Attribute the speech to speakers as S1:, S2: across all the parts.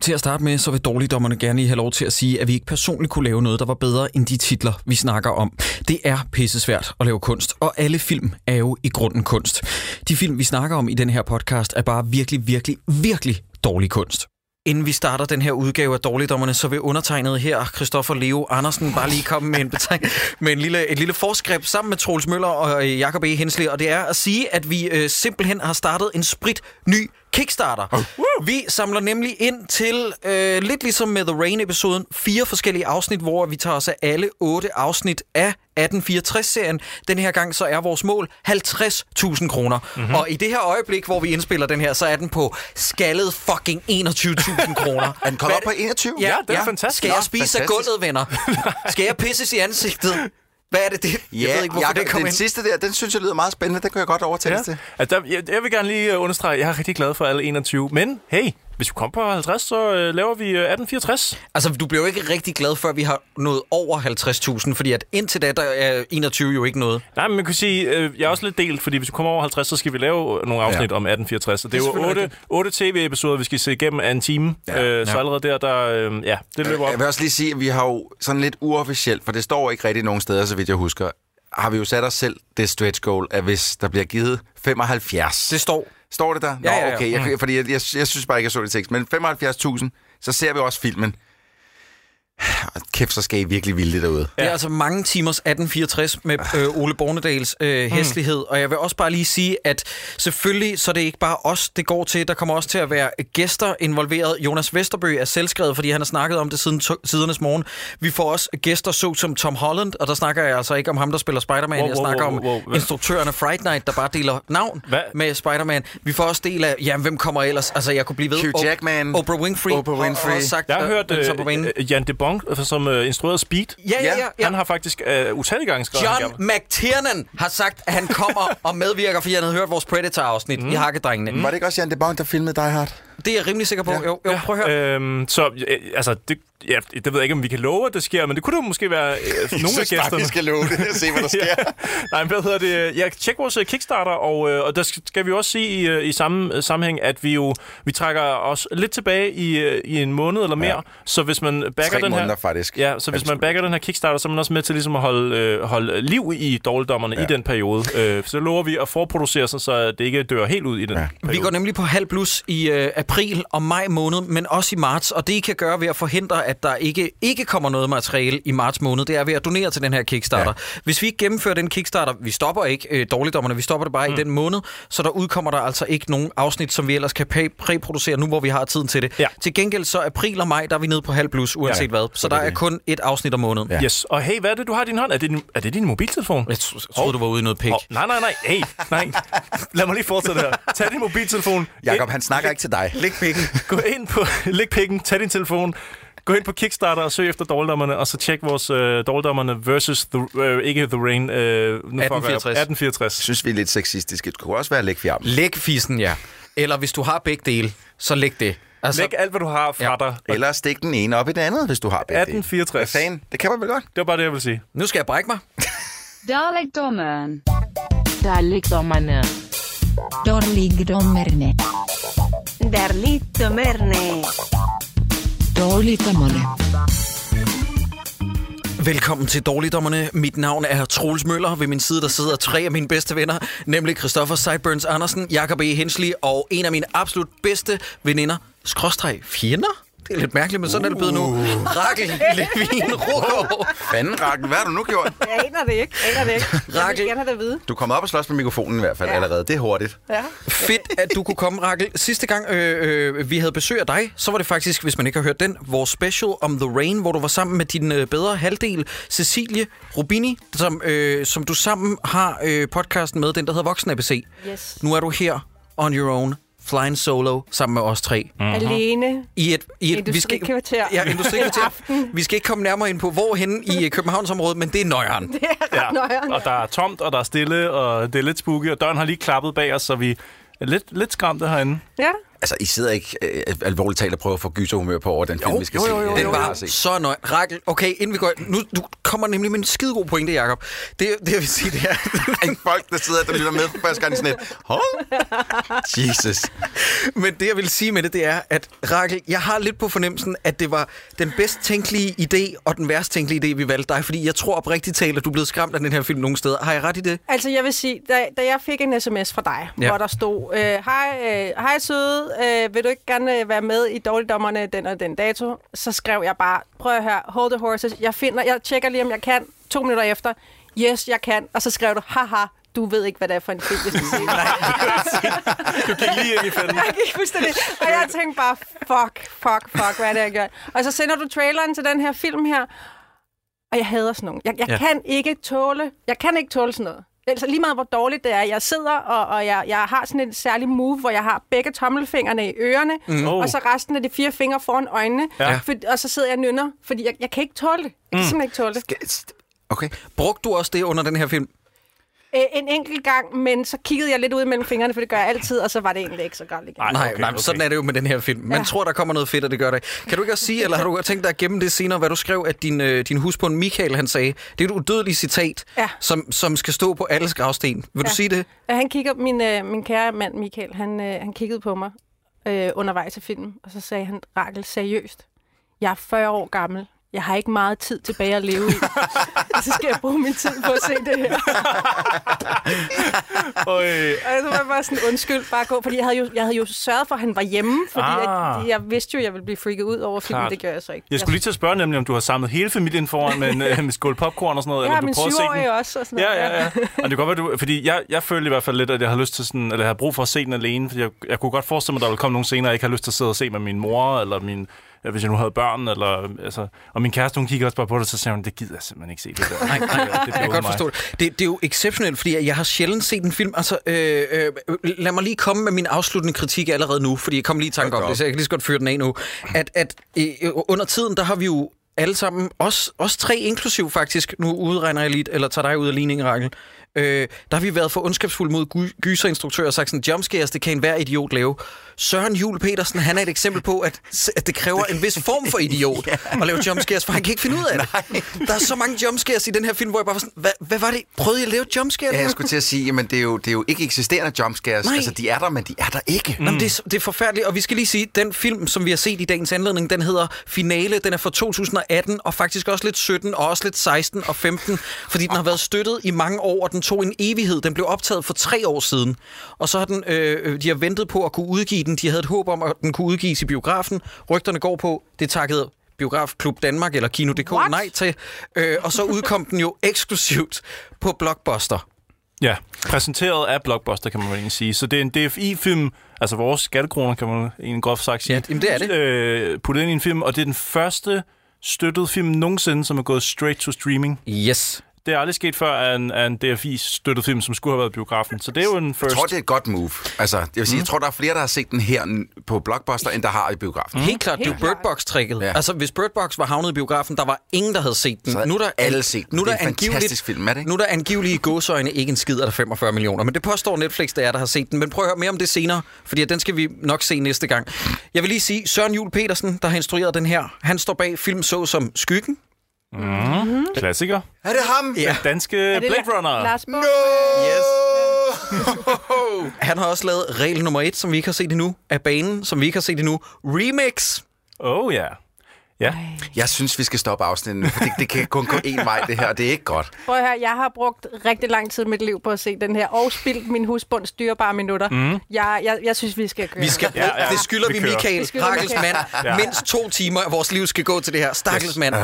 S1: Til at starte med, så vil dårligdommerne gerne lige have lov til at sige, at vi ikke personligt kunne lave noget, der var bedre end de titler, vi snakker om. Det er pissesvært at lave kunst, og alle film er jo i grunden kunst. De film, vi snakker om i den her podcast, er bare virkelig, virkelig, virkelig dårlig kunst. Inden vi starter den her udgave af Dårligdommerne, så vil undertegnet her, Christoffer Leo Andersen, bare lige komme med, en betegn, med en lille, et lille forskreb sammen med Troels Møller og øh, Jakob E. Hensley, og det er at sige, at vi øh, simpelthen har startet en sprit ny Kickstarter. Vi samler nemlig ind til, øh, lidt ligesom med The Rain-episoden, fire forskellige afsnit, hvor vi tager os af alle otte afsnit af 1864-serien. Den her gang så er vores mål 50.000 kroner.
S2: Mhm.
S1: Mm-hmm. Og i det her øjeblik, hvor vi indspiller den her, så er den på skaldet fucking 21.000 kroner.
S2: Han kom op på 21?
S1: Ja,
S3: det er fantastisk.
S1: Skal
S3: Nå,
S1: jeg spise af
S2: fantastisk.
S1: gulvet, venner? Skal jeg pisses i ansigtet? Hvad er det det? jeg ved ikke, hvorfor
S2: Jakob,
S1: det kom
S2: den
S1: ind.
S2: sidste der, den synes jeg lyder meget spændende. Den kan jeg godt overtale ja. til.
S3: Altså, der, jeg, jeg vil gerne lige øh, understrege, at jeg er rigtig glad for alle 21. Men hey, hvis vi kommer på 50, så øh, laver vi øh, 1864.
S1: Altså, du bliver jo ikke rigtig glad, før vi har nået over 50.000, fordi at indtil da, der er 21 jo ikke noget.
S3: Nej, men man kan sige, øh, jeg er også lidt delt, fordi hvis vi kommer over 50, så skal vi lave øh, nogle afsnit ja. om 1864. Og det er jo 8, 8 tv-episoder, vi skal se igennem af en time. Ja. Øh, så allerede der, der øh, ja, det løber op.
S2: Jeg vil også lige sige, at vi har jo sådan lidt uofficielt, for det står ikke rigtig nogen steder, så vidt jeg husker, har vi jo sat os selv det stretch goal, at hvis der bliver givet 75...
S1: Det står.
S2: Står det der? Nå,
S1: Ja, Mm. ja, ja.
S2: okay. Jeg, fordi jeg, jeg, jeg synes bare ikke, jeg så det i tekst. Men 75.000, så ser vi også filmen. Og Kæft, så skal I virkelig vilde derude.
S1: Det er altså mange timers 1864 med
S3: Ah.
S1: øh, Ole Bornedals øh,
S3: Mm.
S1: hæslighed, og jeg vil også bare lige sige, at selvfølgelig så er det ikke bare os, det går til. Der kommer også til at være gæster involveret. Jonas Vesterbø er selvskrevet, fordi han har snakket om det siden to- sidernes morgen. Vi får også gæster så som Tom Holland, og der snakker jeg altså ikke om ham, der spiller Spider-Man.
S3: Wow,
S1: jeg
S3: wow,
S1: snakker
S3: wow, wow,
S1: om
S3: wow. Hvad?
S1: instruktøren af Fright Night, der bare deler navn
S3: Hvad?
S1: med Spider-Man. Vi får også del af, jamen hvem kommer ellers? Altså jeg kunne blive ved.
S2: Hugh
S1: O-
S2: Jackman.
S1: Oprah Winfrey.
S2: Oprah Winfrey.
S1: Og, og sagt,
S3: Jeg har
S1: øh,
S3: hørt
S1: den så på banen.
S3: øh, øh, Jan de Bonk, øh, som øh, instruerede Speed.
S1: Ja, ja, ja.
S2: ja,
S1: ja.
S3: Han har faktisk øh, utallige gange skrevet han
S1: John
S3: gerne-
S1: McTiernan har sagt, at han kommer og medvirker, fordi han havde hørt vores Predator-afsnit mm. i Hakkedrengene. Mm.
S2: Var det ikke også Jan de Bond, der filmede Die Hard?
S1: Det er jeg rimelig sikker på. Ja. Jo, jo, prøv at høre.
S3: Øhm, så øh, altså, det, ja, det ved jeg ikke, om vi kan love, at det sker, men det kunne det måske være øh, nogle af gæsterne.
S2: vi skal love det og se, hvad der sker.
S3: Nej, men hvad hedder det? Jeg tjek vores øh, Kickstarter, og, øh, og der skal skal vi også sige i, øh, i samme øh, sammenhæng, at vi jo vi trækker os lidt tilbage i, øh, i en måned eller mere, ja. så hvis man backer
S2: Tre
S3: den her...
S2: måneder, faktisk.
S3: Ja, så hvis man backer den her Kickstarter, så er man også med til ligesom at holde, øh, holde liv i dårligdommerne ja. i den periode. Øh, så lover vi at forproducere sådan, så det ikke dør helt ud i den ja.
S1: Vi går nemlig på halv plus i øh, april og maj måned, men også i marts. Og det, I kan gøre ved at forhindre, at der ikke, ikke kommer noget materiale i marts måned, det er ved at donere til den her Kickstarter. Ja. Hvis vi ikke gennemfører den Kickstarter, vi stopper ikke øh, dårligdommerne, vi stopper det bare mm. i den måned, så der udkommer der altså ikke nogen afsnit, som vi ellers kan præ- præproducere nu, hvor vi har tiden til det.
S3: Ja.
S1: Til gengæld så april og maj, der er vi nede på halv plus, uanset ja. hvad. Så der er kun et afsnit om måneden. Ja.
S3: Yes, og hey, hvad er det, du har i din hånd? Er det din, er det din mobiltelefon?
S1: Jeg tro- troede, du var ude i noget pik.
S3: Oh, nej, nej, nej, hey, nej. Lad mig lige fortsætte her. Tag din mobiltelefon.
S2: Jakob, han snakker ikke til dig.
S1: Læg pikken.
S3: Gå ind på læg pikken, tag din telefon, gå ind på Kickstarter og søg efter dårligdommerne, og så tjek vores øh, dårligdommerne versus, the, øh, ikke The Rain, øh, nu fucker jeg
S1: 1864.
S3: op. 1864.
S2: synes, vi er lidt sexistiske. Det kunne også være læk fjern.
S1: Læg fissen, ja. Eller hvis du har begge dele, så læg det. Altså,
S3: Læg alt, hvad du har fra
S1: Ja.
S3: ja. dig.
S2: Eller stik den ene op i det andet, hvis du har begge dele.
S3: 1864.
S2: Hvad fanden? Det kan man vel godt?
S3: Det var bare det, jeg ville sige.
S1: nu skal jeg brække mig.
S4: Dårligdommeren.
S5: Der ligger dommerne.
S6: Dårligdommerne.
S7: Dårligdommerne.
S6: Dårligdommerne.
S1: Velkommen til Dårligdommerne. Mit navn er Troels Møller. Ved min side der sidder tre af mine bedste venner, nemlig Christoffer Sideburns Andersen, Jakob E. Hensley og en af mine absolut bedste veninder, skråstreg fjender. Det er lidt mærkeligt, men sådan er det blevet nu. Rakel Levin Rukov.
S2: Fanden, Rakken, hvad har du nu gjort?
S7: Jeg aner det ikke. Jeg aner det ikke. Jeg
S1: Rakel.
S7: vil gerne have det at vide.
S2: Du kommer op og slås med mikrofonen i hvert fald ja. allerede. Det er hurtigt.
S7: Ja.
S1: Fedt, at du kunne komme, Rakel. Sidste gang øh, øh, vi havde besøg af dig, så var det faktisk, hvis man ikke har hørt den, vores special om The Rain, hvor du var sammen med din øh, bedre halvdel, Cecilie Rubini, som, øh, som du sammen har øh, podcasten med, den der hedder Voksen ABC.
S7: Yes.
S1: Nu er du her, on your own, flying solo, sammen med os tre. Mm.
S7: Mm-hmm. Alene.
S1: I et, i et
S7: Industrikvarter.
S1: Ja, industrikvarter.
S7: En aften.
S1: Vi skal ikke komme nærmere ind på, hvorhen i øh, Københavnsområdet, men det er nøjeren.
S7: nøjeren.
S3: Og der er tomt, og der er stille, og det er lidt spooky, og døren har lige klappet bag os, så vi er lidt, lidt skræmte herinde.
S7: Ja.
S2: Altså, I sidder ikke øh, alvorligt talt og prøver at få gyserhumør på over den film, vi skal
S3: jo,
S2: se.
S3: jo, jo,
S2: Den
S1: Den
S3: jo,
S2: var
S1: var så nøj. Rakel, okay, inden vi går ind- Nu du kommer nemlig med en skidegod pointe, Jacob. Det, det jeg vil sige, det er...
S2: Ej, folk, der sidder der lytter med for første gang, sådan lidt, hov, Jesus.
S1: Men det, jeg vil sige med det, det er, at Rakel, jeg har lidt på fornemmelsen, at det var den bedst tænkelige idé og den værst tænkelige idé, vi valgte dig. Fordi jeg tror oprigtigt talt, at du er blevet skræmt af den her film nogen steder. Har jeg ret i det?
S7: Altså, jeg vil sige, da, da jeg fik en sms fra dig,
S1: Ja.
S7: ja. hvor der stod, øh, hej, øh, hej søde, øh, vil du ikke gerne øh, være med i Dårligdommerne den og den dato? Så skrev jeg bare, prøv at høre, hold the horses, jeg finder, jeg tjekker lige, om jeg kan. To minutter efter, yes, jeg kan. Og så skrev du, haha, du ved ikke, hvad det er for en film, jeg skal se.
S3: Du gik lige ind i fælden.
S7: jeg gik fuldstændig. Og jeg tænkte bare, fuck, fuck, fuck, hvad er det, jeg gør? Og så sender du traileren til den her film her, og jeg hader sådan nogen. Jeg, jeg
S1: Ja.
S7: ja. kan ikke tåle, jeg kan ikke tåle sådan noget. Altså lige meget, hvor dårligt det er. Jeg sidder, og, og jeg, jeg har sådan en særlig move, hvor jeg har begge tommelfingrene i ørerne, mm.
S3: Oh.
S7: og så resten af de fire fingre foran øjnene,
S3: Ja.
S7: ja. for, og så sidder jeg og nynner, fordi jeg, jeg kan ikke tåle det. Jeg kan mm. simpelthen ikke tåle det.
S2: Okay.
S1: Brugte du også det under den her film?
S7: Æ, en enkelt gang, men så kiggede jeg lidt ud mellem fingrene, for det gør jeg altid, og så var det egentlig ikke så godt igen.
S3: Ej,
S1: Nej,
S3: okay,
S1: okay, nej, okay.
S3: okay.
S1: sådan er det jo med den her film. Man ja.
S7: Ja.
S1: tror, der kommer noget fedt, og det gør det. ikke. Kan du ikke også sige, eller har du tænkt dig at gemme det senere, hvad du skrev, at din, øh, din husbund Michael, han sagde, det er et udødeligt citat,
S7: Ja.
S1: som, som skal stå på alles gravsten. Vil ja. du
S7: Ja.
S1: sige det?
S7: Ja, Han kigger, min, øh, min kære mand Michael, han, øh, han kiggede på mig øh, undervejs i filmen, og så sagde han, Rakel, seriøst, jeg er 40 år gammel, jeg har ikke meget tid tilbage at leve i, og så skal jeg bruge min tid på at se det her.
S3: Øj.
S7: Og så var jeg bare sådan, undskyld, bare gå, fordi jeg havde jo, jeg havde jo sørget for, at han var hjemme, fordi ah.
S3: Ah.
S7: jeg, jeg vidste jo, at jeg ville blive freaket ud over filmen,
S3: Klart.
S7: det gør jeg så ikke.
S3: Jeg skulle lige til at spørge nemlig, om du har samlet hele familien foran med en, øh, med en skål popcorn og sådan noget,
S7: jeg har
S3: eller om
S7: min
S3: du prøver at se den.
S7: syvårige også, og sådan
S3: Ja,
S7: noget.
S3: ja, ja. Og det kan godt være, du, fordi jeg, jeg følte i hvert fald lidt, at jeg har lyst til sådan, eller jeg har brug for at se den alene, fordi jeg, jeg kunne godt forestille mig, at der ville komme nogle scener, jeg ikke har lyst til at sidde og se med min mor, eller min, ja, hvis jeg nu havde børn, eller, altså, og min kæreste, hun kigger også bare på det, så siger hun, det gider jeg simpelthen ikke se det der. Nej, nej, det
S1: Jeg kan godt forstå det. det. Det er jo exceptionelt, fordi jeg har sjældent set en film. Altså, øh, øh, lad mig lige komme med min afsluttende kritik allerede nu, fordi jeg kom lige i tanke om det, så jeg kan lige så godt føre den af nu. At, at øh, under tiden, der har vi jo alle sammen, os, os tre inklusiv faktisk, nu udregner jeg lidt, eller tager dig ud af ligningen, Rakel, øh, der har vi været for ondskabsfulde mod gy- gyserinstruktører og sagt sådan, jumpscares, det kan enhver idiot lave. Søren Jule Petersen, han er et eksempel på, at, s- at det kræver en vis form for idiot at lave jumpscares, for han kan ikke finde ud af det. Der er så mange jumpscares i den her film, hvor jeg bare var sådan, hvad, hvad var det? Prøvede jeg at lave jumpscares?
S2: Ja, jeg skulle til at sige, jamen det er jo, det er jo ikke eksisterende jumpscares.
S1: Nej.
S2: Altså, de er der, men de er der ikke.
S1: Jamen, det, er, det er forfærdeligt, og vi skal lige sige, den film, som vi har set i dagens anledning, den hedder Finale. Den er fra 2018, og faktisk også lidt 17, og også lidt 16 og 15, fordi den har været støttet i mange år, og den tog en evighed. Den blev optaget for tre år siden, og så har den, øh, de har ventet på at kunne udgive den. De havde et håb om, at den kunne udgives i biografen. Rygterne går på, det takkede Biografklub Danmark eller Kino.dk
S7: What?
S1: nej til. Øh, og så udkom den jo eksklusivt på Blockbuster.
S3: Ja, præsenteret af Blockbuster, kan man vel egentlig sige. Så det er en DFI-film, altså vores skattekroner, kan man egentlig groft sagt sige.
S1: Ja, jamen, det er det.
S3: Øh, puttet ind i en film, og det er den første støttede film nogensinde, som er gået straight to streaming.
S1: Yes.
S3: Det er aldrig sket før, at en, at en DFI-støttet film, som skulle have været i biografen. Så det er jo en
S2: Jeg
S3: first.
S2: tror, det er et godt move. Altså, jeg vil sige, jeg tror, der er flere, der har set den her n- på Blockbuster, end der har i biografen.
S1: Helt klart, det er
S7: Helt
S1: jo Bird
S7: klart.
S1: Box-tricket. Ja.
S2: Mm. Ja.
S1: Altså, hvis Bird Box var havnet i biografen, der var ingen, der havde set den.
S2: Så havde
S1: nu er der
S2: alle set den.
S1: Nu er
S2: Det
S1: der
S2: er en fantastisk
S1: angiveligt-
S2: film, er det ikke?
S1: Nu er der angiveligt i godsøjne ikke en skid af der 45 millioner, men det påstår Netflix, det er, der har set den. Men prøv at høre mere om det senere, fordi den skal vi nok se næste gang. Jeg vil lige sige, Søren Jul Petersen, der har instrueret den her, han står bag film så som Skyggen.
S3: Klassiker.
S2: Er det ham?
S1: Ja.
S3: Danske
S7: Er det
S3: Blade
S7: La-
S3: Runner.
S7: Lars Bo?
S1: Yes.
S2: Yes.
S1: Han har også lavet regel nummer et, som vi ikke har set endnu, af banen, som vi ikke har set endnu, Remix.
S3: Oh ja. Ja.
S2: Jeg synes, vi skal stoppe afsnittet nu, for det, det kan kun gå én vej, det her, og det er ikke godt.
S7: Prøv at høre, jeg har brugt rigtig lang tid i mit liv på at se den her, og spildt min husbunds dyrebare minutter. Mm. Jeg, jeg, jeg synes, vi skal køre.
S1: Vi skal, ja,
S3: Ja,
S1: ja.
S3: ja.
S1: Det skylder
S3: Vi
S1: vi,
S3: kører.
S1: Michael,
S7: Det skylder
S1: Rakkels mand.
S7: Michael.
S1: Ja. Mindst to timer af vores liv skal gå til det her. Stakkels yes. Øh. mand.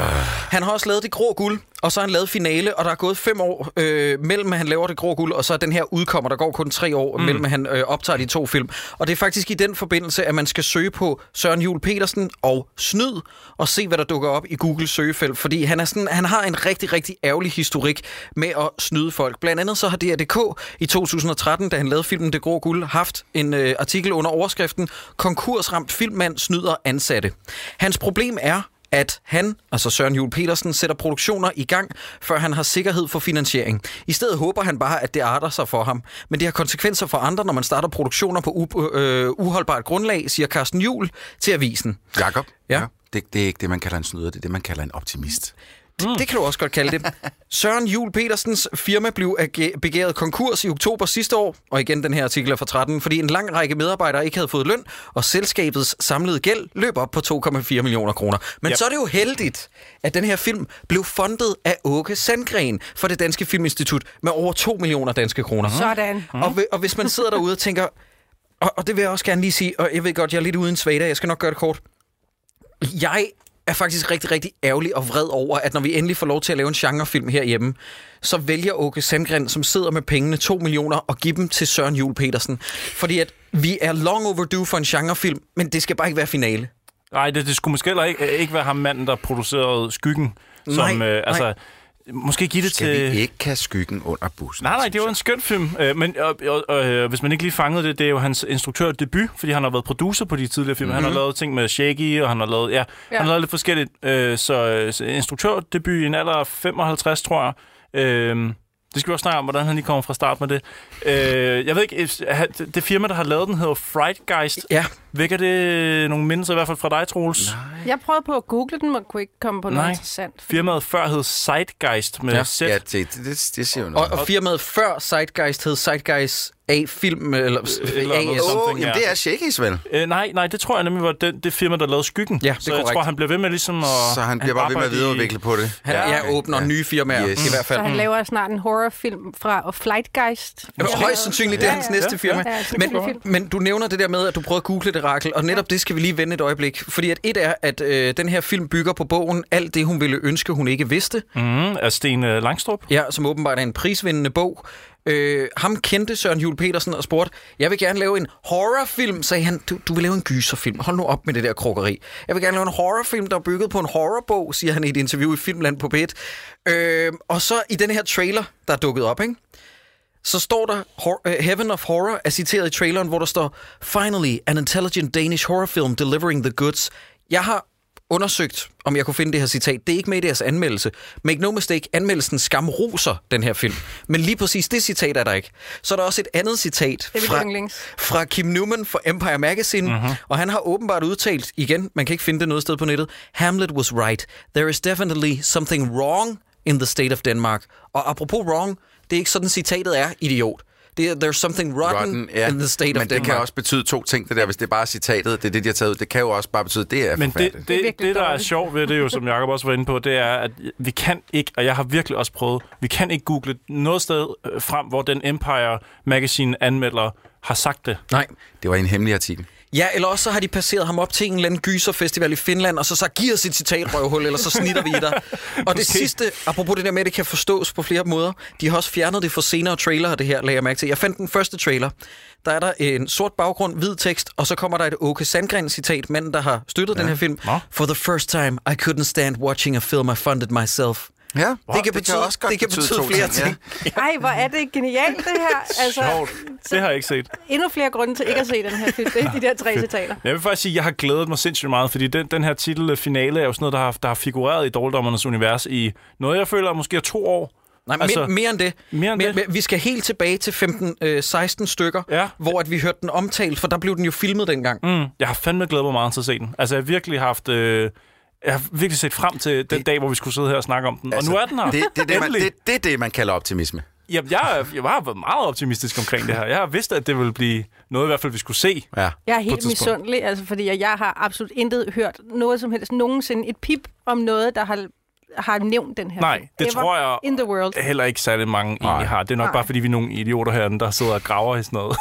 S1: Han har også lavet det grå guld, og så har han lavet finale, og der er gået fem år øh, mellem, at han laver det grå guld, og så er den her udkommer. Der går kun tre år mm. mellem, at han øh, optager de to film. Og det er faktisk i den forbindelse, at man skal søge på Søren Jul Petersen og Snyd, og se, hvad der dukker op i Google søgefelt, fordi han, er sådan, han har en rigtig, rigtig ærgerlig historik med at snyde folk. Blandt andet så har DRDK i 2013, da han lavede filmen Det Grå Guld, haft en øh, artikel under overskriften Konkursramt filmmand snyder ansatte. Hans problem er, at han, altså Søren Jul Petersen, sætter produktioner i gang, før han har sikkerhed for finansiering. I stedet håber han bare, at det arter sig for ham. Men det har konsekvenser for andre, når man starter produktioner på u- øh, uholdbart grundlag, siger Carsten Jul til avisen.
S2: Jakob?
S1: Ja.
S2: Det, det er ikke det, man kalder en snyder. Det er det, man kalder en optimist.
S1: Det, det kan du også godt kalde det. Søren Jul Petersens firma blev age- begæret konkurs i oktober sidste år, og igen den her artikel er fra 13, fordi en lang række medarbejdere ikke havde fået løn, og selskabets samlede gæld løb op på 2,4 millioner kroner. Men yep. så er det jo heldigt, at den her film blev fondet af Åke Sandgren fra det Danske Filminstitut med over 2 millioner danske kroner.
S7: Sådan.
S1: Mm. Og, hvi- og hvis man sidder derude og tænker, og, og det vil jeg også gerne lige sige, og jeg ved godt, jeg er lidt uden svagdag, jeg skal nok gøre det kort. Jeg er faktisk rigtig, rigtig ærgerlig og vred over, at når vi endelig får lov til at lave en genrefilm herhjemme, så vælger Åke Sandgren, som sidder med pengene, 2 millioner, og give dem til Søren Jul Petersen. Fordi at vi er long overdue for en genrefilm, men det skal bare ikke være finale.
S3: Nej, det, det skulle måske heller ikke, ikke være ham manden, der producerede Skyggen. Som,
S1: Nej, nej.
S3: altså, Måske give det til...
S2: Skal vi ikke have skyggen under bussen?
S3: Nej, nej, det var en skøn film. Øh, men og, og, og, øh, hvis man ikke lige fangede det, det er jo hans instruktørdebut, fordi han har været producer på de tidligere film. Mm-hmm. Han har lavet ting med Shaggy, og han har lavet, ja, ja. han har lavet lidt forskelligt. Øh, så, øh, så instruktørdebut i en alder af 55, tror jeg. Øh, det skal vi også snakke om, hvordan han lige kommer fra start med det. Øh, jeg ved ikke, if- han- det det firma, der har lavet den, hedder Frightgeist.
S1: Ja,
S3: Vækker det nogle mindelser, i hvert fald fra dig, Troels? Nej.
S7: Jeg prøvede på at google den, men kunne ikke komme på noget
S3: Nej.
S7: interessant.
S3: Firmaet før hed Sightgeist med
S1: Ja.
S3: ja.
S2: Ja, det, det, det, det siger jo
S1: og,
S2: noget.
S1: og firmaet før Zeitgeist hed Zeitgeist A-film, eller,
S3: eller
S1: eller A,
S3: noget.
S1: som
S2: Åh,
S3: something,
S2: oh, jamen det
S3: ja.
S2: er Shakey's vel?
S3: Øh, nej, nej, det tror jeg nemlig var den, det firma, der lavede Skyggen.
S1: Ja, det er
S3: så jeg
S1: korrekt.
S3: tror, han bliver ved med ligesom at...
S2: Så han bliver bare ved med at
S3: arbejde i-
S2: videreudvikle på det.
S1: han, ja, okay. åbner nye firmaer
S2: Yes.
S1: yes. i hvert fald.
S7: Så han laver snart en horrorfilm fra og Flightgeist.
S1: Mm. Ja, højst sandsynligt, det er hans
S7: Ja, ja.
S1: næste firma.
S7: Ja, ja, det kan
S1: Men,
S7: vi
S1: men du nævner det der med, at du prøvede at google det, Rakel, og netop det skal vi lige vende et øjeblik. Fordi at et er, at øh, den her film bygger på bogen Alt det, hun ville ønske, hun ikke vidste,
S3: Mm, af Sten øh, Langstrup.
S1: ja, som åbenbart er en prisvindende bog. Øh, ham kendte Søren Jul Petersen og spurgte, jeg vil gerne lave en horrorfilm, sagde han. Du, du vil lave en gyserfilm, hold nu op med det der krukkeri. Jeg vil gerne lave en horrorfilm, der er bygget på en horrorbog, siger han i et interview i Filmland på P1. Øh, og så i den her trailer, der er dukket op, ikke? så står der, hor- øh, Heaven of Horror er citeret i traileren, hvor der står, Finally, an intelligent Danish horror film delivering the goods. Jeg har undersøgt, om jeg kunne finde det her citat. Det er ikke med i deres anmeldelse. Make no mistake, anmeldelsen skamroser den her film. Men lige præcis det citat er der ikke. Så er der også et andet citat
S7: Det er mit
S1: fra,
S7: yndlings.
S1: fra Kim Newman fra Empire Magazine,
S2: Mhm.
S1: mm-hmm. og han har åbenbart udtalt, igen, man kan ikke finde det noget sted på nettet, Hamlet was right. There is definitely something wrong in the state of Denmark. Og apropos wrong, det er ikke sådan citatet er, idiot. Det er, there's something rotten,
S2: Rotten, ja.
S1: in the state
S2: Men
S1: of
S2: det
S1: Denmark.
S2: kan også betyde to ting, det der. Hvis det er bare citatet, det er det, de har taget ud. Det kan jo også bare betyde, det er
S3: Men det,
S2: forfærdeligt.
S3: det,
S7: Det er
S3: det,
S7: virkelig
S3: det, der er
S7: dårligt.
S3: sjovt ved det jo, som Jacob også var inde på, det er, at vi kan ikke, og jeg har virkelig også prøvet, vi kan ikke google noget sted øh, frem, hvor den Empire Magazine anmelder har sagt det.
S1: Nej.
S2: Det var i en hemmelig artikel.
S1: Ja, eller også så har de passeret ham op til en eller anden gyserfestival i Finland, og så så giv os et citat, røvhul, eller så snitter vi i dig. Og det sidste, apropos det der med, at det kan forstås på flere måder, de har også fjernet det fra senere trailere, det her lagde jeg mærke til. Jeg fandt den første trailer. Der er der en sort baggrund, hvid tekst, og så kommer der et Åke Sandgren-citat, manden, der har støttet ja. den her film.
S3: Nå.
S1: For the first time, I couldn't stand watching a film I funded myself.
S2: Ja, det,
S1: kan betyde- det kan betyde flere ting.
S7: Ej, hvor er det genialt, det her. Altså,
S3: Det har jeg ikke set.
S7: endnu flere grunde til ikke at se den her film. Det er de der tre citater.
S3: Jeg vil faktisk sige, at jeg har glædet mig sindssygt meget, fordi den, den her titel øh, finale er jo sådan noget, der har, der har figureret i Dårligdommernes Univers i noget, jeg føler måske er to år.
S1: Nej, altså,
S3: Altså,
S1: mere end det.
S3: mere end det?
S1: Vi skal helt tilbage til 15-16 øh, 16 stykker,
S3: Ja.
S1: hvor at vi hørte den omtalt, for der blev den jo filmet dengang.
S3: Mm, jeg har fandme glædet mig meget til at se den. Altså, jeg har virkelig haft... Øh, jeg har virkelig set frem til den det, dag, hvor vi skulle sidde her og snakke om den. Altså, og nu er den her.
S2: Det, det, er det, man,
S3: Endelig.
S2: det, det er det, man kalder optimisme.
S3: Jamen, jeg, er- jeg har været meget optimistisk omkring det her. Jeg har vidst, at det ville blive noget, i hvert fald, vi skulle se.
S2: Ja.
S7: Jeg er
S3: På et
S7: helt
S3: tidspunkt.
S7: misundelig, altså, fordi jeg, jeg har absolut intet hørt noget som helst nogensinde. Et pip om noget, der har, har nævnt den her
S3: Nej,
S7: film.
S3: det
S7: Ever
S3: tror jeg-
S7: In the world.
S3: Heller ikke særlig mange
S2: Nej.
S3: egentlig har. Det er nok
S7: Nej.
S3: bare, fordi vi er nogle idioter herinde, der sidder og graver i sådan noget.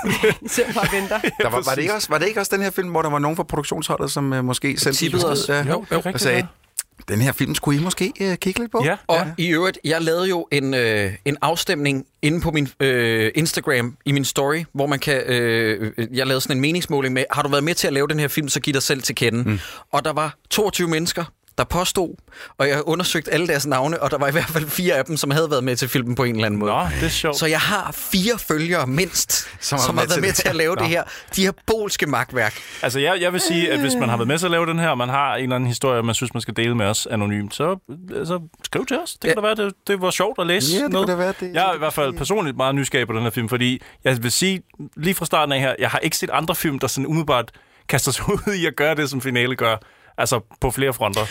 S7: Sidder bare og venter.
S2: Der var, var, det ikke også, var det ikke også den her film, hvor der var nogen fra produktionsholdet, som uh, måske selv
S1: tippede os.
S2: Ja,
S3: Jo, jo,
S2: og
S3: rigtigt,
S2: sagde,
S3: ja.
S2: den her film skulle I måske uh, kigge lidt på?
S3: ja,
S1: Og
S3: ja.
S1: ja. i øvrigt, jeg lavede jo en, øh, en afstemning inde på min øh, Instagram, i min story, hvor man kan... Øh, øh, jeg lavede sådan en meningsmåling med, har du været med til at lave den her film, så giv dig selv til kende. Mm. Og der var 22 mennesker, der påstod, og jeg undersøgte alle deres navne, og der var i hvert fald fire af dem, som havde været med til filmen på en eller anden måde.
S3: Nå, det er sjovt.
S1: Så jeg har fire følgere mindst, som har, som har været med til at lave det her diabolske magtværk.
S3: Altså, jeg, jeg vil sige, at hvis man har været med til at lave den her, og man har en eller anden historie, man synes, man skal dele med os anonymt, så altså, skriv til os. Det
S1: Ja.
S3: kan da være, det, det var sjovt at læse.
S2: Ja, det
S3: noget.
S2: kunne da være, det-
S3: Jeg er i hvert fald personligt meget nysgerrig på den her film, fordi jeg vil sige, lige fra starten af her, jeg har ikke set andre film, der sådan umiddelbart kaster sig ud i at gøre det, som finale gør. Altså, på flere fronter.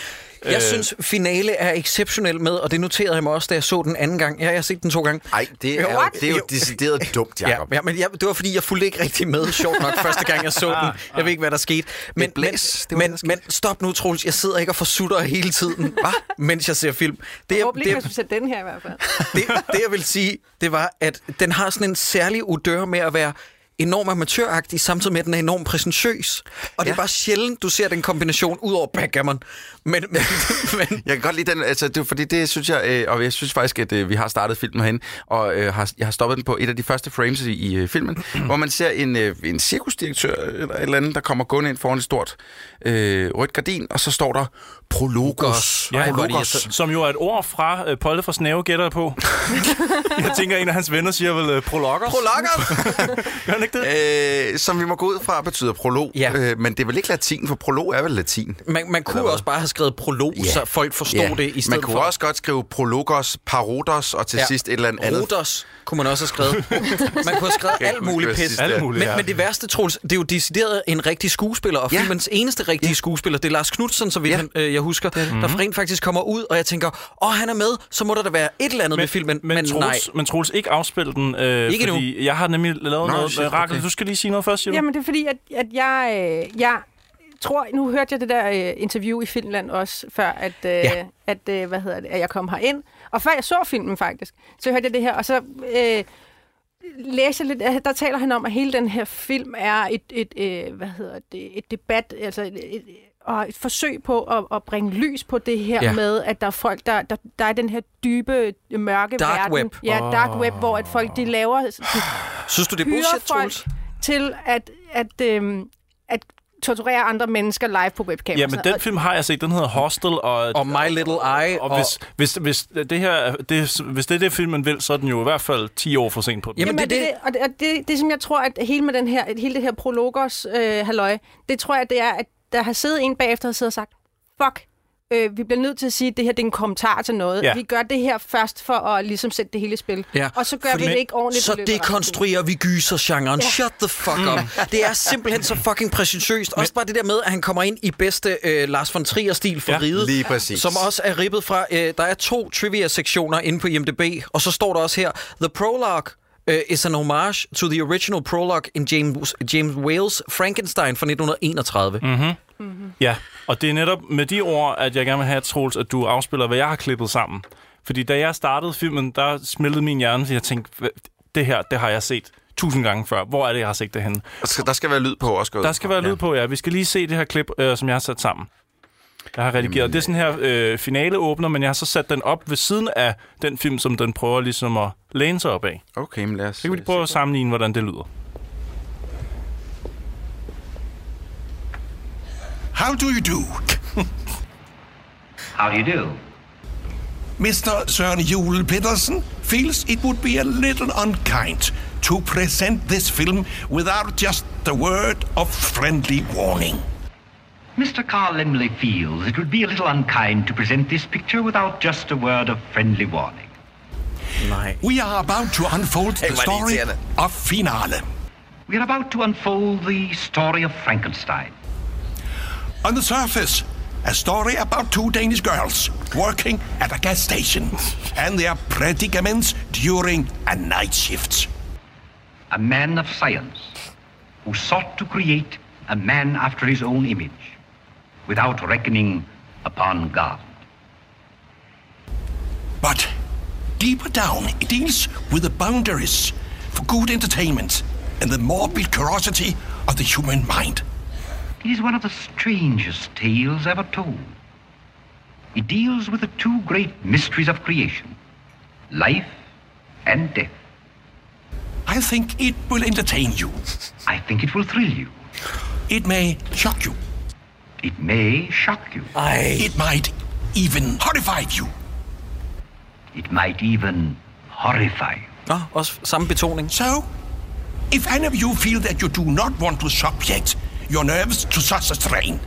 S1: Jeg øh... synes, finale er exceptionel med, og det noterede jeg mig også, da jeg så den anden gang. Ja, jeg har set den to gange.
S2: Nej, det er, jo,
S1: What?
S2: det er jo
S1: Jo.
S2: decideret dumt,
S1: Ja,
S2: Jacob.
S1: ja, men jeg, det var fordi, jeg fulgte ikke rigtig med, sjovt nok, første gang jeg så den. Jeg ved ikke, hvad der skete. Men,
S2: blæs, Ah, det var
S1: men,
S2: det, der
S1: men, men stop nu, Troels. Jeg sidder ikke og forsutter hele tiden, hva? mens jeg ser film. Det,
S7: Jeg
S1: jeg,
S7: håber lige,
S1: det,
S7: at du sætte den her i hvert fald.
S1: det, det, jeg vil sige, det var, at den har sådan en særlig odør med at være enormt amatøragtig, samtidig med, at den er enormt præsentøs. Og det er bare sjældent, du ser den kombination ud over backgammon. Men, men, men
S2: Jeg kan godt lide den, altså, det, er fordi det synes jeg, øh, og jeg synes faktisk, at øh, vi har startet filmen herinde, og øh, har, jeg har stoppet den på et af de første frames i, i øh, filmen,
S3: Mm.
S2: hvor man ser en, øh, en cirkusdirektør eller et eller andet, der kommer gående ind foran et stort øh, rødt gardin, og så står der Prologos.
S3: Ja,
S2: Prologos.
S3: som jo er et ord fra øh, Polle fra Snæve, gætter jeg på. jeg tænker, en af hans venner siger vel øh, prologer.
S1: prolokker!
S3: Gør han ikke det?
S2: Øh, som vi må gå ud fra, betyder prolog.
S1: Ja.
S2: Øh, men det er vel ikke latin, for prolog er vel latin.
S1: Man, man kunne også bare have skrevet prolog, yeah. så folk forstod yeah. det i stedet
S2: Man kunne
S1: for...
S2: også godt skrive prologos, parodos, og til ja. sidst et eller andet andet.
S1: Rodos kunne man også have skrevet. man kunne have skrevet alt muligt
S2: præcis,
S1: pis.
S2: ja.
S3: Alt muligt,
S1: Men,
S3: ja.
S1: men det værste, Troels, det er jo decideret en rigtig skuespiller, og
S2: Ja.
S1: ja. filmens eneste rigtige ja. skuespiller, det er Lars Knudsen, så vidt
S2: Ja.
S1: ja. han, øh, jeg husker,
S2: Mhm.
S1: der rent faktisk kommer ud, og jeg tænker, åh, han er med, så må der da være et eller andet med filmen, men, men nej.
S3: Troels, men Troels, ikke afspil den, øh,
S1: Ikke
S3: fordi jeg har nemlig lavet
S2: Nå, shit,
S3: noget. Shit, Rakel,
S2: okay.
S3: okay. du skal lige sige noget først, siger du?
S7: Jamen, det er fordi, at, at jeg, øh, jeg tror... Nu hørte jeg det der øh, interview i Finland også, før at, øh,
S1: Ja.
S7: ja. at, øh, hvad hedder det, at jeg kom herind. Og før jeg så filmen faktisk, så hørte jeg det her, og så øh, læser jeg lidt... øh, Der taler han om, at hele den her film er et, et øh, hvad hedder det, et debat, altså et, et, og et forsøg på at, at bringe lys på det her
S1: Ja.
S7: ja. med, at der er folk, der, der, der er den her dybe, mørke
S1: Dark
S7: verden.
S1: web.
S7: Ja, dark web, hvor at folk de laver de
S1: Synes du, det er
S7: hyrer
S1: bullshit,
S7: folk
S1: Troels?
S7: til at, at, øhm, at torturere andre mennesker live på webcam.
S3: Ja,
S7: og
S3: men
S7: sådan
S3: den
S7: noget.
S3: film har jeg set. Den hedder Hostel, og,
S1: Øh, Og My Little Eye,
S3: og, hvis, hvis, hvis, det her, er- det, hvis det er det, filmen vil, så er den jo i hvert fald 10 år for sent på den.
S1: Jamen, det
S7: Jamen, det,
S1: er
S7: det, og det, og det, det, som jeg tror, at hele, med den her, at hele det her prologers øh, halløj, det tror jeg, det er, at der har siddet en bagefter og siddet og sagt, fuck, øh, vi bliver nødt til at sige, at det her det er en kommentar til noget.
S3: Ja.
S7: Ja. Vi gør det her først for at ligesom sætte det hele i spil.
S1: Ja,
S7: Og så gør
S1: fordi-
S7: vi det ikke ordentligt.
S1: Så
S7: i løbet af resten.
S1: dekonstruerer vi gysergenren. Ja.
S7: Ja. Mm.
S1: Shut the fuck up. Det er simpelthen så fucking præsentøst. Også bare det der med, at han kommer ind i bedste øh, Lars von Trier-stil for ja,
S3: Ja,
S1: riget.
S2: lige præcis.
S1: Som også er rippet fra... Øh, der er to trivia-sektioner inde på IMDb, og så står der også her, The Prologue øh, is an homage to the original prologue in James, James Whale's Frankenstein fra 1931. Mm.
S3: Ja, og det er netop med de ord, at jeg gerne vil have, Troels, at du afspiller, hvad jeg har klippet sammen. Fordi da jeg startede filmen, der smeltede min hjerne, så jeg tænkte, "Hva- det her, det har jeg set tusind gange før. Hvor er det, jeg har set det henne?
S2: Der skal, der skal være lyd på også. går jeg
S3: Der
S2: ud
S3: skal
S2: fra.
S3: være lyd på, ja. Vi skal lige se det her klip, øh, som jeg har sat sammen. Jeg har redigeret. det er sådan her øh, finaleåbner, men jeg har så sat den op ved siden af den film, som den prøver ligesom at læne sig op af.
S2: Ja. Okay, men lad os...
S3: Så kan vi lige prøve at sammenligne, hvordan det lyder.
S6: How do you do?
S8: How do you do?
S6: Mr. Søren Jule Pedersen feels it would be a little unkind to present this film without just the word of friendly warning.
S8: Mr. Carl Lemley feels it would be a little unkind to present this picture without just a word of friendly warning.
S1: Nej.
S6: We are about to unfold the
S2: var lige
S6: story
S2: irriterende.
S6: of Finale.
S8: We are about to unfold the story of Frankenstein.
S6: On the surface, a story about two Danish girls working at a gas station and their predicaments during a night shift.
S8: A man of science who sought to create a man after his own image without reckoning upon God.
S6: But deeper down, it deals with the boundaries for good entertainment and the morbid curiosity of the human mind.
S8: It is one of the strangest tales ever told. It deals with the two great mysteries of creation life and death.
S6: I think it will entertain you.
S8: I think it will thrill you.
S6: It may shock you.
S8: It may shock you.
S1: Ej,
S6: It might even horrify you.
S8: It might even horrify you.
S1: Nå, også samme betoning.
S6: So, if any of you feel that you do not want to subject your nerves to such a strain,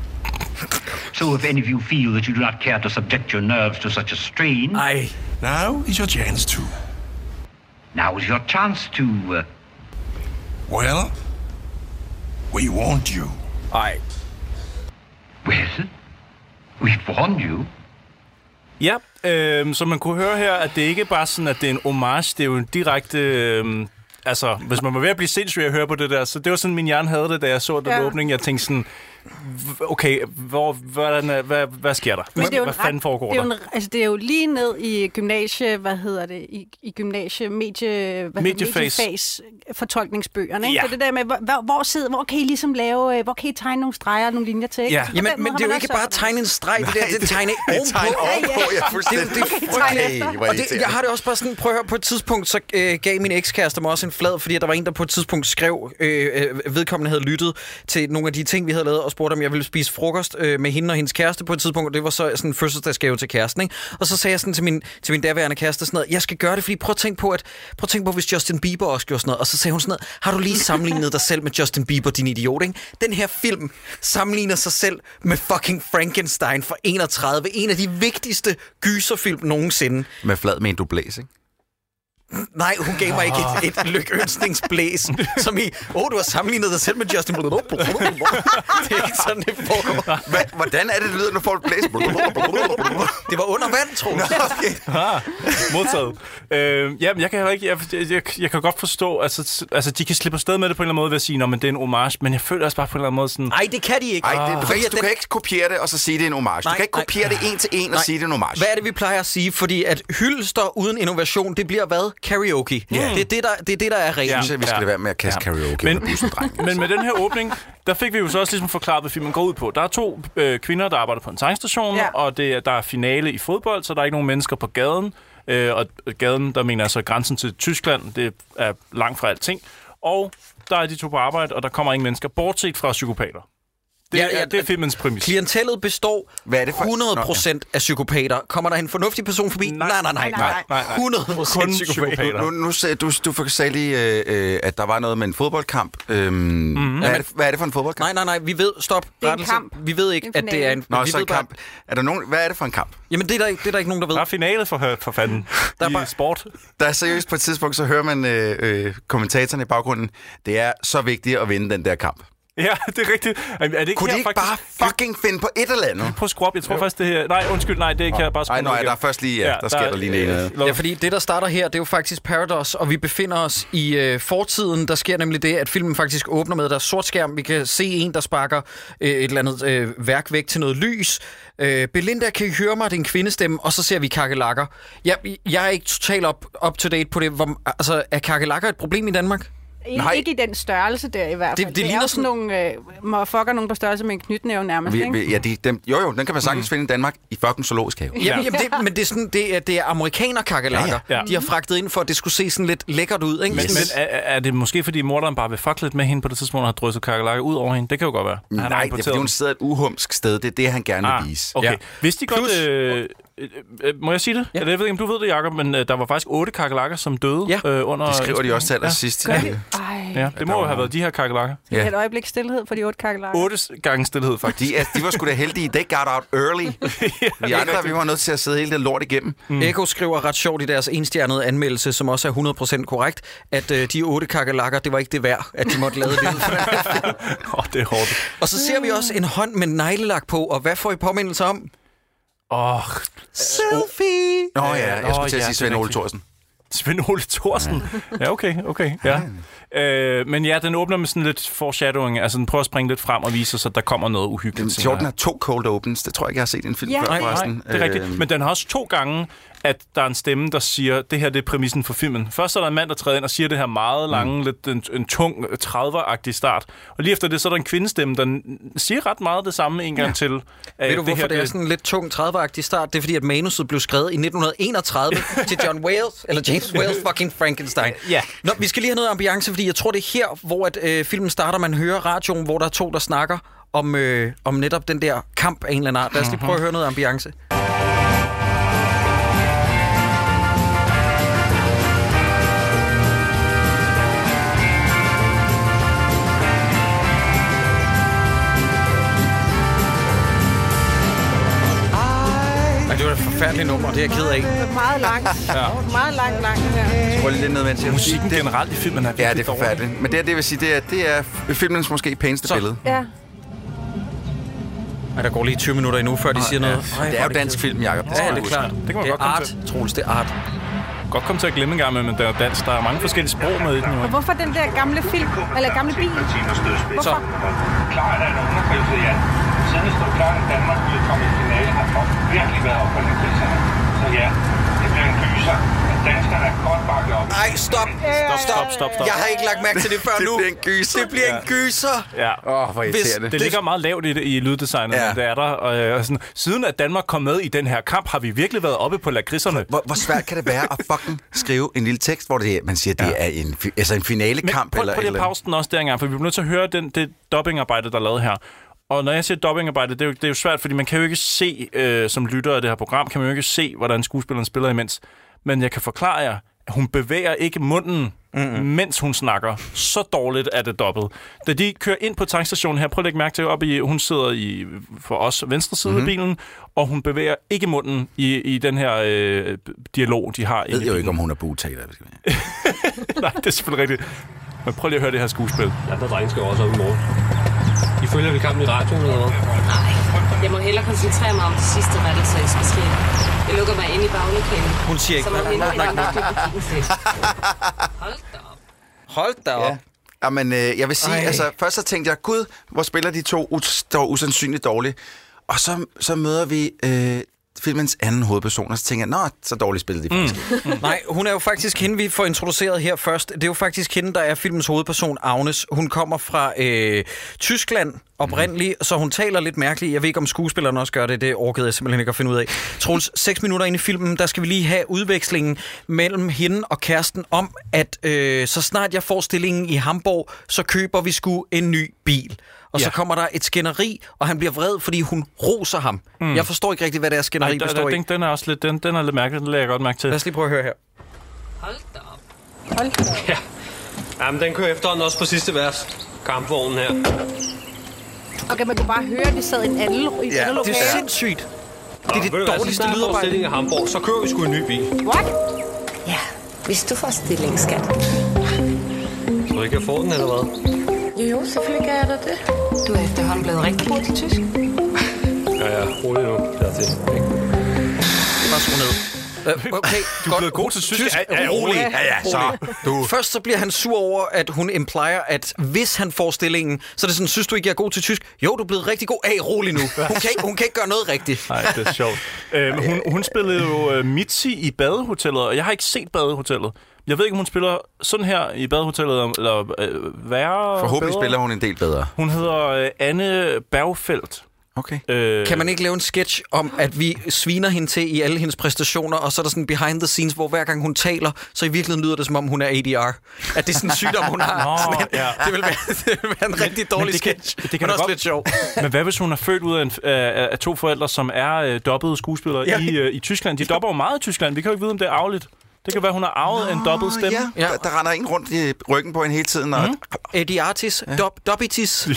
S8: So if any of you feel that you do not care to subject your nerves to such a strain,
S1: Ej,
S6: now is your chance to.
S8: now is your chance to. Uh,
S6: Well, we warned you.
S1: ej.
S8: well, we've warned you.
S3: Ja, øh, så man kunne høre her, at det ikke bare sådan, at det er en homage, det er jo en direkte... Øh, altså, hvis man var ved at blive sindssyg at høre på det der, så det var sådan, min hjerne havde det, da jeg så den
S7: Ja.
S3: ja. åbning. Jeg tænkte sådan, "V- okay, hvor, hvordan, er- hvad, hvad sker der?
S7: Men det er jo
S3: hvad
S7: en ret-
S3: fanden foregår
S7: det er
S3: der?
S7: jo en, altså, det er jo lige ned i gymnasie, hvad hedder det, i, i gymnasie, medie, hvad
S3: Mediefase.
S7: mediefase fortolkningsbøgerne. Ikke?
S3: Ja.
S7: Det er det der med, hvor- hvor, hvor, sidder, hvor kan I ligesom lave, øh, hvor kan I tegne nogle streger og nogle linjer til? ikke?
S3: Ja.
S7: Så på den
S1: Jamen,
S7: måde
S1: men
S7: har
S1: det er jo
S7: man altså-
S1: ikke
S7: også-
S1: bare at tegne en streg, det der, det er tegne
S2: Tegn
S1: ovenpå.
S2: ovenpå, jeg fuldstændig.
S1: Det er jo- det er
S2: frygteligt. Ej, hvor
S1: Og det, jeg har det også bare sådan, prøv at høre, på et tidspunkt, så øh, gav min ekskæreste mig også en flad, fordi der var en, der på et tidspunkt skrev, øh, øh, vedkommende havde lyttet til nogle af de ting, vi havde lavet, og spurgte, om jeg ville spise frokost øh, med hende og hendes kæreste på et tidspunkt, og det var så sådan en fødselsdagsgave til kæresten, ikke? Og så sagde jeg sådan til min, til min daværende kæreste sådan noget, jeg skal gøre det, fordi prøv at tænke på, at, prøv at tænke på, hvis Justin Bieber også gjorde sådan noget, og så sagde hun sådan noget, har du lige sammenlignet dig selv med Justin Bieber, din idiot, ikke? Den her film sammenligner sig selv med fucking Frankenstein fra 31, en af de vigtigste gyserfilm nogensinde.
S2: Med flad med en dublæs, ikke?
S1: Nej, hun gav mig ikke et,
S2: Ah.
S1: et lykønsningsblæs, som i, åh, oh, du har sammenlignet dig selv med Justin Bieber. Det er ikke sådan, det foregår.
S2: Hva, hvordan er det, det lyder, når folk blæser?
S1: Det var under vand, tror jeg.
S3: Modtaget. øh, jamen, jeg kan heller ikke... Jeg, jeg, jeg, jeg kan godt forstå, altså, s- altså, de kan slippe afsted med det på en eller anden måde ved at sige, at det er en homage, men jeg føler også bare på en eller anden måde sådan...
S1: Nej, det kan de ikke.
S2: Ej, det,
S1: Fordi
S2: du,
S1: at
S2: Ah. du
S1: Ah. den-
S2: kan ikke kopiere det, og så sige, det er en homage.
S1: Nej,
S2: du kan ikke
S1: nej.
S2: kopiere det en til en og
S1: Nej.
S2: sige, det er en homage.
S1: Hvad er det, vi plejer at sige? Fordi at hylster uden innovation, det bliver hvad? Karaoke. Det, er det, der, det er det, der er
S2: Jeg
S1: reglen.
S2: synes, at vi skal
S3: Ja.
S2: lade være med at kaste
S3: Ja.
S2: karaoke
S3: Men-
S2: under bussen, dreng.
S3: Men med den her åbning, der fik vi jo så også ligesom forklaret, hvad filmen går ud på. Der er to øh, kvinder, der arbejder på en tankstation,
S7: Ja.
S3: ja. og det, er- der er finale i fodbold, så der er ikke nogen mennesker på gaden. Øh, og gaden, der mener jeg så grænsen til Tyskland, det er langt fra alting. Og der er de to på arbejde, og der kommer ingen mennesker, bortset fra psykopater. Det,
S1: Ja,
S3: ja,
S1: ja,
S3: ja, er, det er filmens præmis.
S1: Klientellet består
S2: Hvad er det for-
S1: 100% af psykopater. Kommer der en fornuftig person forbi? Nej, nej, nej. nej, nej,
S3: nej.
S1: 100%
S3: Kun
S1: psykopater.
S3: psykopater.
S2: Nu, nu sagde du, du fik- sagde lige, øh, øh, at der var noget med en fodboldkamp. Øhm, mm-hmm. hvad, er det, hvad er det for en fodboldkamp?
S1: Nej, nej, nej, vi ved, stop,
S7: er en
S1: rettelse.
S7: kamp.
S1: Vi ved ikke,
S7: Det er
S1: at
S7: en
S1: det er en...
S2: Nå,
S1: vi
S2: så
S1: ved
S2: en
S1: bare-
S2: kamp. Er der nogen, hvad er det for en kamp?
S1: Jamen, det er, der ikke, det er der ikke nogen, der ved.
S3: Der er finale for, for fanden
S1: Der er
S3: der i
S1: bare-
S3: bare... sport.
S2: Der er seriøst på et tidspunkt, så hører man øh, øh, kommentatorerne i baggrunden, det er så vigtigt at vinde den der kamp.
S3: Ja, det er rigtigt. Er, er det ikke
S2: Kunne
S3: her,
S2: de ikke
S3: faktisk?
S2: bare fucking finde på et eller andet?
S3: Prøv at skrue op. Jeg tror faktisk, det her... Nej, undskyld, nej, det kan jeg bare skrue
S2: Ej,
S3: ned
S2: nej,
S3: igen.
S2: der er først lige- ja, der sker der lige noget.
S3: lov-
S1: Ja, fordi det, der starter her, det er jo faktisk Paradox, og vi befinder os i øh, fortiden. Der sker nemlig det, at filmen faktisk åbner med, at der er sort skærm. Vi kan se en, der sparker øh, et eller andet øh, værk væk til noget lys. Øh, Belinda, kan I høre mig? Det er en kvindestemme. Og så ser vi kakelakker. Jeg, jeg er ikke totalt op, up to date på det. Hvor, altså, er kakelakker et problem i Danmark?
S7: Ikke,
S2: Nej.
S7: ikke i den størrelse der i hvert
S1: Det-
S7: fald.
S1: det ligner
S7: er jo sådan nogle øh, motherfucker, nogen på størrelse med en knytnæve nærmest.
S2: Vi,
S7: ikke?
S2: vi, ja, de, dem, jo, jo, den kan man sagtens finde i Danmark i fucking zoologisk have.
S1: Jamen, jamen det, men det er, sådan, det er, det er amerikanerkakelakker. Ja,
S3: Ja,
S1: ja.
S3: ja.
S1: De har fragtet ind for, at det skulle se sådan lidt lækkert ud. Ikke?
S3: Men, yes. men er, er det måske, fordi morderen bare vil fuck lidt med hende på det tidspunkt, og har drysset kakalakke ud over hende? Det kan jo godt være. Han har
S2: Nej, det er
S3: importeret
S2: fordi hun
S3: den.
S2: sidder et uhumsk sted. Det er det, han gerne vil
S3: Ah,
S2: vise.
S3: okay.
S1: Ja.
S3: Ja. Hvis de
S1: Plus-
S3: godt... Øh, øh, øh, må jeg sige det? Ja. Jeg ved ikke, om du ved det, Jacob, men øh, der var faktisk otte kakalakker, som døde
S1: Ja.
S3: øh, under...
S2: Det skriver de også Altså, til allersidst. Ja.
S7: Ej,
S3: Ja, det må jo have været de her kakalakker.
S2: Ja.
S7: ja. et øjeblik stillhed for de otte kakelakker.
S3: Otte s- gange stillhed, faktisk.
S2: De, er, altså, de var sgu da heldige. They got out early. Vi andre, vi var nødt til at sidde hele det lort igennem.
S1: Mm. Eko skriver ret sjovt i deres enstjernede anmeldelse, som også er 100% korrekt, at øh, de otte kakelakker, det var ikke det værd, at de måtte lade det.
S3: Åh, oh, det er hårdt.
S1: og så ser vi også en hånd med neglelak på, og hvad får I påmindelse om? Øh, oh.
S3: Åh, oh,
S1: Selfie!
S2: Nå ja, jeg
S3: Nå,
S2: skulle til at
S3: ja,
S2: sige
S3: det
S2: Svend
S3: er
S2: Ole
S3: rigtigt.
S2: Thorsen.
S3: Svend Ole Thorsen. Ja, okay, okay. Ja. Øh, men ja, den åbner med sådan lidt foreshadowing. Altså, den prøver at springe lidt frem og vise os, at der kommer noget uhyggeligt. senere.
S2: Jordan har to cold opens. Det tror jeg ikke, jeg har set i en film
S7: Ja.
S2: før,
S3: Nej, nej,
S2: forresten.
S3: det er rigtigt.
S2: Øhm,
S3: Men den har også to gange, at der er en stemme, der siger, det her det er præmissen for filmen. Først er der en mand, der træder ind og siger det her meget lange, mm. lidt en, en tung, 30-agtig start. Og lige efter det, så er der en kvindestemme, der n- siger ret meget det samme en gang ja. til. Ved
S1: Ved du, hvorfor det, her, det er sådan en lidt tung 30 start? Det er fordi, at manuset blev skrevet i 1931 til John Wales, eller James Wales fucking Frankenstein.
S3: Ja.
S1: Nå, vi skal lige have noget ambiance, fordi jeg tror, det er her, hvor at, øh, filmen starter. Man hører radioen, hvor der er to, der snakker. om, øh, om netop den der kamp af en eller anden art. Lad os lige prøve at høre noget ambiance. Ej, det var et forfærdeligt nummer, det er jeg ked af.
S7: Meget langt. ja. Meget langt, langt her.
S2: Prøv lige lidt ned, mens jeg
S3: Musikken
S2: det,
S3: generelt i filmen er virkelig
S2: Øh, Ja, det er forfærdeligt. Men det, er det jeg vil sige, det er, det er filmens måske pæneste
S1: Så.
S2: billede.
S7: Ja.
S1: Ej, der går lige 20 minutter endnu, før de siger noget. Ej,
S2: Det
S1: hvor
S2: er jo
S1: kedeligt.
S2: dansk film, Jacob.
S1: Ja,
S2: skal
S1: det
S2: du
S1: er
S2: huske.
S1: klart.
S3: Det kan man
S1: det er
S3: godt komme
S1: art, Troels, det er art.
S3: dårligt. Godt komme til at glemme en gang, men der er dans. Der er mange forskellige sprog med i den. Jo.
S7: Og
S3: ikke?
S7: hvorfor den der gamle film, eller gamle bil? Hvorfor?
S9: Klar er en underkrise, ja. Siden stod klar, at Danmark ville komme i finale, har Trump virkelig været op på den kriserne. Så ja, det bliver en gyser. Men danskerne er godt bakket op.
S1: Ej, stop.
S3: Stop, stop, stop, stop.
S1: Jeg har ikke lagt mærke til det før
S2: Det
S1: nu.
S2: bliver en gyser.
S1: Det bliver en gyser.
S3: Ja.
S2: Åh, oh, hvor irriterende.
S3: Det ligger meget lavt i, det, i lyddesignet,
S2: Ja.
S3: ja. det er der. Og, øh, og sådan, siden at Danmark kom med i den her kamp, har vi virkelig været oppe på lakrisserne.
S2: Hvor, hvor svært kan det være at fucking skrive en lille tekst, hvor det, er- man siger, det ja. er en, fi- altså en finalekamp?
S3: prøv,
S2: eller
S3: prøv
S2: et
S3: lige at
S2: eller andet.
S3: pause den også der engang, for vi bliver nødt til at høre den, det dubbingarbejde, der er lavet her. Og når jeg siger dubbingarbejde, det er, jo, det er jo svært, fordi man kan jo ikke se, øh, som lytter af det her program, kan man jo ikke se, hvordan skuespilleren spiller imens. Men jeg kan forklare jer, at hun bevæger ikke munden, mm-hmm. mens hun snakker. Så dårligt er det dobbelt. Da de kører ind på tankstationen her, prøv at lægge mærke til, op i, hun sidder i, for os venstre side mm-hmm. af bilen, og hun bevæger ikke munden i, i den her øh, dialog, de har.
S2: Jeg ved jo ikke, om hun er butaler.
S3: Nej, det er selvfølgelig rigtigt. Men prøv lige at høre det her skuespil.
S9: Andre drenge skal også op i morgen. I følger vel kampen i radioen, eller hvad?
S10: Jeg må hellere koncentrere mig om det sidste rettelse, jeg skal skrive. Jeg lukker mig ind i baglokalet,
S1: Hun siger ikke,
S10: som om
S1: nej,
S10: hende
S1: nej, nej, nej.
S10: Hold da op.
S1: Hold da op.
S2: Ja. Jamen, øh, jeg vil sige,
S1: Ej.
S2: altså, først så tænkte jeg, gud, hvor spiller de to ut- står usandsynligt dårligt. Og så, så møder vi øh, filmens anden hovedperson, og så tænker jeg, nå, så dårligt spillede de faktisk. Mm.
S1: Nej, hun er jo faktisk hende, vi får introduceret her først. Det er jo faktisk hende, der er filmens hovedperson, Agnes. Hun kommer fra øh, Tyskland oprindeligt,
S3: Mhm.
S1: så hun taler lidt mærkeligt. Jeg ved ikke, om skuespilleren også gør det. Det orkede jeg simpelthen ikke at finde ud af. Troels, seks minutter ind i filmen, der skal vi lige have udvekslingen mellem hende og kæresten om, at øh, så snart jeg får stillingen i Hamburg, så køber vi sgu en ny bil. Og ja. så
S3: Ja.
S1: kommer der et skænderi, og han bliver vred, fordi hun roser ham. Mm. Jeg forstår ikke rigtig, hvad det er, skænderi
S3: Nej, der,
S1: består
S3: der,
S1: i.
S3: den, den er også lidt, den, den er lidt mærkelig, den lader jeg godt mærke til.
S1: Lad os lige prøve at høre her.
S10: Hold da op.
S9: Jamen, den kører efterhånden også på sidste vers. Kampvognen her.
S7: Okay, man kunne bare høre, at de sad i en anden i et
S2: Ja,
S7: andet
S1: Det
S7: lokale.
S1: er sindssygt.
S9: Nå,
S1: det dårligste lydarbejde.
S9: Det er Hamburg, så kører vi sgu en ny bil.
S7: What?
S10: Ja, hvis du får stilling, skat.
S9: Så ikke jeg får den, eller hvad?
S10: Jo, jo, selvfølgelig gør jeg da det. Du er efterhånden blevet rigtig god til tysk.
S9: Ja, ja, rolig nu. Dertil.
S1: Bare skru ned. Øh, Okay, du er
S3: blevet god til tysk.
S1: tysk.
S3: Ja, ja, rolig.
S1: Ja, ja, så. Du. Først så bliver han sur over, at hun implier, at hvis han får stillingen, så er det sådan, synes du ikke, jeg er god til tysk? Jo, du er blevet rigtig god. Hey, rolig nu. Hun kan ikke, hun kan ikke gøre noget rigtigt.
S3: Nej, det er sjovt. Øhm, hun, hun spillede jo øh, Mitzi i Badehotellet, og jeg har ikke set Badehotellet. Jeg ved ikke, om hun spiller sådan her i Badehotellet, eller øh, værre...
S2: Forhåbentlig
S3: bedre.
S2: spiller hun en del bedre.
S3: hun. hedder øh, Anne Bergfeldt.
S2: Okay.
S3: Øh,
S1: Kan man ikke lave en sketch om, at vi sviner hende til i alle hendes præstationer, og så er der sådan behind the scenes, hvor hver gang hun taler, så i virkeligheden lyder det, som om hun er ADR. At det er sådan en sygdom, hun har.
S3: Nå,
S1: Men
S3: ja.
S1: det, vil være, det vil være en rigtig dårlig
S3: det kan-
S1: sketch,
S3: det kan
S1: men
S3: da
S1: også
S3: godt-
S1: lidt sjov.
S3: Men hvad hvis hun er født ud af, en, af, af to forældre, som er øh, dobbede skuespillere
S1: Ja.
S3: ja. i, øh, i Tyskland? De dopper jo meget i Tyskland. Vi kan jo ikke vide, om det er arveligt. Det kan være, hun har arvet en dobbelt stemme.
S2: Ja,
S1: Ja.
S2: Der, der render en rundt i ryggen på en hele tiden, og mm.
S1: Ediatis, ja. dob, dobitis.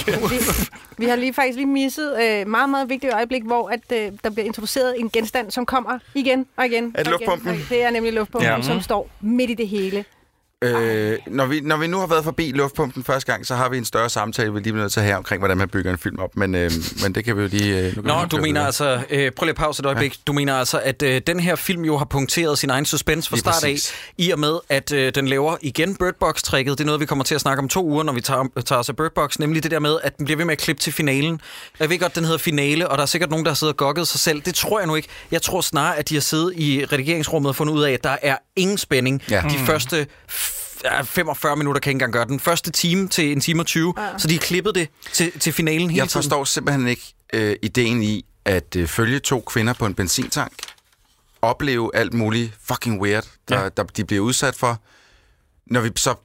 S7: Vi har lige faktisk lige misset øh, meget, meget vigtigt øjeblik, hvor at, øh, der bliver introduceret en genstand, som kommer igen og igen.
S2: Er det
S7: og igen.
S2: luftpumpen?
S7: Og Det er nemlig luftpumpen, ja.
S1: Mm.
S7: som står midt i det hele.
S2: Øh, når, vi, når vi nu har været forbi luftpumpen første gang, så har vi en større samtale, vi lige bliver nødt til at have omkring, hvordan man bygger en film op. Men, øh, men det kan vi jo lige... Øh, nu kan vi
S1: Nå,
S2: lige
S1: du
S2: køre
S1: mener
S2: videre.
S1: altså, øh, prøv lige at pause et øjeblik, ja. du mener altså, at øh, den her film jo har punkteret sin egen suspense fra
S2: Lige
S1: start af,
S2: præcis.
S1: i og med, at øh, den laver igen Bird Box-tricket. Det er noget, vi kommer til at snakke om to uger, når vi tager, tager os af Bird Box, nemlig det der med, at den bliver ved med at klippe til finalen. Jeg ved godt, den hedder finale, og der er sikkert nogen, der har siddet og gokket sig selv. Det tror jeg nu ikke. Jeg tror snarere, at de har siddet i redigeringsrummet og fundet ud af, at der er ingen spænding.
S2: Ja. Mm.
S1: Ja. De første f- ja, 45 minutter kan ikke engang gøre den første time til en time og 20, ja. så de har klippet det til, til finalen hele
S2: Jeg forstår simpelthen ikke øh, ideen i at øh, følge to kvinder på en benzintank, opleve alt muligt fucking weird, der, ja. der de bliver udsat for, når vi så,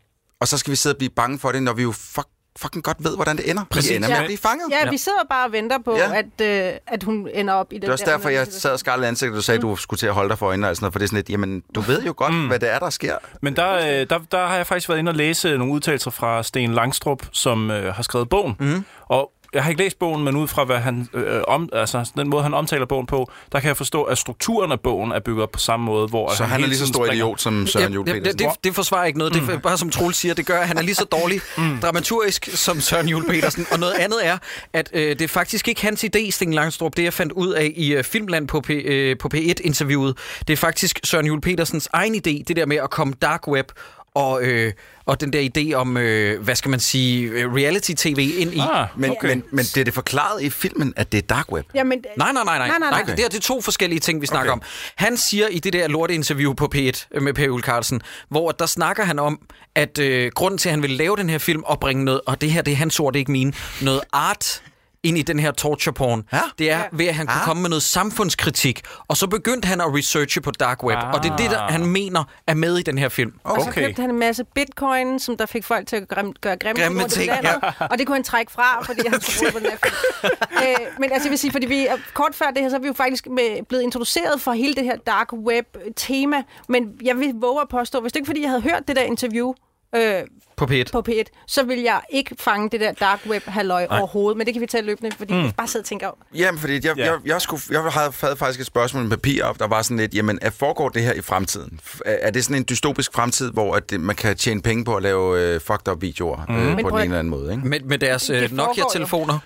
S2: og så skal vi sidde og blive bange for det, når vi jo fuck, fucking godt ved, hvordan det ender. Præcis.
S1: Præcis.
S2: De ender med at blive fanget.
S7: Ja, vi sidder bare og venter på,
S2: Ja.
S7: ja. at, øh, at hun ender op i den
S2: Det er Mm. også
S7: der
S2: derfor, jeg
S7: underlige
S2: sad og skarlede ansigtet, og du sagde, at du skulle til at holde dig for øjnene. og sådan noget, for det er sådan lidt, jamen, du ved jo godt, mm. hvad det er, der sker.
S3: Men der, øh, der, der har jeg faktisk været inde og læse øh, nogle udtalelser fra Sten Langstrup, som øh, har skrevet bogen.
S7: Mhm.
S3: Mm. Og jeg har ikke læst bogen, men ud fra hvad han, øh, om, altså, den måde, han omtaler bogen på, der kan jeg forstå, at strukturen af bogen er bygget op på samme måde. Hvor
S2: Så han er
S3: hele
S2: lige så
S3: tiden
S2: stor
S3: springer-
S2: idiot som Søren Juhl
S1: det,
S2: Petersen.
S1: det, det forsvarer ikke noget. Det er bare som Troels siger, det gør, at han er lige så dårlig dramaturgisk som Søren Jule Petersen. Og noget andet er, at øh, det er faktisk ikke hans idé, Sten Langstrup, det jeg fandt ud af i øh, Filmland på, P, øh, på P1-interviewet. Det er faktisk Søren Jule Petersens egen idé, det der med at komme dark web og, øh, og den der idé om, øh, hvad skal man sige, øh, reality-tv ind i.
S3: Ah,
S2: Men,
S3: okay.
S2: men, men det er det forklaret i filmen, at det er dark web.
S7: Jamen, øh,
S1: Nej, nej, nej, nej. nej,
S7: Nej,
S1: nej.
S7: nej, nej.
S1: nej det, her, det er to forskellige ting, vi snakker okay.
S2: Okay.
S1: om. Han siger i det der lorte interview på P1 med Per Jul Carlsen, hvor der snakker han om, at øh, grunden til, at han vil lave den her film og bringe noget, og det her, det er hans ord, det er ikke mine, noget art ind i den her torture porn.
S2: Ja.
S1: Det er ved, at han kunne
S2: Ah.
S1: komme med noget samfundskritik, og så begyndte han at researche på dark web, og det er det, der,
S2: Ah.
S1: han mener er med i den her film.
S2: Oh.
S7: Og så
S3: Okay.
S7: købte han en masse bitcoin, som der fik folk til at grim, gøre grimme,
S1: Grimme
S7: grimme ting.
S1: ting,
S7: Landet, ja. Og det kunne han trække fra, fordi han skulle bruge på den her film. øh, men altså, jeg vil sige, fordi vi, kort før det her, så er vi jo faktisk med, blevet introduceret for hele det her dark web-tema. Men jeg vil våge at påstå, hvis det ikke fordi, jeg havde hørt det der interview, Øh,
S1: På P1.
S7: på P1, så vil jeg ikke fange det der dark web halløj overhovedet, men det kan vi tage løbende, fordi mm. jeg bare sidder og tænker,
S2: Jamen, fordi jeg,
S3: Ja.
S2: jeg, jeg, skulle, jeg havde, havde faktisk et spørgsmål med papir op, der var sådan lidt, jamen, er, foregår det her i fremtiden? F- Er er det sådan en dystopisk fremtid, hvor at det- man kan tjene penge på at lave øh, fucked up videoer
S3: Mhm.
S2: mm. øh, på
S7: prøv
S2: den ene
S7: at-
S2: eller anden måde, ikke?
S1: Med, med deres
S7: Det
S1: øh,
S7: foregår jo.
S1: Nokia-telefoner. Øh,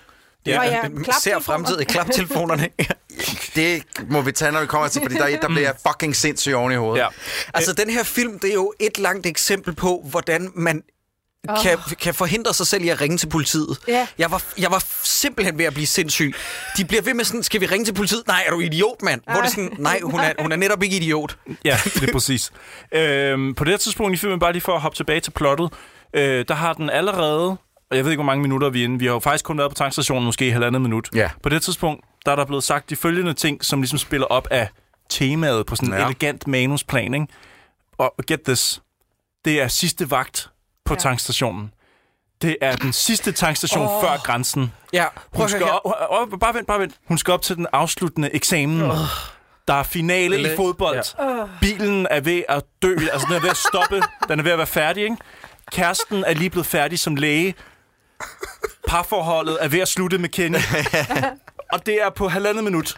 S7: Nå ja,
S1: ser
S7: klaptelefoner.
S1: fremtidig klaptelefonerne.
S2: Det må vi tage, når vi kommer til, fordi der, er et, der bliver jeg fucking sindssyg oven i hovedet.
S3: Ja.
S1: Altså, den her film, det er jo et langt eksempel på, hvordan man oh. kan, kan forhindre sig selv i at ringe til politiet.
S7: Ja.
S1: Jeg, var, jeg var simpelthen ved at blive sindssyg. De bliver ved med sådan, skal vi ringe til politiet? Nej, er du idiot, mand? Hvor det er sådan, nej, hun er, hun er netop ikke idiot.
S3: Ja, det er præcis. øhm, på det her tidspunkt i filmen, bare lige for at hoppe tilbage til plottet, øh, der har den allerede, og jeg ved ikke, hvor mange minutter vi er inde, vi har jo faktisk kun været på tankstationen måske i halvandet minut.
S2: Ja.
S3: På det her tidspunkt, der er der blevet sagt de følgende ting, som ligesom spiller op af temaet på sådan en
S2: Ja.
S3: ja. elegant manusplan, ikke? Og get this, det er sidste vagt på ja. tankstationen. Det er den sidste tankstation oh. før grænsen.
S1: Ja,
S3: Hun
S1: prøv at
S3: skal
S1: høre
S3: op, op, op, bare vent, bare vent. Hun skal op til den afsluttende eksamen. Der er finale i fodbold. Ja. Bilen er ved at dø. Altså, den er ved at stoppe. Den er ved at være færdig, ikke? Kæresten er lige blevet færdig som læge. Parforholdet er ved at slutte med Kenny. og det er på halvandet minut.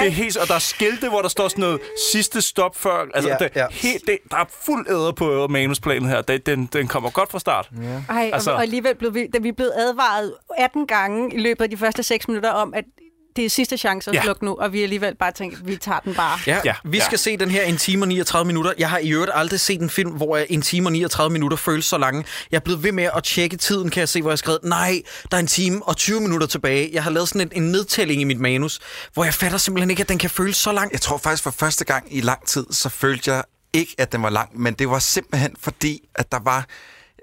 S3: Det er helt, og der er skilte, hvor der står sådan noget sidste stop før. Altså,
S1: Ja,
S3: ja, det,
S1: ja.
S3: ja. Helt, det, der er fuld æder på manusplanen her. Det, den, den kommer godt fra start. Ja.
S7: Ej, altså...
S3: Altså-
S7: og alligevel blev vi, da vi blev advaret 18 gange i løbet af de første 6 minutter om, at det er sidste chance at
S3: Ja.
S7: slukke nu, og vi alligevel bare tænkte, vi tager den bare.
S1: Ja, ja,
S3: Ja,
S1: vi
S3: ja.
S1: skal se den her en time og 39 minutter. Jeg har i øvrigt aldrig set en film, hvor jeg en time og 39 minutter føles så lange. Jeg er blevet ved med at tjekke tiden, kan jeg se, hvor jeg har skrevet, nej, der er en time og 20 minutter tilbage. Jeg har lavet sådan en, en nedtælling i mit manus, hvor jeg fatter simpelthen ikke, at den kan føles så lang.
S2: Jeg tror faktisk for første gang i lang tid, så følte jeg ikke, at den var lang, men det var simpelthen fordi, at der var...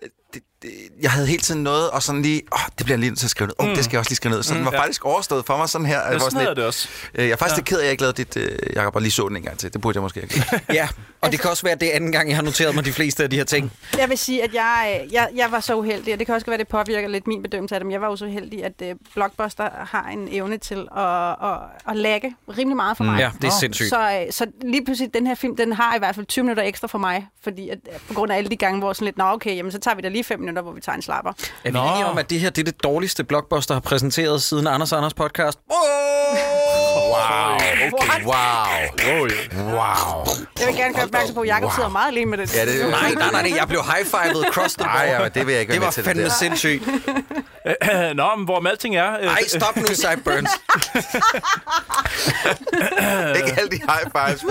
S2: øh, Det, det, jeg havde hele tiden noget, og sådan lige, åh, det bliver jeg lige nødt til at skrive ned. Åh, oh, det skal jeg også lige skrive ned. Så den var
S3: ja.
S2: faktisk overstået for mig sådan her. Jeg var
S3: sådan
S2: sådan lidt-
S3: havde jeg det også.
S2: Øh, Jeg er faktisk ja. lidt ked af, at jeg ikke lavede dit, øh, Jacob, og lige så den en gang til. Det burde jeg måske ikke.
S1: Ja, og det kan også være, at det er anden gang, jeg har noteret mig de fleste af de her ting.
S7: Jeg vil sige, at jeg, øh, jeg, jeg var så uheldig, og det kan også godt være, det påvirker lidt min bedømmelse af det, men jeg var jo så heldig, at øh, Blockbuster har en evne til at, at, at lægge rimelig meget for mig.
S1: Mm, Ja, det er sindssygt.
S7: Så, øh, så lige pludselig, den her film, den har i hvert fald 20 minutter ekstra for mig, fordi at, øh, på grund af alle de gange, hvor sådan lidt, nå okay, jamen, så tager vi da lige 5 minutter, hvor vi tager en slapper.
S1: Er vi enige om, at det her det er det dårligste blockbuster har præsenteret siden Anders Anders podcast?
S2: Wow, okay, wow. Wow.
S7: Jeg vil gerne gøre opmærksom på, at Jacob wow. sidder meget alene med den.
S2: Ja, det,
S1: Nej, nej, nej, nej, jeg blev high-fivet cross the
S2: Ej,
S1: board.
S2: ja, det vil jeg ikke
S1: Det
S2: være
S1: var
S2: med til.
S1: fandme
S2: der.
S1: sindssygt.
S3: Nå, men hvor alting er... øh,
S1: Ej, stop nu, Sideburns.
S2: Ikke alle de high fives.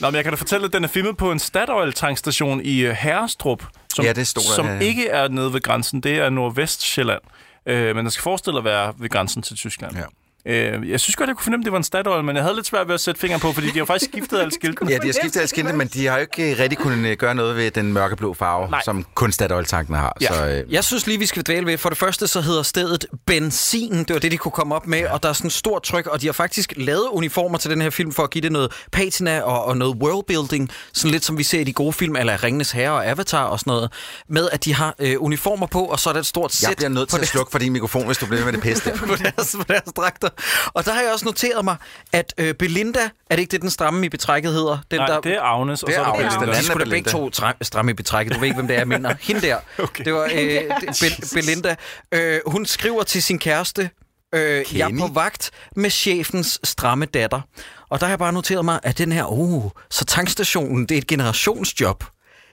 S3: Nå, men jeg kan da fortælle, at den er filmet på en Statoil-tankstation i øh, Herrestrup, som,
S2: Ja, det stod der,
S3: som
S2: ja, ja.
S3: ikke er nede ved grænsen. Det er Nordvestsjælland. Øh, men den skal forestille at være ved grænsen til Tyskland.
S2: Ja.
S3: Øh, jeg synes godt, jeg kunne fornemme, at det var en Statoil, men jeg havde lidt svært ved at sætte fingeren på, fordi de har faktisk skiftet alle skiltene.
S2: Ja, de har skiftet af skinte, men de har jo ikke rigtig kunnet øh, gøre noget ved den mørkeblå farve, Nej. som kun Statoil-tanken har. Ja. Så, øh,
S1: Jeg synes lige, vi skal dvæle ved. For det første, så hedder stedet Benzin. Det var det, de kunne komme op med, ja. og der er sådan stort tryk, og de har faktisk lavet uniformer til den her film for at give det noget patina og, og noget worldbuilding, sådan lidt som vi ser i de gode film, eller Ringenes Herre og Avatar og sådan noget, med at de har øh, uniformer på, og så er der et stort sæt
S2: jeg bliver nødt
S1: på
S2: til at
S1: det-
S2: slukke for din mikrofon, hvis du bliver ved med det pisse der.
S1: på deres, på deres dragter. Og der har jeg også noteret mig, at øh, Belinda, er det ikke det, den stramme i betrækket hedder? Den,
S3: Nej,
S1: der,
S3: det er Agnes, og
S2: Det
S3: så
S2: er
S3: er det
S2: Agnes,
S3: Belinda.
S2: den
S1: de
S2: anden
S1: skulle da
S2: er
S1: begge
S2: Belinda.
S1: to tra- stramme i betrækket. Du ved ikke, hvem det er, jeg mener. Hende der. Okay. Det var øh, det- Be- Belinda. Øh, hun skriver til sin kæreste, øh, jeg er på vagt med chefens stramme datter. Og der har jeg bare noteret mig, at den her, oh, så tankstationen, det er et generationsjob.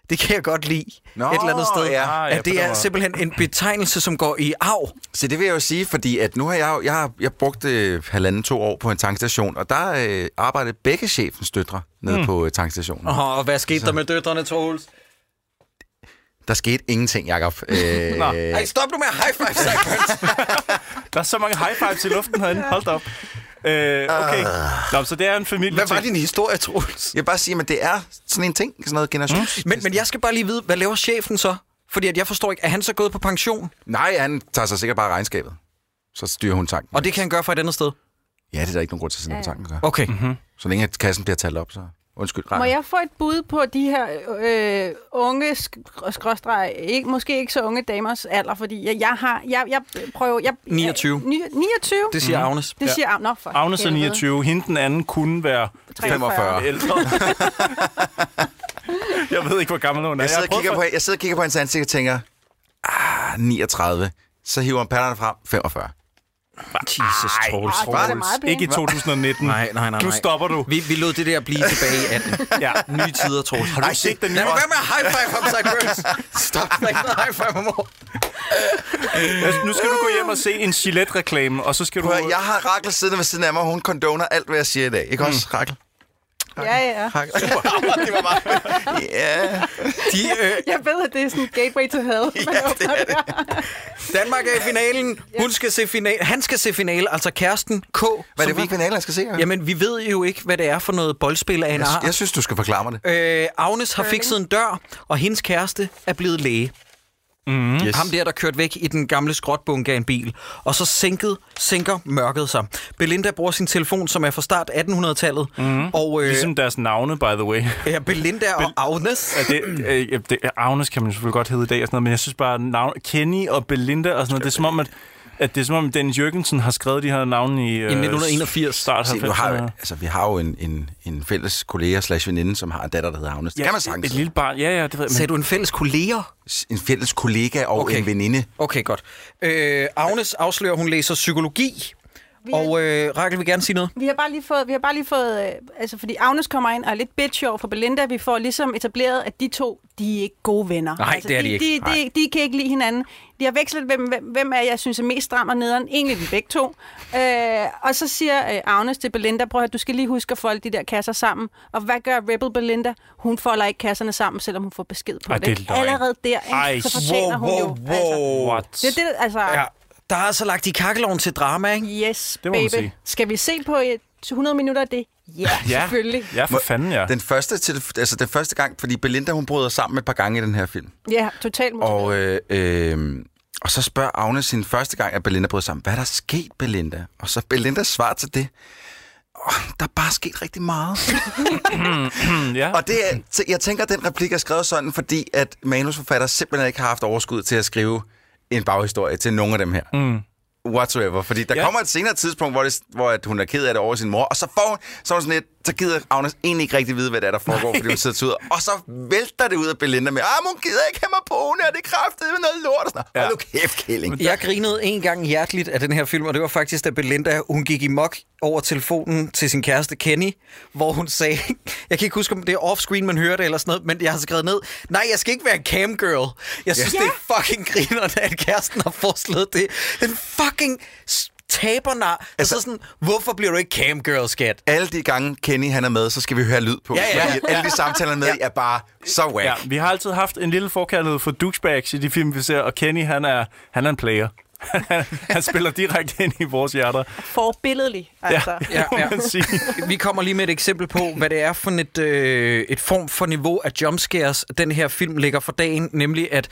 S1: Det kan jeg godt lide
S2: Nå,
S1: et eller andet sted.
S2: ja.
S3: Ah,
S1: at
S3: ja, på den
S1: det er
S3: måde.
S1: simpelthen en betegnelse, som går i arv.
S2: Så det vil jeg jo sige, fordi at nu har jeg, jo- jeg, har, jeg brugt øh, halvanden to år på en tankstation, og der øh, arbejdede begge chefens døtre nede mm. på øh, tankstationen. Oh.
S1: Hmm. Åh, og hvad skete der med døtrene, Troels?
S2: Der skete ingenting, Jacob. Øh,
S3: Nå.
S1: Ej, stop nu med at high five sig.
S3: Der er så mange high fives i luften herinde. Hold da op. Øh, okay.
S2: Ah.
S3: Nå, så det er en familie.
S1: Hvad var din historie, Troels?
S2: jeg vil bare sige, at det er sådan en ting, sådan noget generations... Mm.
S1: Men, men jeg skal bare lige vide, hvad laver chefen så? Fordi at jeg forstår ikke, er han så gået på pension?
S2: Nej, han tager sig sikkert bare regnskabet. Så styrer hun tanken.
S1: Og det kan han gøre fra et andet sted?
S2: Ja, det er der ikke nogen grund til at sidde med tanken. Så.
S1: Okay. Mm-hmm.
S2: så længe at kassen bliver talt op, så... Undskyld,
S7: Må
S2: Rainer.
S7: jeg få et bud på de her øh, unge, sk- skråstreg, ikke, måske ikke så unge damers alder, fordi jeg, jeg har, jeg, jeg prøver... Jeg,
S1: 29.
S7: Jeg, ni- 29?
S1: Det siger mm-hmm. Agnes.
S7: det siger Agnes. Nå, for
S3: Agnes er
S7: helvede.
S3: 29. Hende den anden kunne være
S2: 45.
S3: ældre. jeg ved ikke, hvor gammel hun er.
S2: Jeg sidder,
S3: har
S2: og
S3: prøvet
S2: kigger på, jeg sidder og kigger på hans ansigt og tænker, ah, 39. Så hiver han patterne frem, 45.
S1: Jesus, Troels.
S7: Ej, det er meget
S3: Ikke i
S7: pænt.
S3: 2019.
S1: Nej, nej, nej.
S3: Nu
S1: nej.
S3: stopper du.
S1: Vi, vi lod det der blive tilbage i 18.
S3: Ja.
S1: Nye tider, Troels. Har du
S3: Ej,
S1: ikke set
S3: det-
S1: den
S3: lad
S1: nye?
S3: mig være
S1: med at high five ham, sig Stop. Der er ikke noget high five om
S3: Altså, nu skal du gå hjem og se en Gillette-reklame, og så skal du...
S2: Prøv, at høre, jeg har Rakel siddende ved siden af mig, og hun condoner alt, hvad jeg siger i dag. Ikke mm. også, Rakel?
S7: Ja, ja.
S2: Rakel. det var meget... ja,
S1: De, øh,
S7: Jeg ved, at det er sådan en gateway to hell.
S2: ja, det er det.
S1: Danmark er i finalen. Hun skal se final. Han skal se finale. Altså kæresten K.
S2: Hvad er
S1: som
S2: det for en
S1: vi-
S2: kanal, jeg skal se? Jamen,
S1: Jamen, vi ved jo ikke, hvad det er for noget boldspil af en
S2: jeg,
S1: art.
S2: jeg synes, du skal forklare mig det.
S1: Øh, Agnes har fikset en dør, og hendes kæreste er blevet læge. Mm. Yes. Ham der, der kørte væk i den gamle skrotbunke af en bil. Og så sænket, sænker mørket sig. Belinda bruger sin telefon, som er fra start 1800-tallet. Mm. Og øh, ligesom...
S3: Ligesom deres navne, by the way.
S1: ja, Belinda og Agnes.
S3: Ja, det, øh, øh, det, Agnes kan man jo selvfølgelig godt hedde i dag, og sådan noget, men jeg synes bare, navn, Kenny og Belinda og sådan noget, det er som om, at, at det er som om, Dennis Jørgensen har skrevet de her navne i... Øh,
S1: 1981.
S3: Start
S2: Se, nu har,
S3: 90'erne.
S2: jo- altså, vi har jo en, en, en fælles kollega slash veninde, som har en datter, der hedder Agnes. Det kan man
S3: et, et
S2: sagtens.
S3: lille barn. Ja, ja, det ved jeg.
S1: Sagde du en fælles kolleger?
S2: En fælles kollega og
S1: Okay.
S2: en veninde.
S1: Okay, godt. Øh, Agnes afslører, hun læser psykologi. Og øh, Rakel vil gerne sige noget.
S7: Vi har bare lige fået, vi har bare lige fået øh, altså fordi Agnes kommer ind og er lidt bitchy over for Belinda. Vi får ligesom etableret, at de to, de er ikke gode venner. Altså,
S1: Nej, det er de ikke.
S7: De, de, de, kan ikke lide hinanden. De har vekslet, hvem, hvem, hvem er, jeg synes er mest stram og nederen. Egentlig dem begge to. Øh, og så siger øh, Agnes til Belinda, prøv at høre, du skal lige huske at folde de der kasser sammen. Og hvad gør Rebel Belinda? Hun folder ikke kasserne sammen, selvom hun får besked på
S3: Ej, det er
S7: Ikke?
S3: løgn.
S7: Allerede der, ikke?
S3: Ej,
S7: så fortjener hun jo. Altså,
S3: What?
S7: det er det, altså...
S1: Ja, der er altså lagt i kakkeloven til drama, ikke?
S7: Yes,
S3: Det må man
S7: baby.
S3: sige.
S7: Skal vi se på et 100 minutter af det? Ja,
S3: Ja.
S7: selvfølgelig.
S3: Ja, for fanden, ja.
S2: Den første, til, altså, den første gang, fordi Belinda, hun bryder sammen et par gange i den her film.
S7: Ja, totalt motiveret.
S2: Og, øh, øh, og så spørger Agnes sin første gang, at Belinda bryder sammen, hvad er der sket, Belinda? Og så Belinda svarer til det, oh, der er bare sket rigtig meget.
S3: ja.
S2: og det er, t- jeg tænker, at den replik er skrevet sådan, fordi at manusforfatter simpelthen ikke har haft overskud til at skrive en baghistorie til nogen af dem her. Mm. Whatsoever. Fordi der
S3: Ja.
S2: ja. kommer et senere tidspunkt, hvor, det, hvor at hun er ked af det over sin mor, og så får hun, så er hun sådan lidt, så gider Agnes egentlig ikke rigtig vide, hvad det er, der foregår, fordi hun sidder ud, og så vælter det ud af Belinda med, ah, men hun gider ikke have mig på, og det kræftede med noget lort, og sådan noget. Hold nu kæft, Killing.
S1: Jeg grinede en gang hjerteligt af den her film, og det var faktisk, da Belinda hun gik i mok over telefonen til sin kæreste Kenny, hvor hun sagde, jeg kan ikke huske, om det er off-screen, man hører det eller sådan noget, men jeg har skrevet ned, nej, jeg skal ikke være en camgirl. Jeg synes,
S7: Ja.
S1: yeah. det er fucking grinerne, at kæresten har foreslået det. Den fucking s- tabernar. Altså,
S2: Altså-
S1: altså sådan, hvorfor bliver du ikke camgirl, skat?
S2: Alle de gange Kenny han er med, så skal vi høre lyd på.
S1: Ja, ja, ja.
S2: fordi Alle de samtaler han er med i er bare så whack.
S3: Ja, vi har altid haft en lille forkærlighed for douchebags i de film, vi ser, og Kenny, han er, han er en player. han spiller direkte ind i vores hjerter.
S7: Forbilledlig, altså. Ja.
S3: ja, ja. Man sige.
S1: Vi kommer lige med et eksempel på, hvad det er for et, øh, et form for niveau af jumpscares, den her film lægger for dagen, nemlig at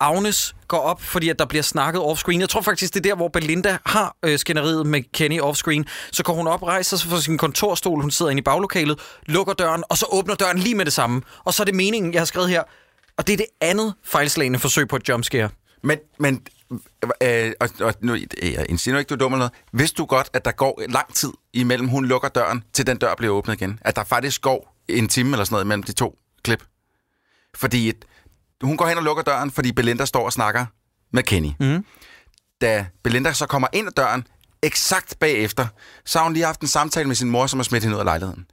S1: Agnes går op, fordi at der bliver snakket offscreen. Jeg tror faktisk, det er der, hvor Belinda har øh, skænderiet med Kenny offscreen. Så går hun op, rejser sig fra sin kontorstol, hun sidder inde i baglokalet, lukker døren, og så åbner døren lige med det samme. Og så er det meningen, jeg har skrevet her. Og det er det andet fejlslagende forsøg på et jumpscare.
S2: Men, men øh, og, og nu, øh, jeg insinuerer ikke, du er dum eller noget. Vidste du godt, at der går lang tid imellem, hun lukker døren, til den dør bliver åbnet igen? At der faktisk går en time eller sådan noget imellem de to klip? Fordi et, hun går hen og lukker døren, fordi Belinda står og snakker med Kenny.
S1: Mhm.
S2: Mm. Da Belinda så kommer ind ad døren, eksakt bagefter, så har hun lige haft en samtale med sin mor, som har smidt hende ud af lejligheden.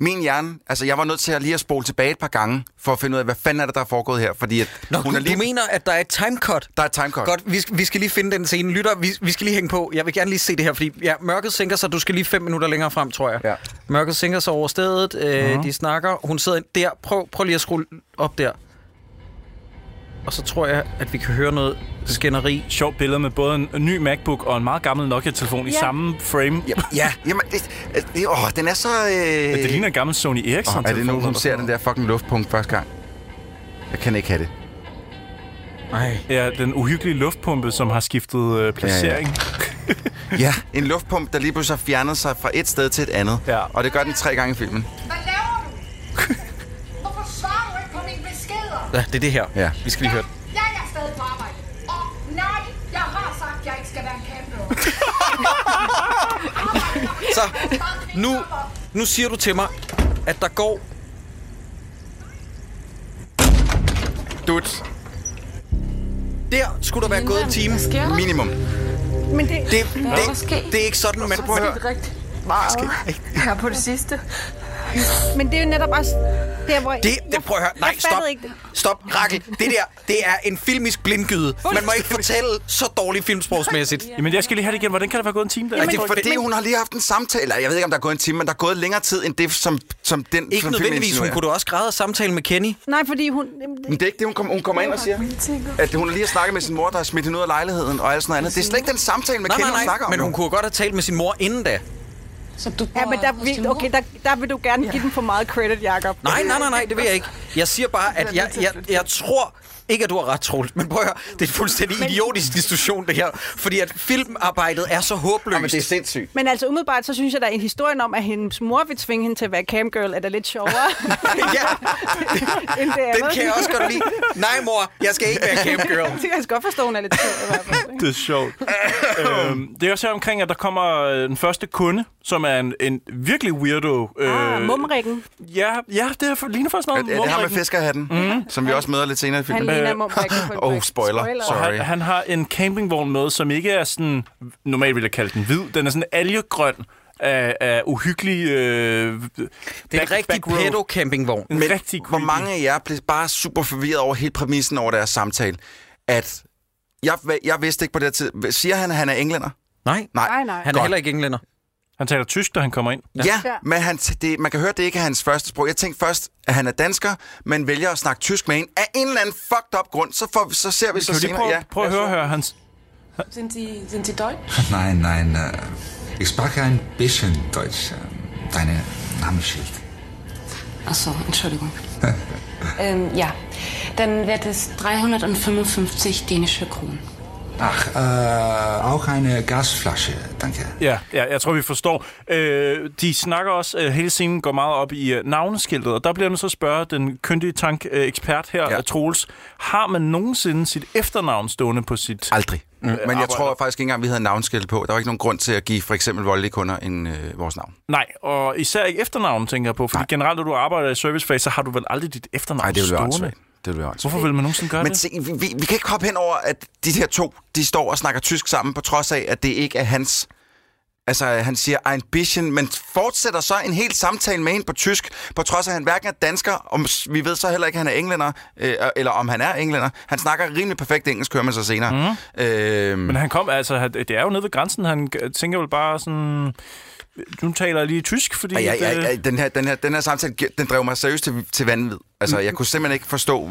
S2: Min hjerne, altså jeg var nødt til at lige at spole tilbage et par gange, for at finde ud af, hvad fanden er det, der er foregået her, fordi at
S1: Nå,
S2: hun er lige...
S1: du mener, at der er et timecut?
S2: Der er et timecode.
S1: Godt, vi, skal- vi skal lige finde den scene. Lytter, vi, vi skal lige hænge på. Jeg vil gerne lige se det her, fordi ja, mørket sænker sig. Du skal lige fem minutter længere frem, tror jeg.
S2: Ja. Mhm.
S1: Mørket sænker sig over stedet. Øh, De snakker. Hun sidder ind der. Prøv, prøv lige at skrue op der. Og så tror jeg, at vi kan høre noget skænderi.
S3: Sjovt billede med både en en ny MacBook og en meget gammel Nokia-telefon i
S7: Ja.
S3: samme frame.
S2: Ja, ja jamen, det, det, åh, den er så... Øh...
S3: Det ligner en gammel Sony
S2: Oh,
S3: Ericsson.
S2: er det nu, hun ser den der fucking luftpunkt første gang? Jeg kan ikke have det.
S1: Nej.
S3: Ja, den uhyggelige luftpumpe, som har skiftet øh, placering. Ja, ja.
S2: Ja, en luftpump, der lige pludselig har fjernet sig fra et sted til et andet.
S3: Ja.
S2: Og det gør den tre gange i filmen.
S11: Hvad laver du? Hvorfor svarer du ikke på mine beskeder?
S1: Ja, det er det her.
S2: Ja.
S1: Vi skal lige høre det.
S11: Jeg er stadig på arbejde. Og nej, jeg har sagt, at jeg ikke skal være en kæmpe.
S1: Så nu, nu siger du til mig, at der går...
S2: Dut.
S1: Der skulle der være gået en time.
S10: Hvad sker der?
S2: Minimum.
S7: Men det,
S1: Det,
S10: Hvad er der
S1: det,
S10: sket?
S1: det er ikke sådan, man... Prøv at høre.
S10: Rigtig meget her på det sidste.
S7: men det er jo netop også der, hvor...
S1: Det, det prøv at høre. Nej,
S7: jeg
S1: stop.
S7: fattede Ikke det.
S1: Stop, Rakel. Det der, det er en filmisk blindgyde. Man må ikke fortælle så dårligt filmsprogsmæssigt.
S3: Jamen, jeg skal lige have det igen. Hvordan kan der være gået en time der?
S2: Men, det er
S3: Jeg tror ikke,
S2: fordi, hun har lige haft en samtale. Eller, Jeg ved ikke, om der er gået en time, men der er gået længere tid, end det, som, som den
S1: Ikke
S2: som
S1: nødvendigvis. Hun
S2: insinuerer.
S1: kunne da også græde og samtale med Kenny.
S7: Nej, fordi hun...
S2: Men det er ikke det, hun, kom, hun kommer ind og siger. At hun har lige har snakket med sin mor, der har smidt hende ud af lejligheden og alt sådan noget andet. Det er slet ikke den samtale, man
S1: Nej,
S2: kender,
S1: nej,
S2: hun
S1: nej.
S2: snakker om.
S1: Men hun
S2: nu.
S1: kunne jo godt have talt med sin mor inden da.
S10: Så du bor
S7: Ja, men der,
S10: hos din
S7: vil,
S10: mor?
S7: okay, der, der vil du gerne give den for meget credit, Jacob.
S1: Nej, nej, nej, nej. Det vil jeg ikke. Jeg siger bare, at jeg, jeg, jeg tror ikke, at du har ret, Troels. Men prøv at høre. Det er en fuldstændig idiotisk diskussion, det her. Fordi at filmarbejdet er så håbløst.
S2: Jamen, det er sindssygt.
S7: Men altså umiddelbart, så synes jeg, der er en historie om, at hendes mor vil tvinge hende til at være camgirl, er da lidt sjovere.
S1: ja,
S7: end det andet.
S1: den kan jeg også godt lide. Nej, mor. Jeg skal ikke være camgirl.
S7: Det kan jeg altså godt forstå, hun er lidt sjov i hvert fald. ikke?
S3: Det er sjovt. øhm, det er også her omkring, at der kommer øh, den første kunde, som er en, en virkelig weirdo. øh,
S1: Øh,
S7: Ah, mumrikken.
S3: ja, ja, det er, for- ligner faktisk
S2: Er, er
S3: noget.
S2: det ham med
S3: mumrikken.
S2: fiskerhatten,
S1: Mhm.
S2: mm. som vi også møder lidt senere i
S7: Han
S1: øh,
S2: filmen?
S7: ligner mumrikken på et
S2: Åh,
S7: brik.
S2: spoiler. Sorry.
S3: Han, han har en campingvogn med, som ikke er sådan... Normalt vil jeg kalde den hvid. Den er sådan algegrøn af, af uhyggelig... Øh,
S1: Det er en rigtig pedo-campingvogn.
S3: En rigtig
S2: Hvor
S3: creepy.
S2: mange af jer blev bare super forvirret over hele præmissen over deres samtale, at jeg, jeg vidste ikke på det her tid. Siger han, at han er englænder?
S1: Nej,
S2: Nej.
S7: Nej, nej.
S1: han er
S2: Godt.
S1: heller ikke englænder.
S3: Han taler tysk, da han kommer ind.
S2: Ja,
S7: Ja.
S2: men han, det, man kan høre, at det ikke er hans første sprog. Jeg tænkte først, at han er dansker, men vælger at snakke tysk med en af en eller anden fucked up grund. Så, får, vi- så ser vi så
S3: Kan du lige
S2: senere.
S3: prøve,
S2: ja.
S3: prøve at høre, høre hans...
S10: Sind de, sind de deutsch?
S11: Nein, nein, ich sprach ein bisschen Deutsch. Deine Namensschild.
S10: Achso, Entschuldigung. ähm, ja, dann wird es 355 dänische Kronen.
S11: Ach, äh, auch eine Gasflasche, danke.
S3: Ja, ja, jeg tror, vi forstår. Øh, de snakker også, øh, hele scenen går meget op i øh, navneskiltet, og der bliver man så spørge den kyndige tankekspert her,
S2: Ja.
S3: ja. Troels, har man nogensinde sit efternavn stående på sit...
S2: Aldrig. Mm. Men jeg tror faktisk ikke engang, vi havde en navnskilt på. Der var ikke nogen grund til at give for eksempel voldelige kunder en, øh, vores navn.
S3: Nej, og især ikke efternavn, tænker jeg på, fordi Nej. generelt, når du arbejder i servicefag, så har du vel aldrig dit efternavn
S2: Nej, det ville være
S3: stående.
S2: åndssvagt. Det ville være åndssvagt.
S3: Hvorfor vil man nogensinde gøre
S2: Men
S3: det?
S2: se, vi, vi, vi kan ikke hoppe hen over, at de her to, de står og snakker tysk sammen, på trods af, at det ikke er hans... Altså, han siger ambition, men fortsætter så en hel samtale med hende på tysk, på trods af, at han hverken er dansker, om, vi ved så heller ikke, at han er englænder, øh, eller om han er englænder. Han snakker rimelig perfekt engelsk, hører man så senere.
S3: Mhm.
S2: Mm. Øhm,
S3: Men han kom, altså, han- det er jo nede ved grænsen, han g- tænker vel bare sådan... Nu taler jeg lige tysk, fordi...
S2: og jeg,
S3: at, øh,
S2: jeg, jeg, den, her, den, her, den her samtale, den drev mig seriøst til, til vanvid. Altså, jeg kunne simpelthen ikke forstå,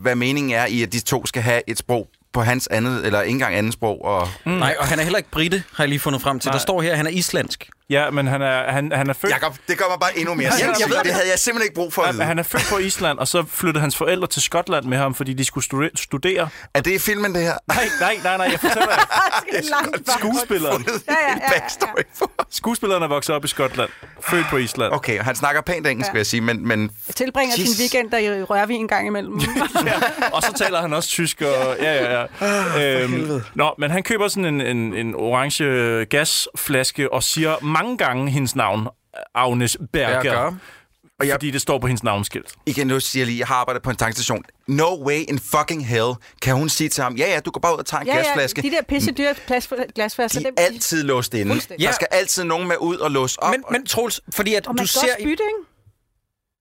S2: hvad meningen er i, at de to skal have et sprog på hans andet, eller ikke engang andet sprog. Og...
S1: Mm. Nej, og han er heller ikke brite, har jeg lige fundet frem til. Nej. Der står her, at han er islandsk.
S3: Ja, men han er, han, han er født...
S2: Jakob, det gør mig bare endnu mere
S3: Jeg- jeg
S2: sindssyg.
S3: ved
S2: Det havde jeg simpelthen ikke brug for at
S3: Han,
S2: vide.
S3: han er født på Island, og så flyttede hans forældre til Skotland med ham, fordi de skulle studere. studere.
S2: Er det i filmen, det her?
S3: Nej, nej, nej, nej, jeg fortæller jer.
S7: Langt bak.
S3: Skuespilleren.
S7: Ja, ja, ja, ja, ja.
S3: Skuespilleren er vokset op i Skotland, født på Island.
S2: Okay, han snakker pænt engelsk,
S7: Ja.
S2: ja. vil jeg sige, men... men
S7: Tilbringer
S2: Jesus.
S7: sin weekend der i Rørvig en gang imellem.
S3: Og så taler han også tysk, og ja, ja, ja. Øhm, nå, men han køber sådan en, en, en orange gasflaske og siger mange gange hendes navn, Agnes Berger,
S2: Berger.
S3: Berger. Og jeg... fordi det står på hendes navnskilt.
S2: Igen, nu siger jeg lige, jeg har arbejdet på en tankstation. No way in fucking hell kan hun sige til ham, ja, ja, du går bare ud og tager en
S7: ja, ja,
S2: gasflaske.
S7: de der pisse dyre plas- glasflasker.
S2: de
S7: det-
S2: er altid låst inde.
S7: Fuldstændig.
S2: Der
S1: Ja.
S2: skal altid nogen med ud og låse op.
S1: Men, men Troels, fordi at
S7: Og man
S1: du
S7: skal
S1: ser...
S7: også bytte, ikke?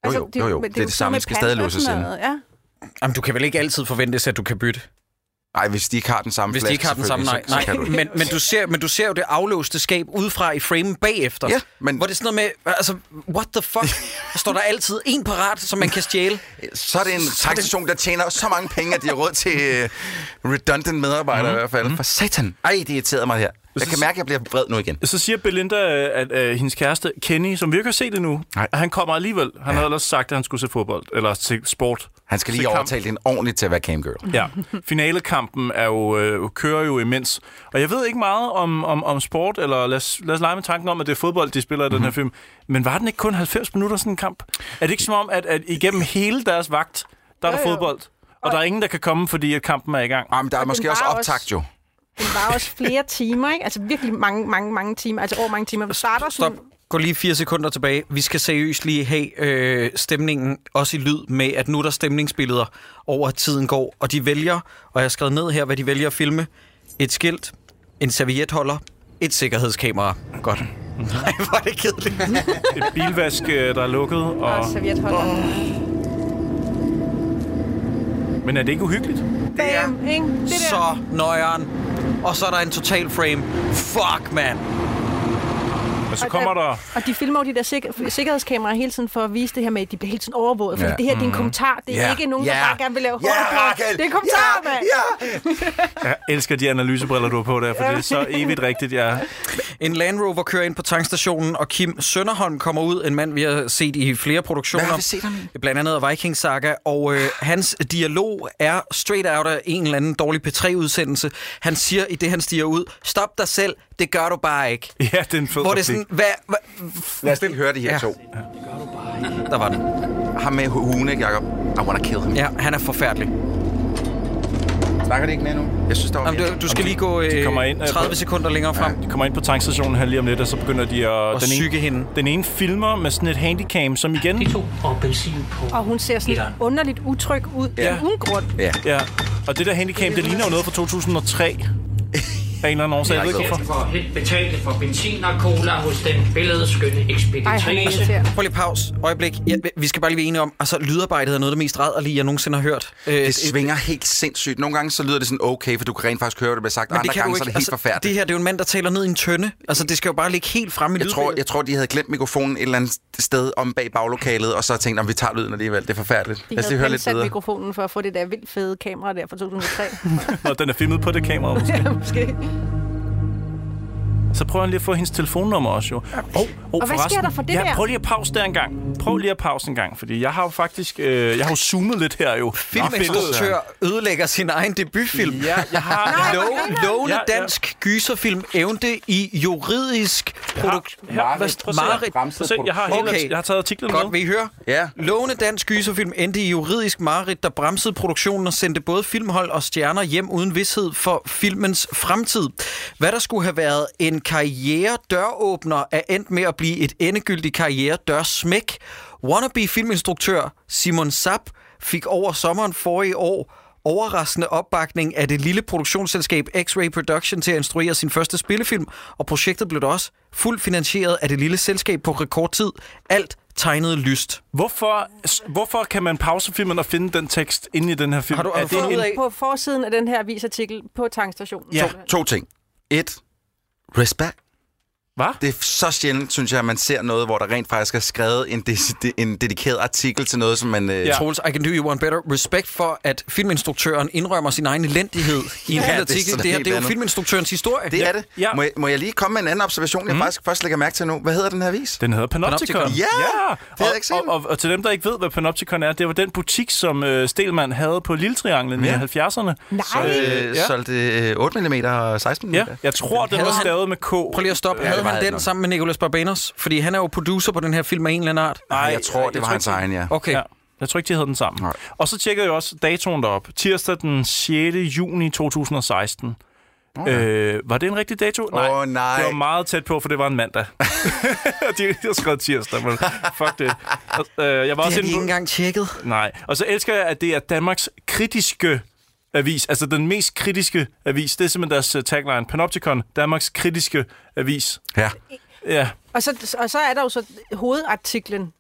S2: jo, jo, jo. Det er
S7: men jo
S2: det
S7: sådan
S2: samme,
S7: med
S2: skal stadig
S7: pant og
S2: låses
S7: sådan
S2: inde.
S7: noget, Ja.
S1: Jamen, du kan vel ikke altid forventes, at du kan bytte,
S2: Nej, hvis de ikke har den samme
S1: hvis de
S2: flaske,
S1: ikke har den samme nej.
S2: selvfølgelig, så- så
S1: nej.
S2: kan du ikke.
S1: Men, men, du ser, men du ser jo det aflåste skab udefra i framen bagefter.
S2: Ja, men-
S1: Hvor det er sådan noget med, altså, what the fuck? Står der altid en parat, som man kan stjæle?
S2: Så er det en
S1: Så er det-
S2: tankstation, der tjener så mange penge, at de har råd til øh, redundant medarbejdere
S1: Mhm.
S2: mm-hmm. i hvert fald. For satan. Ej, det irriterede mig det her. Jeg kan mærke, at jeg bliver vred nu igen.
S3: Så siger Belinda, øh, at, at hendes kæreste Kenny, som vi ikke har set endnu,
S2: Nej.
S3: han kommer alligevel. Han havde ellers sagt, at han skulle se fodbold, eller se sport.
S2: Han skal
S3: Se
S2: lige
S3: kamp.
S2: overtale hende ordentligt til at være camgirl.
S3: Ja, finalekampen er jo, øh, kører jo imens. Og jeg ved ikke meget om, om, om sport, eller lad os, lad os lege med tanken om, at det er fodbold, de spiller i mm-hmm. den her
S1: Mhm.
S3: film. Men var den ikke kun 90 minutter sådan en kamp? Er det ikke som om, at, at igennem hele deres vagt, der er der
S7: Jo, jo.
S3: fodbold? Og der er ingen, der kan komme, fordi at kampen er i gang.
S2: Ej, men der er
S7: Og
S2: måske
S7: den
S2: også
S7: var også-
S2: optagt jo.
S7: Det var også flere timer, ikke? Altså virkelig mange, mange, mange timer. Altså over mange timer. Vi starter
S1: Stop.
S7: sådan...
S1: Gå lige fire sekunder tilbage. Vi skal seriøst lige have øh, stemningen, også i lyd, med at nu er der stemningsbilleder over, at tiden går. Og de vælger, og jeg har skrevet ned her, hvad de vælger at filme. Et skilt, en servietholder, et sikkerhedskamera. Godt.
S7: Mhm.
S1: Nej, hvor er det kedeligt.
S3: Et bilvask, øh, der er lukket. Og...
S7: Og servietholder.
S3: Men er det ikke uhyggeligt?
S7: Bam, ikke? Det der.
S1: Så nøjeren. Og så er der en total frame. Fuck, mand.
S3: Og så kommer der...
S7: Og de filmer jo de der sik- sikkerhedskameraer hele tiden for at vise det her med, at de bliver hele tiden overvåget. For
S2: Ja. Mm.
S7: det her det er en kommentar. Det er
S2: Ja.
S7: ikke nogen, der
S2: Ja.
S7: bare gerne vil lave
S2: Ja,
S7: hurtigt blad.
S2: Rakel!
S7: Det er en kommentar,
S2: Ja,
S7: mand!
S2: ja.
S3: Jeg elsker de analysebriller, du har på der, for det er så evigt rigtigt, jeg er.
S1: En Land Rover kører ind på tankstationen, og Kim Sønderholm kommer ud, en mand, vi har set i flere produktioner.
S2: Hvad har vi set ham i?
S1: Blandt andet af Viking Saga, og øh, hans dialog er straight out af en eller anden dårlig P3-udsendelse. Han siger, i det han stiger ud, stop dig selv, det gør du bare ikke.
S3: Ja, det er en
S1: Hvor
S3: fed
S1: det er
S3: replik.
S1: sådan, hvad, hvad,
S2: Lad os lige høre de her
S1: Ja.
S2: ja. to.
S1: Der var den.
S2: Ham med hugen, ikke, Jacob? I wanna kill him. Ja.
S1: Ja, han er forfærdelig.
S2: Snakker de ikke mere nu? Jeg synes, der var
S1: Jamen,
S2: mere.
S1: du, du skal lige gå øh,
S3: kommer ind, øh,
S1: 30
S3: på-
S1: sekunder længere frem.
S3: De kommer ind på tankstationen her lige om lidt, og så begynder de at...
S1: Og psyke hende.
S3: Den ene filmer med sådan et handicam, som igen...
S12: og benzin på.
S7: Og hun ser sådan underligt utryg ud. Ja. Uden grund.
S2: Ja.
S3: Ja, og det der handicam, det ligner jo noget fra 2003. Af en eller anden årsag, jeg ved ikke hvorfor.
S12: For helt betalte for benzin og cola hos den billedskønne
S7: Ej, han er
S12: ekspeditrice.
S7: irriterende.
S1: Prøv lige pause. Øjeblik. Ja, vi skal bare lige være enige om, altså lydarbejdet er noget af det mest rædderlige, jeg nogensinde har hørt. Øh,
S2: Det svinger helt sindssygt. Nogle gange så lyder det sådan okay, for du kan rent faktisk høre, hvad der bliver sagt.
S1: Men
S2: Andre
S1: det kan
S2: gange
S1: du
S2: så er
S1: ikke.
S2: det helt altså, forfærdeligt.
S1: Det her, det er jo en mand, der taler ned i en tønde. Altså,
S3: Mm.
S1: det skal jo bare ligge helt fremme i
S2: Jeg tror,
S1: lydbilledet.
S2: jeg tror, de havde glemt mikrofonen et eller andet sted om bag baglokalet, og så tænkte, om vi tager lyden alligevel. Det er forfærdeligt.
S7: De
S2: Lad os lige
S7: havde
S2: høre lidt
S7: pansat
S2: videre.
S7: mikrofonen for at få det der vildt fede kamera der fra 2003.
S3: Og den er filmet på det kamera. måske.
S7: Ja, Måske.
S3: Så prøver han lige at få hendes telefonnummer også, jo. Oh, oh,
S7: Og hvad sker der for det
S3: ja,
S7: der?
S3: Prøv lige at pause der en gang. Prøv lige at pause en gang, fordi jeg har jo faktisk... Øh, jeg har jo zoomet lidt her, jo.
S1: Filminstruktør ødelægger sin egen debutfilm.
S3: Ja, jeg har...
S1: Lov, lovende
S3: Ja, ja.
S1: dansk gyserfilm evnte i juridisk produkt...
S3: her, prøv at se her. Så se, jeg har, hele,
S1: Okay.
S3: jeg har taget artiklen
S1: Godt,
S3: med.
S1: vil I høre?
S2: Ja.
S1: Lovende dansk gyserfilm endte i juridisk mareridt, der bremsede produktionen og sendte både filmhold og stjerner hjem uden vidshed for filmens fremtid. Hvad der skulle have været en karriere-døråbner er endt med at blive et endegyldigt karriere-dørsmæk. Wannabe-filminstruktør Simon Sap fik over sommeren forrige år overraskende opbakning af det lille produktionsselskab X-Ray Production til at instruere sin første spillefilm, og projektet blev da også fuldt finansieret af det lille selskab på rekordtid. Alt tegnede lyst.
S3: Hvorfor, hvorfor kan man pause filmen og finde den tekst inde i den her film?
S1: Har du- har
S3: Er
S1: du
S3: det
S1: fundet
S3: en-
S1: ud af-
S7: På forsiden af den her avisartikel på tankstationen.
S3: Ja.
S2: To ting. Et. Respect.
S3: Hvad?
S2: Det er så sjældent, synes jeg, at man ser noget, hvor der rent faktisk er skrevet en, des- en dedikeret artikel til noget, som man... Øh,
S1: Ja. Troels, I can do you one better. Respekt for, at filminstruktøren indrømmer sin egen elendighed i en
S2: Ja,
S1: ja,
S2: det er
S1: artikel.
S2: sådan
S1: Det, her,
S2: helt
S1: det er jo
S2: andet.
S1: filminstruktørens historie.
S2: Det er det. Ja. Må, jeg, må jeg lige komme med en anden observation, jeg mm. faktisk først lægger mærke til nu? Hvad hedder den her avis?
S3: Den hedder Panopticon.
S2: Ja!
S3: ja.
S2: jeg
S3: Og,
S2: ikke set.
S3: og, og, og til dem, der ikke ved, hvad Panopticon er, det var den butik, som øh, Stelman havde på Lille Trianglen ja. i 70'erne.
S2: Så, øh,
S3: ja.
S2: solgte øh, 8 mm og 16 mm.
S3: ja, jeg tror, den
S1: Havde
S3: var
S1: han-
S3: stavet med K.
S1: Prøv lige at stoppe.
S2: Ja,
S1: Ja, havde han
S2: det var det
S1: den
S2: nok.
S1: sammen med Nicolas Barbanos? Fordi han er jo producer på den her film af en eller anden art.
S3: Nej,
S2: jeg tror, det var hans
S3: ikke-
S2: egen, ja.
S1: Okay.
S3: Ja. Jeg tror ikke, de havde den sammen.
S2: Nej.
S3: Og så tjekkede jeg også datoen derop. Tirsdag den 6. juni 2016. Okay. Øh, var det en rigtig dato?
S2: Åh, nej.
S3: Det var meget tæt på, for det var en mandag. de de har skrevet tirsdag, men fuck det. Og, øh, jeg var
S1: Det har
S3: også
S1: de
S3: inde
S1: ikke
S3: på-
S1: engang tjekket.
S3: Nej. Og så elsker jeg, at det er Danmarks kritiske avis. Altså den mest kritiske avis. Det er simpelthen deres øh, tagline. Panopticon, Danmarks kritiske avis.
S2: Ja.
S3: Ja.
S7: Og så, og så er der jo så hovedartiklen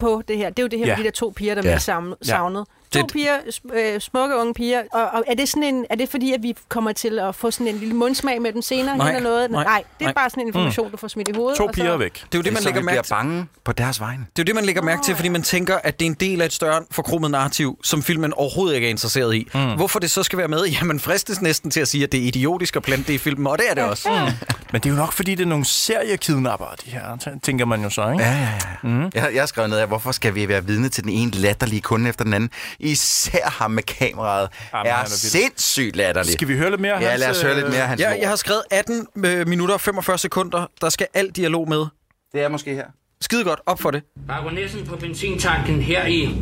S7: på det her. Det er jo det her
S3: Ja.
S7: med de der to piger, der
S2: Ja.
S7: bliver savn-
S3: Ja.
S7: savnet. To
S1: Det-
S7: piger, sm- øh, smukke unge piger. Og, og er, det sådan en, er det fordi, at vi kommer til at få sådan en lille mundsmag med dem senere
S1: Nej,
S7: hen eller noget?
S1: nej,
S7: Nej, nej det er
S1: nej.
S7: bare sådan en information, du får smidt i hovedet.
S3: To
S7: og så-
S3: piger er væk.
S1: Det er jo det, man
S2: så vi
S1: lægger mærke
S2: bliver
S1: til.
S2: bange på deres vegne.
S1: Det er jo det, man lægger mærke til, fordi man tænker, at det er en del af et større forkromet narrativ, som filmen overhovedet ikke er interesseret i. Mm. Hvorfor det så skal være med? Jamen, fristes næsten til at sige, at det er idiotisk at plante det i filmen, og det er det også. Mm.
S3: Men det er jo nok, fordi det er nogle seriekidnappere, de her, tæ- tænker man jo så, ikke?
S2: Ja, ja, ja. Mm. Jeg, jeg har skrevet ned af, hvorfor skal vi være vidne til den ene latterlige kunde efter den anden? Især ham med kameraet
S3: Jamen,
S2: Jamen, er,
S3: han er
S2: er
S3: vild.
S2: sindssygt latterlig.
S3: Skal vi høre lidt mere? af
S2: Ja,
S3: hans,
S2: lad os høre lidt
S3: øh,
S2: mere af hans
S1: Jeg,
S2: lort.
S1: jeg har skrevet 18 øh, minutter og 45 sekunder. Der skal alt dialog med.
S2: Det er måske her.
S1: Skide godt, op for det.
S12: Baronessen på benzintanken her i...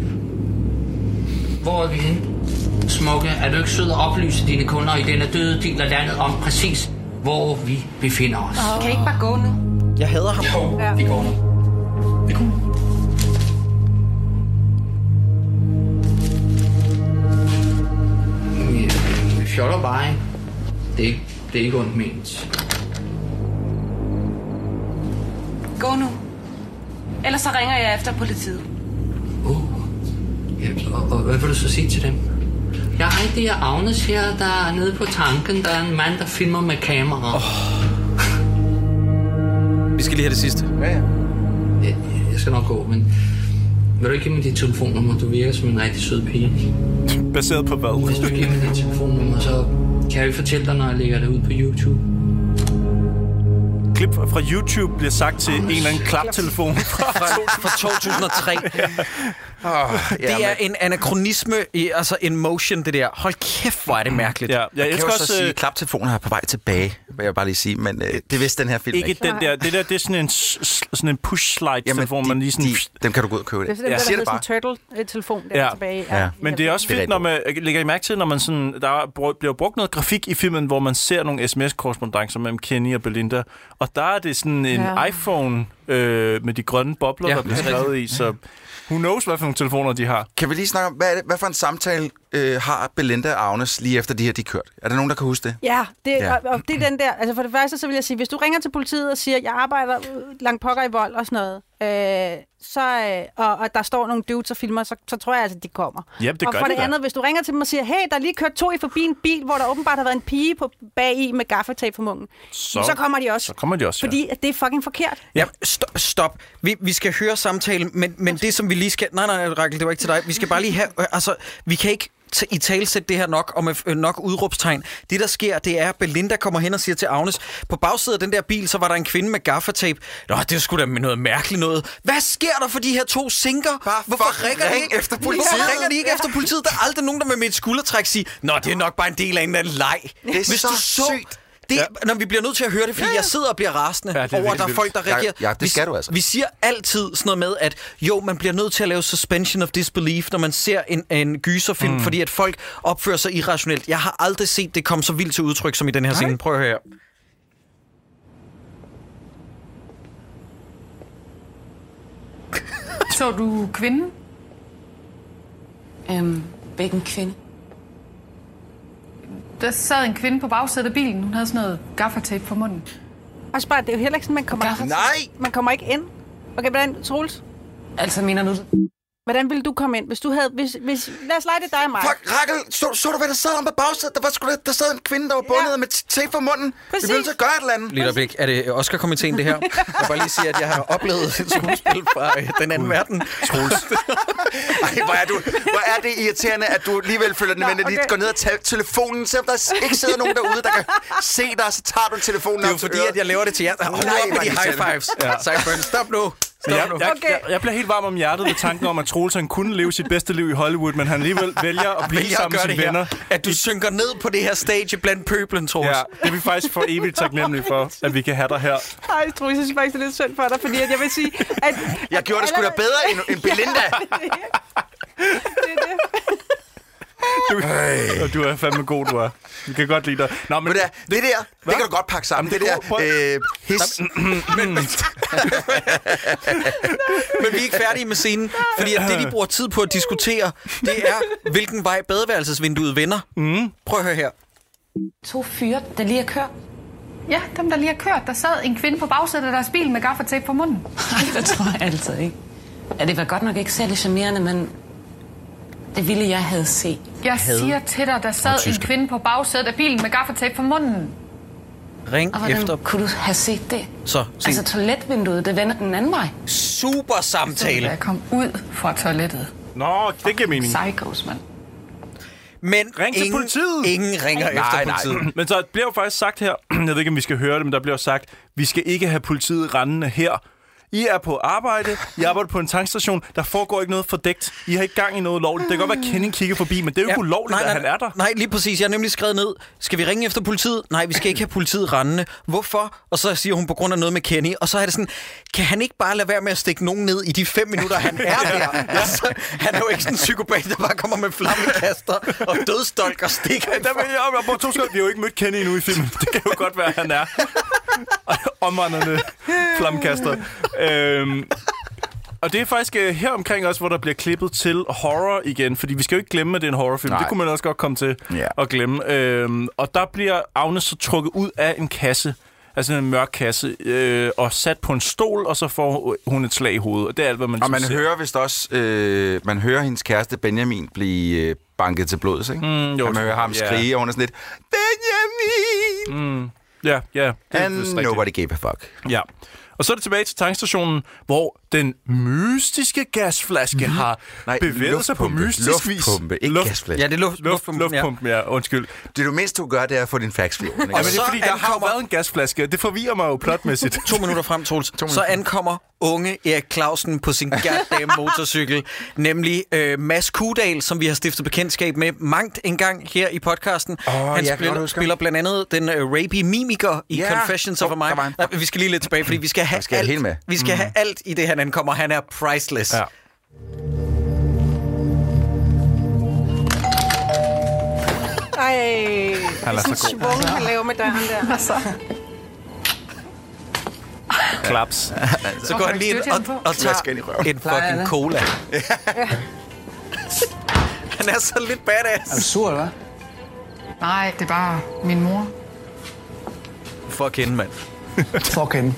S12: Hvor er vi henne? Smukke, er du ikke sød at oplyse dine kunder i denne døde del af landet om præcis, hvor vi befinder os?
S10: Vi kan ikke bare gå nu.
S1: Jeg hader ham.
S12: Jo, ja. vi går nu. Vi går nu. Mm, Ja, vi fjoller bare, ikke? Det er ikke, det er ikke ondt ment.
S10: Gå nu. Ellers så ringer jeg efter politiet.
S12: Uh. Ja, og, og hvad vil du så sige til dem? Jeg har ikke det her Agnes her, der er nede på tanken. Der er en mand, der filmer med kamera. Oh.
S1: Vi skal lige have det sidste.
S2: Ja, ja.
S12: Jeg, jeg skal nok gå, men... Vil du ikke give mig dit telefonnummer? Du virker som en rigtig sød pige.
S3: Baseret på hvad?
S12: Hvis du giver mig dit telefonnummer, så kan jeg jo fortælle dig, når jeg lægger det ud på YouTube.
S3: klip fra YouTube bliver sagt til en eller anden klaptelefon.
S1: Fra, fra 2003.
S2: Oh,
S1: Det er en anachronisme, i, altså en motion, det der. Hold kæft, hvor er det mærkeligt.
S3: ja, jeg
S2: Jeg
S3: elsker
S2: kan jo så
S3: også...
S2: sige,
S3: øh,
S2: at klaptelefonen er på vej tilbage, vil jeg bare lige sige, men øh, det vidste den her film ikke.
S3: Ikke den der, det der, det er sådan en, s- s- sådan en push-slide-telefon, man lige sådan...
S2: de, dem kan du gå ud og købe
S7: Det er
S2: det.
S7: sådan, ja.
S2: Jeg
S7: der,
S2: siger
S7: der
S2: det
S7: hedder
S2: bare.
S7: sådan en turtle-telefon der
S3: Ja.
S7: ja. tilbage.
S2: Ja.
S3: Men det er også
S2: Det er
S3: fedt, når man øh, lægger I mærke til, når man sådan, der er br- bliver brugt noget grafik i filmen, hvor man ser nogle sms-korrespondancer mellem Kenny og Belinda. Og der er det sådan en ja.
S7: Ja.
S3: iPhone øh, med de grønne bobler, ja,
S1: Ja,
S3: der bliver
S1: det er
S3: skrevet i. Så who knows, hvad for nogle telefoner de har.
S2: Kan vi lige snakke om, hvad, er det, hvad for en samtale øh, har Belinda og Agnes lige efter de her, de er kørt? Er der nogen, der kan huske det?
S7: Ja, det,
S2: Ja.
S7: ja. Og, og det er den der. Altså for det første, så vil jeg sige, hvis du ringer til politiet og siger, jeg arbejder øh, langt pokker i vold og sådan noget, øh, så, øh, og, og der står nogle dudes og filmer, så, så tror jeg altså, de kommer.
S3: Ja, det
S7: og
S3: gør
S7: for
S3: de
S7: det
S3: da.
S7: andet, hvis du ringer til dem og siger, hey, der er lige kørt to i forbi en bil, hvor der åbenbart har været en pige på bag i med gaffetab for munden, så, så kommer de også.
S3: Så kommer de også, ja.
S7: Fordi at det er fucking forkert.
S1: Ja, stop. stop. Vi, vi skal høre samtalen, men, men det som vi lige skal... Nej, nej, nej, Rakel, det var ikke til dig. Vi skal bare lige have... øh, Altså, vi kan ikke t- i talsætte det her nok, og med øh, nok udråbstegn. Det, der sker, det er, at Belinda kommer hen og siger til Agnes, på bagsiden af den der bil, så var der en kvinde med gaffatape. Nå, det er sgu da noget mærkeligt noget. Hvad sker der for de her to sinker?
S2: Bare fucking ring efter politiet.
S1: Hvorfor ringer de ikke efter politiet? Der er aldrig nogen, der vil med et skuldertræk sige, Nå, det er nok bare en del af en eller anden leg.
S2: Det er så sygt.
S1: Det, ja. Når vi bliver nødt til at høre det, fordi ja. jeg sidder og bliver rasende
S3: Ja,
S1: ja,
S3: det er
S1: over, at
S3: vildt
S1: der er
S3: vildt.
S1: folk, der
S2: Ja,
S1: reagerer.
S2: ja, det
S1: vi,
S2: skal du altså.
S1: Vi siger altid sådan noget med, at jo, man bliver nødt til at lave suspension of disbelief, når man ser en, en gyserfilm, mm. fordi at folk opfører sig irrationelt. Jeg har aldrig set det komme så vildt til udtryk som i den her scene. Prøv at høre her.
S5: Så du kvinden?
S10: Øhm, hvilken kvinde?
S5: Der sad en kvinde på bagsædet af bilen. Hun havde sådan noget gaffatape på munden.
S7: Også bare, det er jo heller ikke sådan, man kommer,
S10: Gaffatape?
S2: Nej!
S7: man kommer ikke ind. Okay, hvordan, Troels?
S10: Altså, mener du...
S7: Hvordan ville du komme ind, hvis du havde... Hvis, hvis, lad os lege det er dig og mig.
S2: Fuck, Rakel, så, så du, hvad der sad om på bagsædet? Der, var sgu da, der sad en kvinde, der var bundet ja. med t- tape for munden. Præcis. Vi blev nødt til at gøre et eller andet.
S1: Lidt øjeblik. Er det Oscar-komiteen, det her? Jeg vil bare lige sige, at jeg har oplevet et skuespil fra øh, den anden verden. Troels.
S2: Ej, hvor er, du, hvor er det irriterende, at du alligevel føler det nødvendigt okay. at gå ned og tage telefonen, selvom der ikke sidder nogen derude, der kan se dig, så tager du telefonen
S1: Det er jo fordi, at jeg laver det til jer. Hold
S2: Nej,
S1: op med
S2: hvor
S1: de high
S2: irriterende.
S1: fives. Ja. Cyburn, stop nu.
S3: Men
S1: Stop
S3: jeg,
S1: nu.
S3: jeg, jeg, jeg bliver helt varm om hjertet ved tanken om, at Troels han kunne leve sit bedste liv i Hollywood, men han alligevel vælger at blive
S1: Vælger at
S3: sammen
S1: gøre
S3: med
S1: det
S3: sine
S1: her.
S3: venner.
S1: At du synker ned på det her stage blandt pøblen, Troels.
S3: Ja, det er vi faktisk for evigt taknemmelige for, at vi kan have dig her.
S7: Ej, Troels, jeg synes faktisk, det er lidt synd for dig, fordi at jeg vil sige, at...
S2: Jeg gjorde det sgu da bedre end, end Belinda.
S3: Du, og du er fandme god, du er. Vi kan godt lide dig. Nå, men,
S2: Men det, det der, det kan du godt pakke sammen.
S3: Jamen,
S2: det,
S3: det
S2: der
S3: er gode
S2: øh, his.
S1: Men, men vi er ikke færdige med scenen, fordi at det, de bruger tid på at diskutere, det er, hvilken vej badeværelsesvinduet vender. Mm. Prøv at høre her.
S5: To fyre, der lige har kørt. Ja, dem, der lige har kørt. Der sad en kvinde på bagsædet af deres bil med gaffatape på munden.
S10: Nej, det tror jeg altid ikke. Ja, det var godt nok ikke særlig charmerende, men det ville jeg havde set.
S5: Jeg siger til dig, der sad en kvinde på bagsædet af bilen med gaffatape på munden.
S1: Ring
S10: Og hvordan
S1: efter...
S10: kunne du have set det?
S1: Så, se.
S10: Altså toiletvinduet, det vender den anden vej.
S1: Super samtale.
S5: Jeg kom ud fra toilettet.
S3: Nå, det giver mening.
S5: Psychos, mand.
S1: Men
S3: Ring til
S1: ingen,
S3: politiet.
S1: ingen ringer efter politiet.
S3: Men så bliver jo faktisk sagt her, jeg ved ikke, om vi skal høre det, men der bliver jo sagt, vi skal ikke have politiet rendende her. I er på arbejde, I arbejder på en tankstation, der foregår ikke noget fordækt. I har ikke gang i noget lovligt. Det kan godt være, at Kenning kigger forbi, men det er jo ikke ulovligt, at han er der.
S1: Nej, lige præcis. Jeg har nemlig skrevet ned, skal vi ringe efter politiet? Nej, vi skal ikke have politiet rendende. Hvorfor? Og så siger hun på grund af noget med Kenny. Og så er det sådan, kan han ikke bare lade være med at stikke nogen ned i de fem minutter, han er der? altså, han er jo ikke sådan en psykopat, der bare kommer med flammekaster og dødstolk og stikker.
S3: Der vil jeg op på to sekunder. Vi har jo ikke mødt Kenny endnu i filmen. Det kan jo godt være, at han er omvandrende flammekaster. Øhm, og det er faktisk øh, her omkring også, hvor der bliver klippet til horror igen, fordi vi skal jo ikke glemme, at det er en horrorfilm.
S2: Nej.
S3: Det kunne man også godt komme til
S2: Ja.
S3: at glemme. Øhm, og der bliver Agnes så trukket ud af en kasse, altså en mørk kasse, øh, og sat på en stol, og så får hun et slag i hovedet. Og det er alt, hvad man,
S2: Og
S3: ligesom
S2: man
S3: ser.
S2: hører vist også, øh, man hører hendes kæreste Benjamin blive øh, banket til blods, ikke? Mm,
S3: jo,
S2: man hører ham
S3: ja.
S2: skrige, og hun er sådan lidt, Benjamin! Mm,
S3: Ja, ja. Det er
S2: And
S3: vist rigtigt.
S2: nobody gave a fuck.
S3: Ja. Og så er det tilbage til tankstationen, hvor den mystiske gasflaske har
S2: Mhm. Nej,
S3: bevæget sig på
S2: luftpumpe.
S3: mystisk vis.
S2: Luftpumpe, ikke gasflaske.
S1: Ja, det er luft,
S3: Luft, luftpumpen, ja. Undskyld.
S2: Det du mindst, du gør, det er at få din fax flåen, ikke?
S3: Ja, men det
S1: så
S3: er fordi, der har jo
S1: ankommer-
S3: været en gasflaske, og det forvirrer mig jo plotmæssigt.
S1: To minutter frem, Troels. Så ankommer unge Erik Clausen på sin goddamn motorcykel, nemlig øh, Mads Kudal, som vi har stiftet bekendtskab med mangt en gang her i podcasten. Oh, Han
S2: jeg kan godt
S1: spiller,
S2: huske ham.
S1: spiller blandt andet den øh, rapey mimiker i
S2: Ja.
S1: Confessions of a
S2: Kom,
S1: Mind.
S2: kom an.
S1: Nej, vi skal lige lidt tilbage, fordi vi skal have,
S2: skal have
S1: alt,
S2: det hele med. Mm.
S1: Vi skal have alt i det, han ankommer. Han er priceless. Ja.
S7: Ej, han
S3: er
S7: er
S3: så
S7: sådan
S3: god.
S7: svung, han laver med døren der.
S3: Klaps.
S1: Så går han lige ind
S5: støtte
S1: og,
S5: ham
S1: og tager
S2: Smasker ind i røven.
S1: en fucking cola. Han er så lidt
S2: Altså,
S1: badass.
S12: sur, eller hvad?
S5: Nej, det er bare min mor.
S1: Fuck hende, mand.
S12: Fuck hende.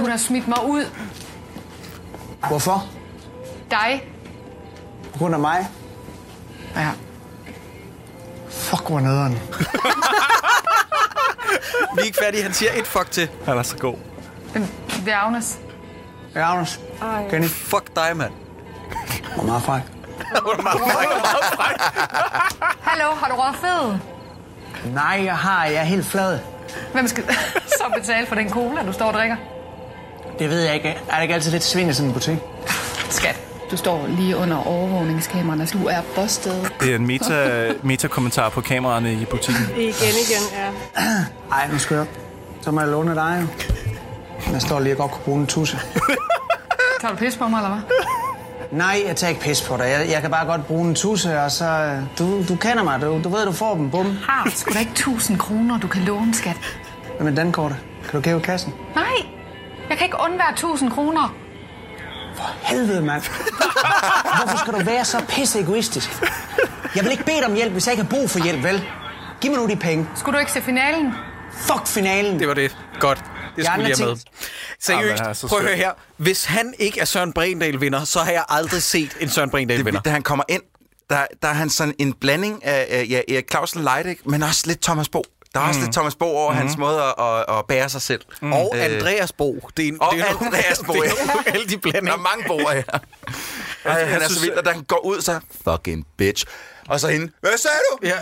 S5: Hun har smidt mig ud.
S12: Hvorfor?
S5: Dig.
S12: Hun og mig.
S5: Ja.
S12: Fuck, hvor nederen.
S1: Vi er ikke færdige. Han siger et fuck til.
S3: Han er så god.
S5: Den ved Agnes.
S12: Ja, Anders. Kenny.
S1: Fuck dig, mand.
S12: Hvor meget fræk.
S5: Hallo, har du råd fed?
S12: Nej, jeg har. Jeg er helt flad.
S5: Hvem skal så betale for den cola, du står og drikker?
S12: Det ved jeg ikke. Er det ikke altid lidt svin i sådan en butik?
S5: Skat. Du står lige under overvågningskameraerne, så du er busted.
S3: Det er en meta, meta-kommentar på kameraerne i butikken.
S7: Igen, igen, ja.
S12: Ej, nu skal jeg op. Så må jeg låne dig jo. Jeg står lige og godt kunne bruge en tusse.
S5: Tager du pis på mig, eller hvad?
S12: Nej, jeg tager ikke pis på dig. Jeg, jeg kan bare godt bruge en tusse, og så... øh, Du, du kender mig. Du, du ved, du får dem. Bum.
S5: Har du sgu da ikke 1000 kroner, du kan låne, skat?
S12: Hvad med dankortet? Kan du kæve kassen?
S5: Nej, jeg kan ikke undvære 1000 kroner.
S12: Helvede, mand. Hvorfor skal du være så pisse egoistisk? Jeg vil ikke bede dig om hjælp, hvis jeg ikke har brug for hjælp, vel? Giv mig nu de penge.
S5: Skulle du ikke se finalen?
S12: Fuck finalen.
S1: Det var det. Godt. Det skulle jeg med. Seriøst,
S13: Jamen, han er så
S1: prøv at
S13: sød.
S1: høre her. Hvis han ikke er Søren Brindal vinder, så har jeg aldrig set en Søren Brindal vinder.
S2: Da han kommer ind, der, der er han sådan en blanding af, af ja, Erik Clausen Leidig, men også lidt Thomas Bo. Der er også
S1: Mm.
S2: lidt Thomas Bo over
S1: Mhm.
S2: mm. hans måde at, at, at bære sig selv.
S1: Mm. Og Andreas Bo. Det er en,
S2: øh. og
S1: det er en-
S2: Andreas Bo,
S1: det er en
S2: uheldig blanding. Der er mange Bo'er her. Ej, han er så vild, og da han går ud, så fucking bitch. Og så hende, hvad sagde du?
S1: Ja.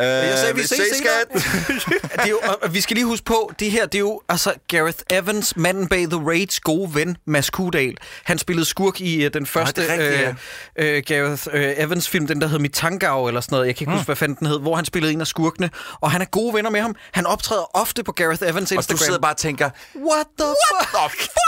S2: Øh,
S1: jeg sagde, vi
S2: vi
S1: ses
S2: ses,
S1: senere. det er jo, og- og vi skal lige huske på, det her, det er jo altså Gareth Evans, manden bag The Raids gode ven, Mads Kudal. Han spillede skurk i uh, den første
S2: det er rigtigt,
S1: øh, øh, Gareth øh, Evans-film, den der hed Mitangav eller sådan noget, jeg kan ikke mm. huske, hvad fanden den hed, hvor han spillede en af skurkene, og han er gode venner med ham. Han optræder ofte på Gareth Evans Instagram.
S2: sidder bare og tænker,
S1: what the fuck?
S2: What the fuck?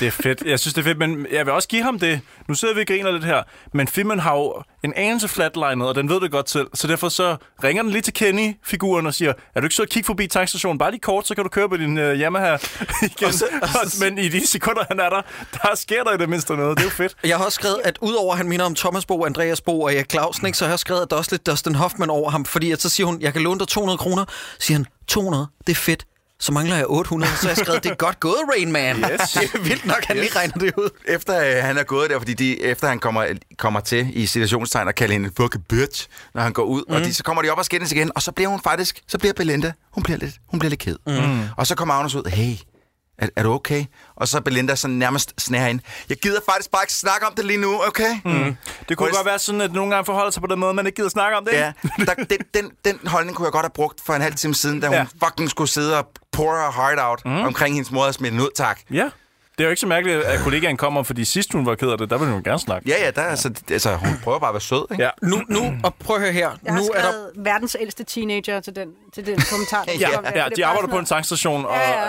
S3: Det er fedt. Jeg synes, det er fedt, men jeg vil også give ham det. Nu sidder vi og griner lidt her, men filmen har jo en anelse flatlinet, og den ved det godt selv. Så derfor så ringer den lige til Kenny-figuren og siger, er du ikke så at kigge forbi tankstationen? Bare lige kort, så kan du køre på din øh, Yamaha igen. Og så, og så, men i de sekunder, han er der, der sker der i det mindste noget. Det er jo fedt.
S1: Jeg har også skrevet, at udover at han minder om Thomas Bo, Andreas Bo og Erik Clausen, ikke, så har jeg skrevet, at der er også lidt Dustin Hoffman over ham, fordi at så siger hun, jeg kan låne dig 200 kroner. Siger han, 200, det er fedt. Så mangler jeg 800, så har jeg skrevet, det er godt gået, Rain Man.
S2: Yes.
S1: Det er vildt nok, han yes. lige regner det ud.
S2: Efter øh, han er gået der, fordi de, efter han kommer, kommer til i situationstegn og kalder hende fucking bitch, når han går ud, mm. og de, så kommer de op og skændes igen, og så bliver hun faktisk, så bliver Belinda, hun bliver lidt, hun bliver lidt ked.
S13: Mm.
S2: Og så kommer Agnes ud, hey, er, er du okay? Og så Belinda sådan nærmest snærer ind. Jeg gider faktisk bare ikke snakke om det lige nu, okay? Mhm.
S3: Mm. Det kunne
S2: Hvor-
S3: godt være sådan, at nogle gange forholder sig på den måde, man ikke gider snakke om det.
S2: Ja, der, den, den, den holdning kunne jeg godt have brugt for en halv time siden, da hun ja. fucking skulle sidde og pour her heart out mm. omkring hendes mor og smide den ud, tak.
S3: Ja. Det er jo ikke så mærkeligt, at kollegaen kommer, fordi sidst hun var ked af det, der ville hun gerne snakke.
S2: Ja, ja, der, altså, altså, hun prøver bare at være sød, ikke?
S3: Ja.
S1: Nu, nu, og prøv at høre her.
S7: Jeg har skrevet verdens ældste teenager til den, til den kommentar. der
S1: Ja,
S7: kom der,
S1: ja,
S7: for det
S1: de
S7: er bare
S1: arbejder
S7: sådan
S1: på en
S7: noget-
S3: tankstation, og,
S7: Ja, ja.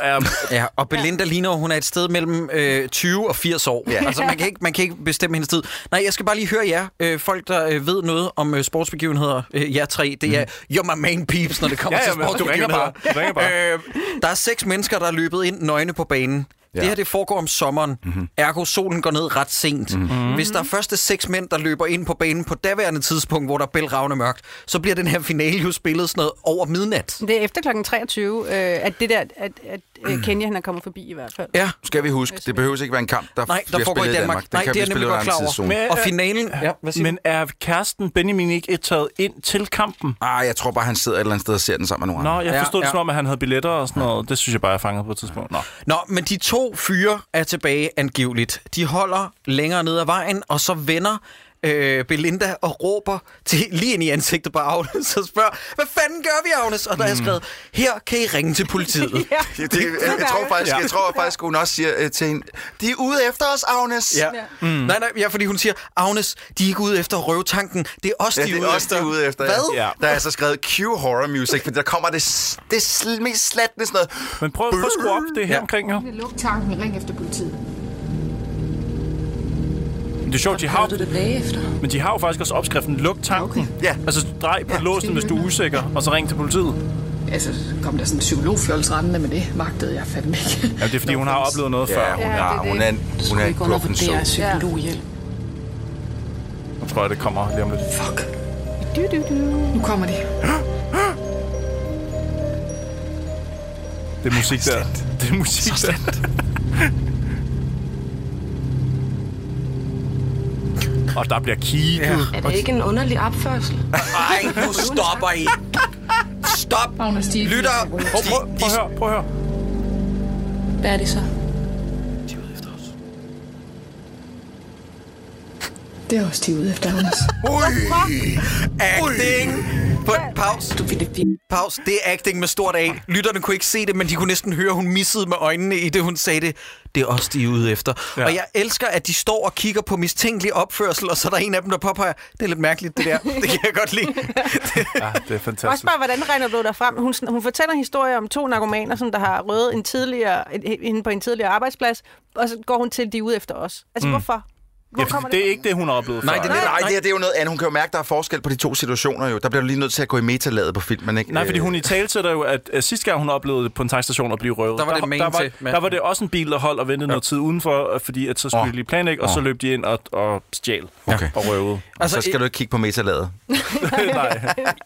S3: er...
S1: Ja, og Belinda ja. ligner, hun er et sted mellem øh, 20 og 80 år. Ja.
S3: Ja.
S1: Altså, man kan, ikke, man kan ikke bestemme hendes tid. Nej, jeg skal bare lige høre jer, øh, folk, der øh, ved noget om øh, sportsbegivenheder, øh, jer tre. Det er you're my main peeps, når det kommer
S3: Mhm. Ja, ja,
S1: til
S3: men du ringer
S1: sportsbegivenheder.
S3: bare. Du ringer bare.
S1: Øh, der er seks mennesker, der er løbet ind nøgne på banen. Ja. Det her det foregår om sommeren.
S3: Mhm.
S1: Mm-hmm. Ergo, solen går ned ret sent. Mm-hmm. Hvis der er første seks mænd, der løber ind på banen på daværende tidspunkt, hvor der er bælragende mørkt, så bliver den her finale jo spillet sådan noget over midnat.
S7: Det er efter klokken 23, øh, at det der, at, at øh, Kenya han er kommet forbi i hvert fald.
S1: Ja.
S2: Skal vi huske, det behøves ikke være en kamp, der,
S1: Nej, der
S2: bliver
S1: foregår i
S2: spillet
S1: Danmark.
S2: Den
S1: Nej,
S2: kan
S1: det er
S2: blive
S1: nemlig
S2: spillet
S1: godt
S2: over en
S1: klar over.
S2: tidszone.
S1: Og finalen... Ja, hvad siger
S3: men er kæresten Benjamin ikke øh, taget ind til kampen?
S2: Ah, jeg tror bare, han sidder et eller andet sted og ser den sammen med nogle
S3: Nå,
S2: andre.
S3: jeg forstod ja, det som om, at han havde billetter og sådan noget. Det synes jeg bare, jeg fangede på et tidspunkt. Nå.
S1: Nå, men de to fyre er tilbage angiveligt. De holder længere ned ad vejen, og så vender øh, Belinda og råber til, lige ind i ansigtet på Agnes og spørger, hvad fanden gør vi, Agnes? Og der er jeg skrevet, her kan I ringe til politiet.
S7: ja.
S2: Mm. Det, det, jeg, jeg, tror faktisk, jeg tror faktisk, hun også siger øh, til hende, de er ude efter os, Agnes.
S1: Ja. Mm. Nej, nej, ja, fordi hun siger, Agnes, de er ikke ude efter at røve tanken. Det er os,
S2: Ja,
S1: de
S2: det er
S1: ude
S2: også
S1: efter.
S2: de er ude efter.
S1: Hvad?
S2: Ja. Der er så skrevet Q-horror music, for der kommer det, s- det sl- mest slatne sådan noget.
S3: Men prøv, prøv at skrue op, det er her omkring her.
S14: Luk tanken, ring efter politiet.
S3: Det er sjovt, de har, men de har jo faktisk også opskriften, luk tanken. Okay.
S2: Ja.
S3: Altså, drej på ja, låsen, hvis du er usikker, og så ring til politiet.
S14: Altså, kom der sådan en psykologfjols rendende med det, magtede jeg fandme ikke.
S3: Ja, det er, fordi hun har oplevet noget
S2: Ja,
S3: før.
S2: hun Ja, har- det er det. hun er en-
S14: Du
S2: hun er en broken soul.
S14: psykologhjælp.
S3: Nu tror jeg, det kommer lige om lidt. Fuck.
S14: Du, du, du. Nu kommer de.
S3: Det er musik der. Det er musik der. Og der bliver kigget.
S14: Er
S3: Ja.
S14: det ikke en underlig opførsel?
S1: Ej, nu stopper I. Stop. Lytter. Prøv, prøv, prøv at høre,
S3: prøv at høre.
S10: Hvad er det så?
S14: Det er også de ude efter, Agnes.
S1: Ui. Acting. På pause. Pause. Det er acting med stort A. Lytterne kunne ikke se det, men de kunne næsten høre, hun missede med øjnene i det, hun sagde det. Det er også de er ude efter. Ja. Og jeg elsker, at de står og kigger på mistænkelig opførsel, og så er der en af dem, der påpeger, det er lidt mærkeligt, det der. Det kan jeg godt lide.
S3: ja, det er
S7: Også
S3: fantastisk.
S7: bare, hvordan regner du dig frem? Hun, sn- hun fortæller en historie om to narkomaner, som der har røget en tidligere, en- hende på en tidligere arbejdsplads, og så går hun til, de er ude efter os.
S3: Mm.
S7: Altså, mm. hvorfor?
S3: Ja, fordi det er ikke det, hun har oplevet
S2: Nej,
S3: før.
S2: det, nej, nej, det, her, det er jo noget andet. Hun kan jo mærke, der er forskel på de to situationer jo. Der bliver du lige nødt til at gå i metalaget på filmen, ikke? Øh,
S3: Nej, fordi hun i tale sætter jo, at, at sidste gang hun oplevede det på en tankstation at blive røvet,
S2: Der var det
S3: der,
S2: magen
S3: der, var,
S2: til, Mads.
S3: der var det også en bil, der holdt og ventede ja. noget tid udenfor, og fordi at så skulle
S2: Åh.
S3: oh. de lige planlægge, og oh. så
S2: Åh.
S3: løb de ind og, og stjal
S2: Okay.
S3: og røvede.
S2: Altså, så skal du ikke kigge på metalaget.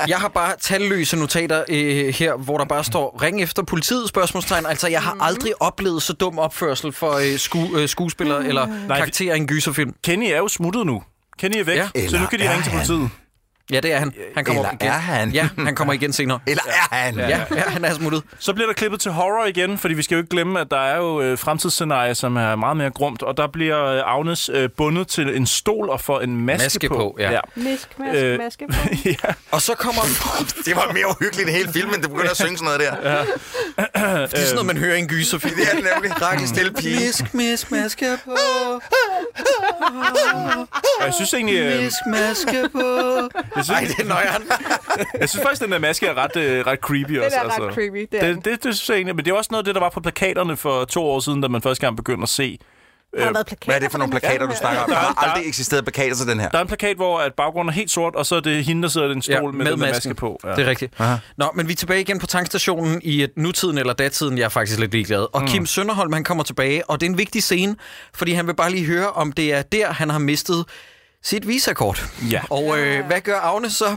S1: Jeg har bare talløse notater øh, her, hvor der bare står, ring efter politiet, spørgsmålstegn. Altså, jeg har aldrig oplevet så dum opførsel for øh, sku, øh, skuespillere mm. eller
S3: vi-
S1: karakterer i en gyserfilm.
S3: Kenny er jo smuttet nu. Kenny er væk,
S1: Ja.
S3: ja. så nu kan de
S1: Eller
S3: ringe til
S1: er han?
S3: politiet.
S1: Ja, det er han. Han kommer op
S3: Eller
S1: igen.
S3: er han?
S1: Ja, han kommer igen senere.
S2: Eller er han?
S1: Ja, ja, han er smuttet.
S3: Så bliver der klippet til horror igen, fordi vi skal jo ikke glemme, at der er jo øh, fremtidsscenarier, som er meget mere grumt, og der bliver øh, Agnes øh, bundet til en stol og får en maske,
S1: Maske på, ja.
S7: Misk, mask,
S3: Øh,
S7: maske.
S1: Og så kommer...
S2: det var mere uhyggeligt end hele filmen. Det begynder at synge sådan noget der.
S3: Ja.
S1: Det er sådan noget, man hører i en gyserfilm.
S2: Det er det nemlig. Radio Stille Pige.
S1: Misk, misk, maske på.
S3: Og jeg synes egentlig, øh,
S1: Misk, maske på.
S3: Jeg synes, Ej, det er nøjeren. jeg synes faktisk, den der maske er ret, øh, ret creepy
S7: er
S3: også.
S7: ret creepy, det er den.
S3: det, det, det, synes jeg egentlig. Men det er også noget af det, der var på plakaterne for to år siden, da man første gang begyndte at se.
S7: har
S3: øh,
S7: været plakater
S2: Hvad er det for nogle
S7: på den
S2: plakater,
S7: her.
S2: du snakker om? Der har aldrig eksisteret plakater til den her.
S3: Der er en plakat, hvor at baggrunden er helt sort, og så er det hende, der sidder i en stol ja, med,
S1: med
S3: med den der
S1: masken.
S3: maske på. Ja.
S1: Det er rigtigt. Aha. Nå, men vi er tilbage igen på tankstationen i et nutiden eller datiden. Jeg er faktisk lidt ligeglad. Og mm. Kim Sønderholm, han kommer tilbage, og det er en vigtig scene, fordi han vil bare lige høre, om det er der, han har mistet sit visakort.
S3: Ja.
S1: Og øh, hvad gør Agnes så?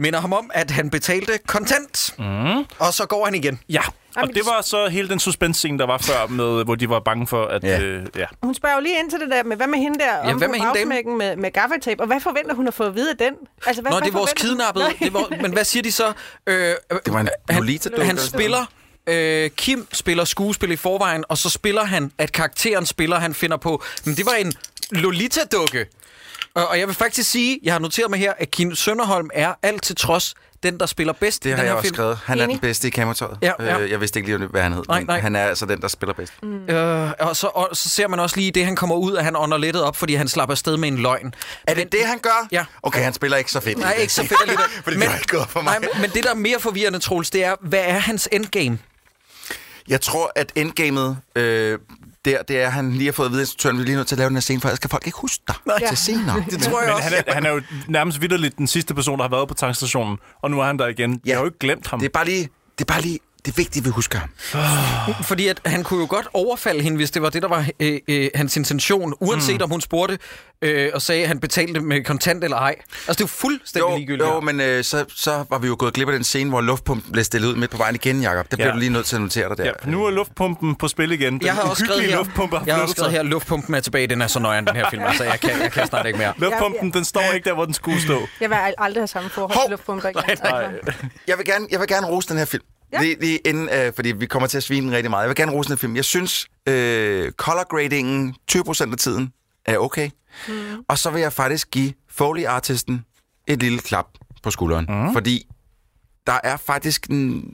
S1: Minder ham om, at han betalte kontant. Mm. Og så går han igen.
S3: Ja, og det var så hele den suspense-scene, der var før, med, hvor de var bange for, at... Ja. Øh, ja.
S7: Hun spørger jo lige ind til det der med, hvad med hende der, ja,
S1: hvad
S7: om hvad med
S1: med hende dame?
S7: bagsmækken med, med gaffatape, og hvad forventer hun at få at vide af den? Altså, hvad,
S1: Nå,
S7: hvad
S1: det er vores
S7: forventer hun?
S1: kidnappede.
S7: Nej.
S1: Det er vores, men hvad siger de så? Øh, det var en
S2: Lolita-dukke
S1: han, han
S2: eller sådan
S1: spiller... Øh, Kim spiller skuespil i forvejen, og så spiller han, at karakteren spiller, han finder på. Men det var en Lolita-dukke. Og, og jeg vil faktisk sige, jeg har noteret mig her, at Kim Sønderholm er alt til trods den, der spiller bedst i den
S2: Det har jeg
S1: her
S2: også
S1: film.
S2: skrevet. Han er den bedste i kameratøjet.
S1: Ja, ja.
S2: Øh, Jeg vidste ikke lige, hvad han hed.
S1: Nej,
S2: men
S1: nej.
S2: Han er altså den, der spiller bedst.
S1: Øh, og, så, og så ser man også lige, det han kommer ud, at han ånder lettet op, fordi han slapper afsted med en løgn.
S2: Er det det, han gør?
S1: Ja.
S2: Okay, han spiller ikke så fedt.
S1: Nej, ikke så fedt alligevel.
S2: Fordi det var ikke gået for mig.
S1: Nej, men- men det, der er mere forvirrende, Troels, det er, hvad er hans endgame?
S2: Jeg tror, at endgamet øh, der, det er, at han lige har fået at vide, at instruktøren, vi er lige nødt til at lave den her scene, for ellers kan folk ikke huske dig
S1: Nej.
S2: til senere.
S1: Det tror jeg
S3: Men
S1: også.
S3: han er, han er jo nærmest vidderligt den sidste person, der har været på tankstationen, og nu er han der igen. Ja. Jeg har jo ikke glemt ham.
S2: Det er bare lige... Det er bare lige det er vigtigt, at vi husker ham.
S1: Fordi at han kunne jo godt overfalde hende, hvis det var det, der var øh, øh, hans intention, uanset mm. om hun spurgte øh, og sagde, at han betalte med kontant eller ej. Altså, det er jo fuldstændig ligegyldigt.
S2: jo, men øh, så, så var vi jo gået glip af den scene, hvor luftpumpen blev stillet ud midt på vejen igen, Jacob. Det bliver
S3: Ja.
S2: du lige nødt til at notere dig der.
S3: Ja, nu er luftpumpen på spil igen. Den
S1: jeg har også skrevet
S3: uhyggelige
S1: her,
S3: luftpumpe har
S1: jeg har også
S3: flyttet
S1: skrevet
S3: sig.
S1: her, luftpumpen er tilbage, den er så nøjeren, den her film, altså jeg kan, jeg kan snart ikke mere.
S3: Luftpumpen, den står ikke der, hvor den skulle stå.
S7: Jeg vil al- aldrig have samme forhold til luftbomber igen. Altså.
S2: Jeg vil gerne, jeg vil gerne rose den her film. Ja. Lige, lige inden, øh, fordi vi kommer til at svine den rigtig meget. Jeg vil gerne rose den her film. Jeg synes, øh, color gradingen 20% af tiden er okay. Mm. Og så vil jeg faktisk give Foley-artisten et lille klap på skulderen. Mm. Fordi der er faktisk... En,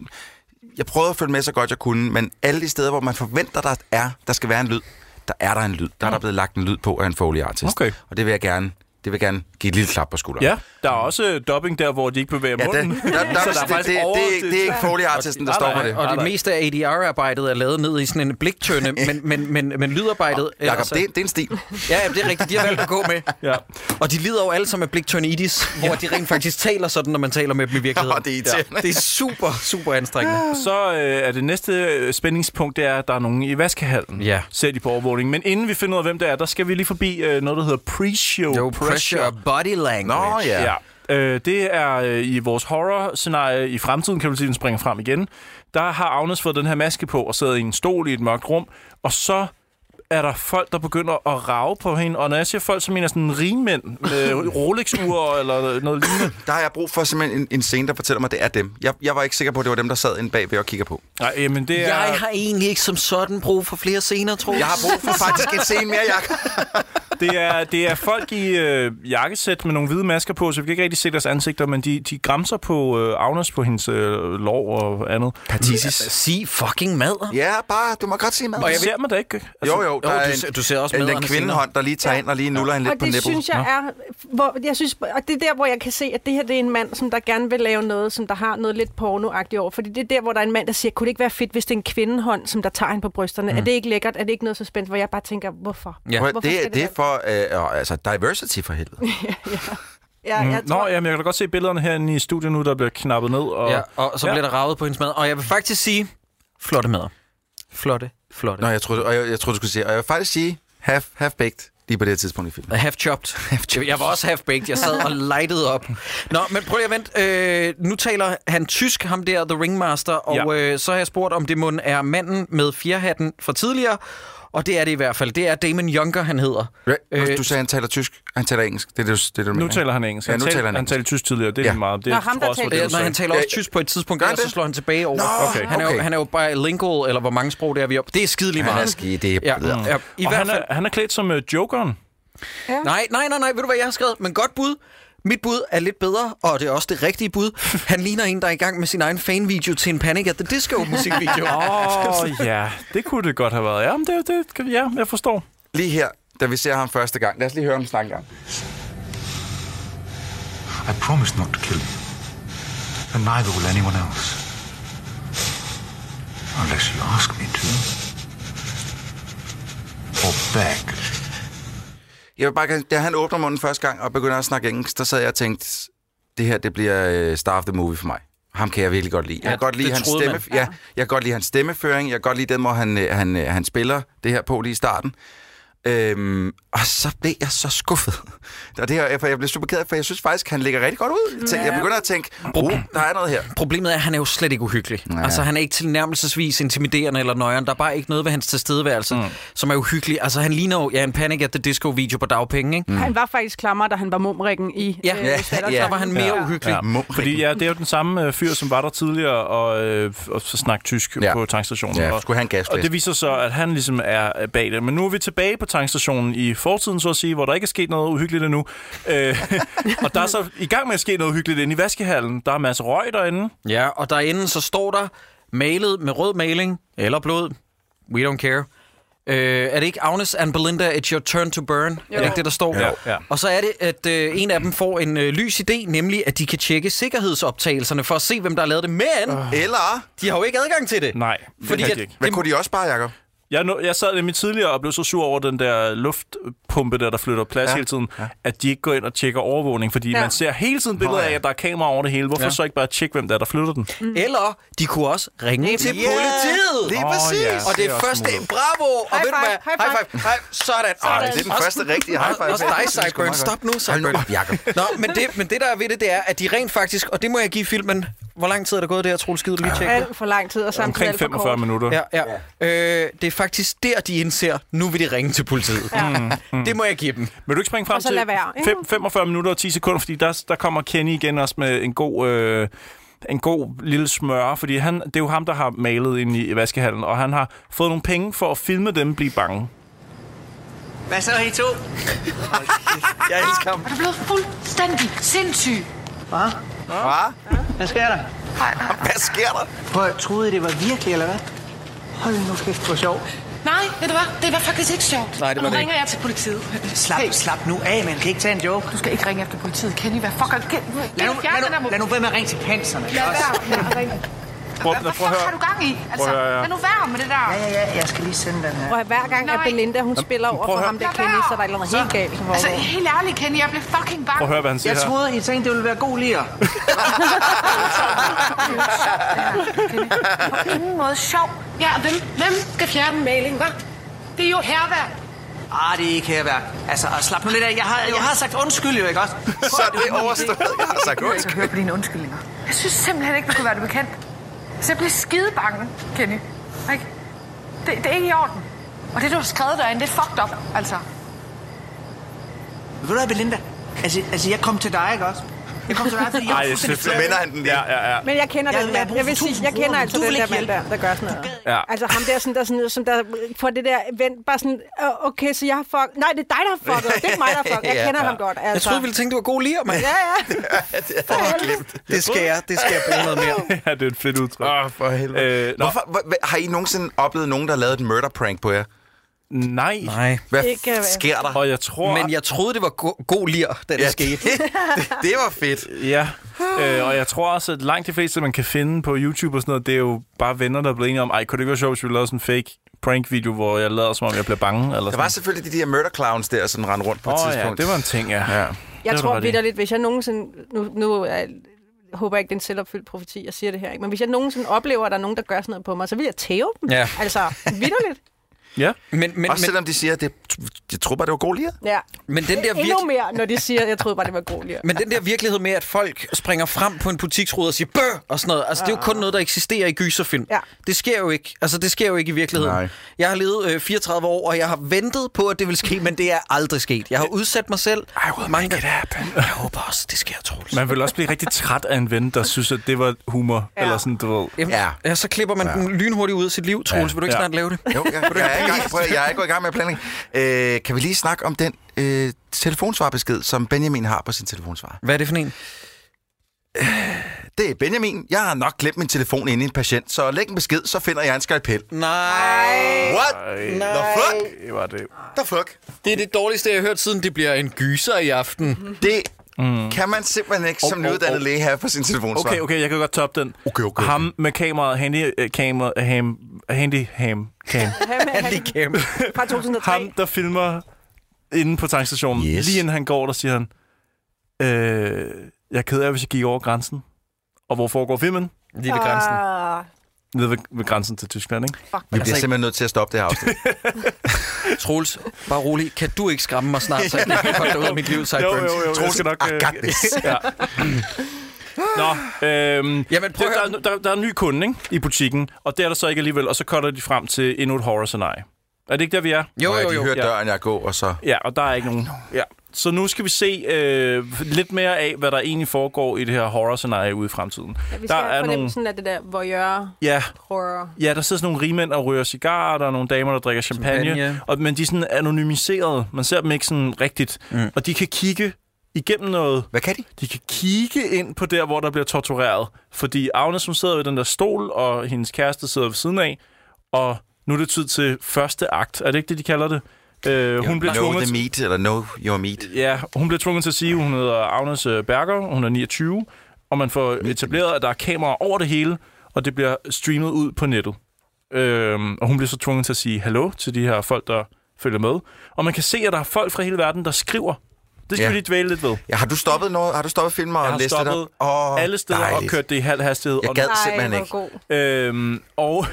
S2: jeg prøvede at følge med så godt jeg kunne, men alle de steder, hvor man forventer, der er, der skal være en lyd, der er der en lyd. Der er der blevet lagt en lyd på af en Foley-artist.
S3: Mm. Okay.
S2: Og det vil jeg gerne det vil jeg gerne give et lille klap på skulderen.
S3: Ja, der er også øh, dubbing der, hvor de ikke bevæger
S2: Ja,
S3: munden.
S2: det- der- der-
S3: Så
S2: det-
S3: er faktisk
S2: det- det-
S3: over-
S2: det er ikke- det er ikke Foley-artisten, der
S3: Nej,
S2: står
S3: nej,
S2: for det.
S1: Og
S3: nej,
S1: det
S3: nej.
S1: meste af ADR-arbejdet er lavet ned i sådan en bliktønde, men, men, men, men lydarbejdet... øh, altså-
S2: Jakob, det, det er en stil.
S1: Ja, ja, det er rigtigt, de har valgt at gå med.
S3: Ja.
S1: Og de lider jo alle sammen af bliktønitis, hvor de rent faktisk taler sådan, når man taler med dem i virkeligheden.
S2: Åh, det er irriterende.
S1: det er super, super anstrengende.
S3: Så øh, er det næste øh, spændingspunkt, det er, at der er nogen i vaskehallen.
S1: Ja.
S3: Ser de på overvågning. Men inden vi finder ud af, hvem det er, der skal vi lige forbi øh, noget, der hedder pre-show
S1: No pressure, body language.
S2: Nå ja.
S3: Ja. Øh, det er øh, i vores horror-scenarie i fremtiden, kan du sige, den springer frem igen. Der har Agnes fået den her maske på og sidder i en stol i et mørkt rum, og så er der folk, der begynder at rave på hende. Og når jeg siger folk, så mener jeg sådan rigmænd med Rolex-ure eller noget lignende.
S2: Der har jeg brug for simpelthen en, en scene, der fortæller mig, at det er dem. Jeg, jeg var ikke sikker på, at det var dem, der sad inde bagved og kigger på.
S3: Nej, jamen det er...
S1: Jeg har egentlig ikke som sådan brug for flere scener, tror
S2: Jeg har brug for faktisk en scene mere, Jacob.
S3: Det er, det er folk i øh, jakkesæt med nogle hvide masker på, så vi kan ikke rigtig se deres ansigter, men de, de græmser på øh, Agnes på hendes øh, lov og andet.
S1: Patisis. Sig fucking mad.
S2: Ja, bare, du må godt sige mad.
S3: Og jeg ser man da ikke. Altså,
S2: Jo, jo, der
S1: jo,
S2: er
S1: du
S2: en,
S1: ser- du ser også
S2: en, en
S1: madderne
S2: kvindehånd, der lige tager ind og lige nuller hende lidt
S7: Og
S2: på
S7: det
S2: nippet.
S7: synes jeg er, hvor, jeg synes, og det er der, hvor jeg kan se, at det her det er en mand, som der gerne vil lave noget, som der har noget lidt pornoagtigt over. Fordi det er der, hvor der er en mand, der siger, kunne det ikke være fedt, hvis det er en kvindehånd, som der tager hende på brysterne? Mm. Er det ikke lækkert? Er det ikke noget suspens? Hvor jeg bare tænker, hvorfor?
S2: Ja.
S7: hvorfor
S2: Prøv, det,
S7: skal
S2: det, det er
S7: være-
S2: for for øh, og, altså, diversity for helvede.
S7: Ja,
S3: Mm.
S7: jeg
S3: Nå, jamen, jeg kan da godt se billederne herinde i studiet nu, der bliver knappet ned. Og,
S1: Ja, og så
S3: Ja.
S1: bliver der ravet på hendes mad. Og jeg vil faktisk sige, flotte mader. Flotte, flotte.
S2: Nå, jeg troede, og jeg, jeg troede, du skulle sige, og jeg vil faktisk sige, half, half baked lige på det her tidspunkt i filmen.
S1: Half chopped. half chopped. Jeg var også half baked. Jeg sad og lightede op. Nå, men prøv lige at vente. Øh, nu taler han tysk, ham der, The Ringmaster, og ja. øh, så har jeg spurgt, om det mund er manden med fjerhatten fra tidligere, og det er det i hvert fald. Det er Damon Junker, han hedder. Øh, Altså,
S2: Ja, du, du sagde, han taler tysk, han taler engelsk. Det er det, du- det, er det du
S3: Øh, Nu
S2: mener, ikke?
S3: taler han engelsk.
S2: Ja,
S3: Han
S2: nu
S3: tal-
S2: taler han
S3: han
S2: engelsk.
S3: taler tysk tidligere, det er lige meget. Det Nå, er- ham, der tror jeg også, taler- det var det, du
S1: Nej, han
S3: sagde.
S1: taler også
S3: Ja,
S1: tysk på et tidspunkt, og så slår han tilbage over.
S3: Nå, Okay.
S1: Han, er jo,
S3: okay.
S1: han er jo bilingual, eller hvor mange sprog det er vi op. Det er skide lige
S3: Han er
S1: meget.
S2: skide, det er
S1: ja,
S2: bedre.
S1: ja, I
S3: Og
S1: hvert
S3: han
S1: fald,
S3: er, han er klædt som uh, jokeren.
S1: Ja. Nej, nej, nej, nej, ved du hvad jeg har skrevet? Men godt bud. Mit bud er lidt bedre, og det er også det rigtige bud. Han ligner en, der er i gang med sin egen fanvideo til en Panic at the Disco musikvideo.
S3: Åh, oh, ja. Det kunne det godt have været. Ja, men det, det, kan- ja jeg forstår.
S2: Lige her, da vi ser ham første gang. Lad os lige høre ham snakke en gang.
S11: I promise not to kill you. And neither will anyone else. Unless you ask me to. Or beg.
S2: Jeg vil bare, gerne- da han åbner munden første gang og begynder at snakke engelsk, der sad jeg og tænkte, det her det bliver øh, star of the movie for mig. Ham kan jeg virkelig godt lide. Jeg
S1: Ja,
S2: kan godt lide
S1: det
S2: hans
S1: troede
S2: stemme.
S1: man.
S2: Ja, jeg kan godt lide hans stemmeføring. Jeg kan godt lide den måde han øh, han øh, han spiller det her på lige i starten. Øhm, og så blev jeg så skuffet. Og det her, for jeg blev super ked af, for jeg synes faktisk, han ligger rigtig godt ud. Tænk, jeg begynder at tænke, oh, der er noget her.
S1: Problemet er, at han er jo slet ikke uhyggelig. Ja. Altså, han er ikke tilnærmelsesvis intimiderende eller nøjeren. Der er bare ikke noget ved hans tilstedeværelse, mm. som er uhyggelig. Altså, han ligner jo ja, en Panic at the Disco-video på dagpenge, ikke?
S7: Mm. Han var faktisk klammer, da han var mumrikken i øh,
S1: Ja, ja,
S7: Stattertøj.
S1: der var han mere uhyggelig.
S3: Fordi ja, det er jo den samme øh, fyr, som var der tidligere og, øh, og så snakkede tysk ja. på tankstationen.
S2: Ja,
S3: og,
S2: skulle han gasflaske.
S3: Og det viser så, at han ligesom er øh, bag det. Men nu er vi tilbage på tankstationen i fortiden, så at sige, hvor der ikke er sket noget uhyggeligt endnu. Øh, og der er så i gang med at ske noget uhyggeligt inde i vaskehallen. Der er masser røg derinde.
S1: Ja, og derinde så står der malet med rød maling eller blod. We don't care. Øh, er det ikke Agnes and Belinda, it's your turn to burn? Jo. Er det ikke det, der står?
S3: Jo. Ja.
S1: Og så er det, at øh, en af dem får en øh, lys idé, nemlig at de kan tjekke sikkerhedsoptagelserne for at se, hvem der har lavet det. Men
S2: Eller...
S1: de har jo ikke adgang til det.
S3: Nej,
S1: Fordi
S3: det kan
S1: at-
S3: de ikke.
S2: Hvad kunne de også bare, Jacob?
S3: Jeg, nå, jeg sad nemlig tidligere og blev så sur over den der luftpumpe, der, der flytter plads
S2: Ja.
S3: ja. hele tiden,
S2: Ja.
S3: ja. at de ikke går ind og tjekker overvågning, fordi
S7: Ja.
S3: ja. man ser hele tiden billeder
S2: Nå, ja.
S3: af, at der er kamera over det hele. Hvorfor
S1: Ja.
S3: ja. så ikke bare tjekke, hvem der er, der flytter den?
S1: Eller de kunne også ringe til
S2: Ja,
S1: politiet.
S2: Lige
S3: Åh,
S2: præcis.
S3: ja.
S1: Og det
S3: Det er
S1: er
S3: også
S1: første...
S3: muligt.
S1: Bravo! Og
S7: High
S1: ved du
S7: five,
S1: hvad?
S7: high
S1: High
S7: five.
S1: five. High five. Sådan.
S2: Ej,
S1: Ej,
S2: det er den
S1: også-
S2: første rigtige high five.
S1: Også dig, Sideburn. Stop nu,
S2: Hold nu
S1: Sideburn.
S2: op, Jacob.
S1: Nå, men det, men det, der er ved det, det er, at de rent faktisk... Og det må jeg give filmen... Hvor lang tid er der gået der, Troels Skide? Lige tjekke.
S7: Alt for lang tid, og samtidig
S3: Omkring
S7: alt for
S3: 45
S7: kort.
S3: minutter.
S1: Ja, ja. Øh, det er faktisk der, de indser, nu vil de ringe til politiet. Ja. Det må jeg give dem.
S3: Vil du ikke springe frem
S7: Og så
S3: til
S7: lad være, ikke?
S3: fem- 45 minutter og 10 sekunder, fordi der, der kommer Kenny igen også med en god... Øh, en god lille smør, fordi han, det er jo ham, der har malet ind i vaskehallen, og han har fået nogle penge for at filme dem blive bange.
S13: Hvad så, I to?
S2: Jeg elsker ham.
S13: Er du blevet fuldstændig sindssyg? Hvad?
S2: Hva?
S13: Hvad sker der?
S2: Hvad sker der?
S13: Prøv, troede I, det var virkelig, eller hvad? Hold nu kæft, hvor sjov.
S10: Nej, ved du hvad? Det var faktisk ikke sjovt.
S1: Nej, det var
S10: nu
S1: det
S10: ringer jeg til politiet.
S13: Slap, hey. slap nu af, man kan ikke tage en joke.
S10: Du skal ikke ringe efter politiet, Kenny. Hvad fuck er det?
S13: Lad nu, lad nu, lad nu være med at ringe til panserne.
S5: Lad
S13: også?
S5: være med at ringe.
S3: Prøv,
S5: Hvad fuck har du gang i? Altså,
S3: Prøv at høre, ja.
S5: lad nu være med det der.
S13: Ja, ja, ja, jeg skal lige sende den her.
S7: Og hver gang, at
S5: Nej.
S7: Belinda, hun spiller over
S3: prøv
S7: for
S3: at
S7: ham der
S5: høre.
S7: Kenny, så er der er noget helt galt. som
S5: Altså,
S7: foregår.
S5: helt ærligt, Kenny, jeg blev fucking bange.
S3: Prøv at høre, hvad han siger
S13: Jeg
S3: her.
S13: troede, I tænkte, det ville være god lige.
S5: På ingen måde sjov. Ja, og hvem, hvem skal fjerne en maling, hva'? Det er jo herværk.
S13: Ah, det er ikke herværk. Altså, og slap nu lidt af. Jeg har, jeg har sagt undskyld jo, ikke også?
S2: Så er det overstået. Jeg har sagt undskyld.
S13: høre på dine undskyldninger.
S5: Jeg synes simpelthen ikke, du kunne være det bekendt. Så jeg blev skide bange, Kenny. Ikke? Det, det er ikke i orden. Og det, du har skrevet derinde, det er fucked up, altså.
S13: Ved du hvad, Belinda? Altså, altså, jeg kom til dig, ikke også? Jeg kom til dig, fordi jeg
S3: Ej,
S2: Så vender han den lige.
S3: Ja, ja, ja.
S7: Men jeg kender
S13: Jeg
S7: den
S13: vil have
S7: der.
S13: brug
S7: Jeg
S13: for
S7: vil sige,
S13: 1000
S7: jeg kender
S13: kroner,
S7: altså
S13: men du
S7: den
S13: vil
S7: der
S13: ikke
S7: mand der, der gør sådan noget.
S3: Ja.
S7: Altså ham der, sådan, der, sådan, som der får det der vent, bare sådan, "Åh, okay, så jeg har fuck... Nej, det er dig, der har fucket. Det er ikke mig, der har fucket. Jeg
S2: Ja,
S7: kender
S2: ja.
S7: ham godt. Altså.
S1: Jeg troede, vi ville tænke, du var god lige, mand.
S7: Ja, ja.
S1: Det skal jeg. Det skal jeg bruge noget mere.
S3: ja, det er et fedt udtryk.
S2: Åh, for helvede.
S3: Øh, nå.
S2: Hvorfor, hvor, hvad- har I nogensinde oplevet nogen, der har lavet et murder prank på jer?
S3: Nej.
S1: Nej.
S2: Hvad
S7: Ikke, øh,
S2: sker der?
S3: Og jeg tror...
S1: Men jeg troede, det var go- god lir, da det
S2: Ja,
S1: skete.
S2: det, det var fedt.
S3: Ja, øh, og jeg tror også, at langt de fleste, man kan finde på YouTube og sådan noget, det er jo bare venner, der er blevet enige om, ej, kunne det ikke være sjovt, hvis vi lavede sådan en fake prank-video, hvor jeg lader, som om jeg bliver bange. Eller
S2: Der
S3: sådan.
S2: var selvfølgelig de der murder clowns der, som rendte rundt på et
S3: Åh, ja,
S2: tidspunkt.
S3: det var en ting, ja.
S2: ja.
S7: Jeg
S3: Det
S7: tror
S3: var det.
S7: vidderligt, hvis jeg nogensinde... Nu, nu jeg håber jeg ikke, det er en selvopfyldt profeti, jeg siger det her, ikke? men hvis jeg nogensinde oplever, at der er nogen, der gør sådan noget på mig, så vil jeg tæve dem.
S2: Ja.
S7: Altså, vidderligt.
S3: Ja.
S1: Men, men,
S2: Også selvom de siger, at det, jeg tror bare, det var god lige.
S7: Ja.
S1: Men den der
S7: Endnu
S1: virke-
S7: mere, når de siger, jeg troede bare, det var god lir.
S1: Men den der virkelighed med, at folk springer frem på en butiksrude og siger bøh og sådan noget, altså det er jo kun noget, der eksisterer i gyserfilm. Ja. Det sker jo ikke. Altså det sker jo ikke i virkeligheden. Nej. Jeg har levet øh, 34 år, og jeg har ventet på, at det vil ske, men det er aldrig sket. Jeg har udsat mig selv. I will mange make it happen. Jeg håber også, det sker, Troels.
S3: Man vil også blive rigtig træt af en ven, der synes, at det var humor. Ja. Eller sådan, du ved.
S1: Jamen, ja. ja, så klipper man ja. den lynhurtigt ud af sit liv. Troels, ja. vil du ikke ja. snart lave det?
S2: Jo, jeg, jeg, er, i gang, prøv, at- jeg er gået i gang med planlægning. Øh, kan vi lige snakke om den øh, telefonsvarbesked, som Benjamin har på sin telefonsvar?
S1: Hvad er det for en?
S2: Det er Benjamin. Jeg har nok glemt min telefon inde i en patient, så læg en besked, så finder jeg en skalpel.
S1: Nej.
S2: What?
S1: Nej.
S2: The fuck?
S3: Det var det.
S2: The fuck?
S1: Det er det dårligste, jeg har hørt, siden det bliver en gyser i aften.
S2: Det mm. kan man simpelthen ikke som
S3: Og- og-
S2: nyuddannet
S3: og-
S2: læge have på sin telefonsvar.
S3: Okay, okay, jeg kan godt toppe den. Okay, okay. Ham med kameraet, handy, uh, camera, ham, handy, ham, cam.
S1: Handicap.
S7: Fra 2003.
S3: Ham, der filmer inde på tankstationen. Yes. Lige inden han går, der siger han, øh, jeg er ked af, hvis jeg gik over grænsen. Og hvor foregår filmen?
S1: Lige ved grænsen.
S7: Ah,
S3: Nede ved, ved grænsen til Tyskland, ikke?
S7: fuck.
S2: Vi bliver simpelthen nødt til at stoppe det her afsnit.
S1: Troels, bare rolig. Kan du ikke skræmme mig snart, så jeg kan komme dig ud af mit liv, Sideburns?
S3: Jo, jo, jo, jeg
S1: Troels,
S3: skal nok,
S1: I
S3: øh,
S1: got this.
S3: ja. Nå, øhm, Jamen,
S1: prøv
S3: der, der, der, der er en ny kunde ikke, i butikken, og det er der så ikke alligevel, og så cutter de frem til endnu et horror-scenarie. Er det ikke der, vi er?
S2: Nå, ja, de hører
S3: Ja.
S2: døren, jeg går, og så...
S3: Ja, og der er ikke nogen. Ja. Så nu skal vi se øh, lidt mere af, hvad der egentlig foregår i det her horror-scenarie ude i fremtiden.
S7: Ja,
S3: der
S7: vi skal
S3: er
S7: have
S3: nogle...
S7: fornemmelsen af det der voyeur
S3: Ja,
S7: horror.
S3: ja, der sidder sådan nogle rigmænd og ryger cigarer, der er nogle damer, der drikker champagne,
S1: Champagne.
S3: champagne. Og, men de er sådan anonymiserede. Man ser dem ikke sådan rigtigt. Mm. Og de kan kigge igennem noget.
S2: Hvad kan de?
S3: De kan kigge ind på der, hvor der bliver tortureret. Fordi Agnes, hun sidder ved den der stol, og hendes kæreste sidder ved siden af. Og nu er det tid til første akt. Er det ikke det, de kalder det? Øh, hun bliver
S2: know
S3: tvunget
S2: the meat, eller know your meat.
S3: Ja, hun blev tvunget til at sige, at hun hedder Agnes øh, Berger, hun er 29, og man får etableret, at der er kameraer over det hele, og det bliver streamet ud på nettet. Øhm, og hun bliver så tvunget til at sige hallo til de her folk, der følger med. Og man kan se, at der er folk fra hele verden, der skriver. Det skal
S2: Ja.
S3: ja. vi lige dvæle lidt ved.
S2: Ja, har du stoppet noget? Har du stoppet filmer
S3: Jeg
S2: og
S3: har
S2: læst det
S3: stoppet
S2: op? Åh,
S3: alle steder og
S2: dejligt.
S3: kørt det i halv hastighed.
S2: Jeg
S3: og-
S2: gad simpelthen ikke.
S7: god.
S3: Øhm, og
S7: Og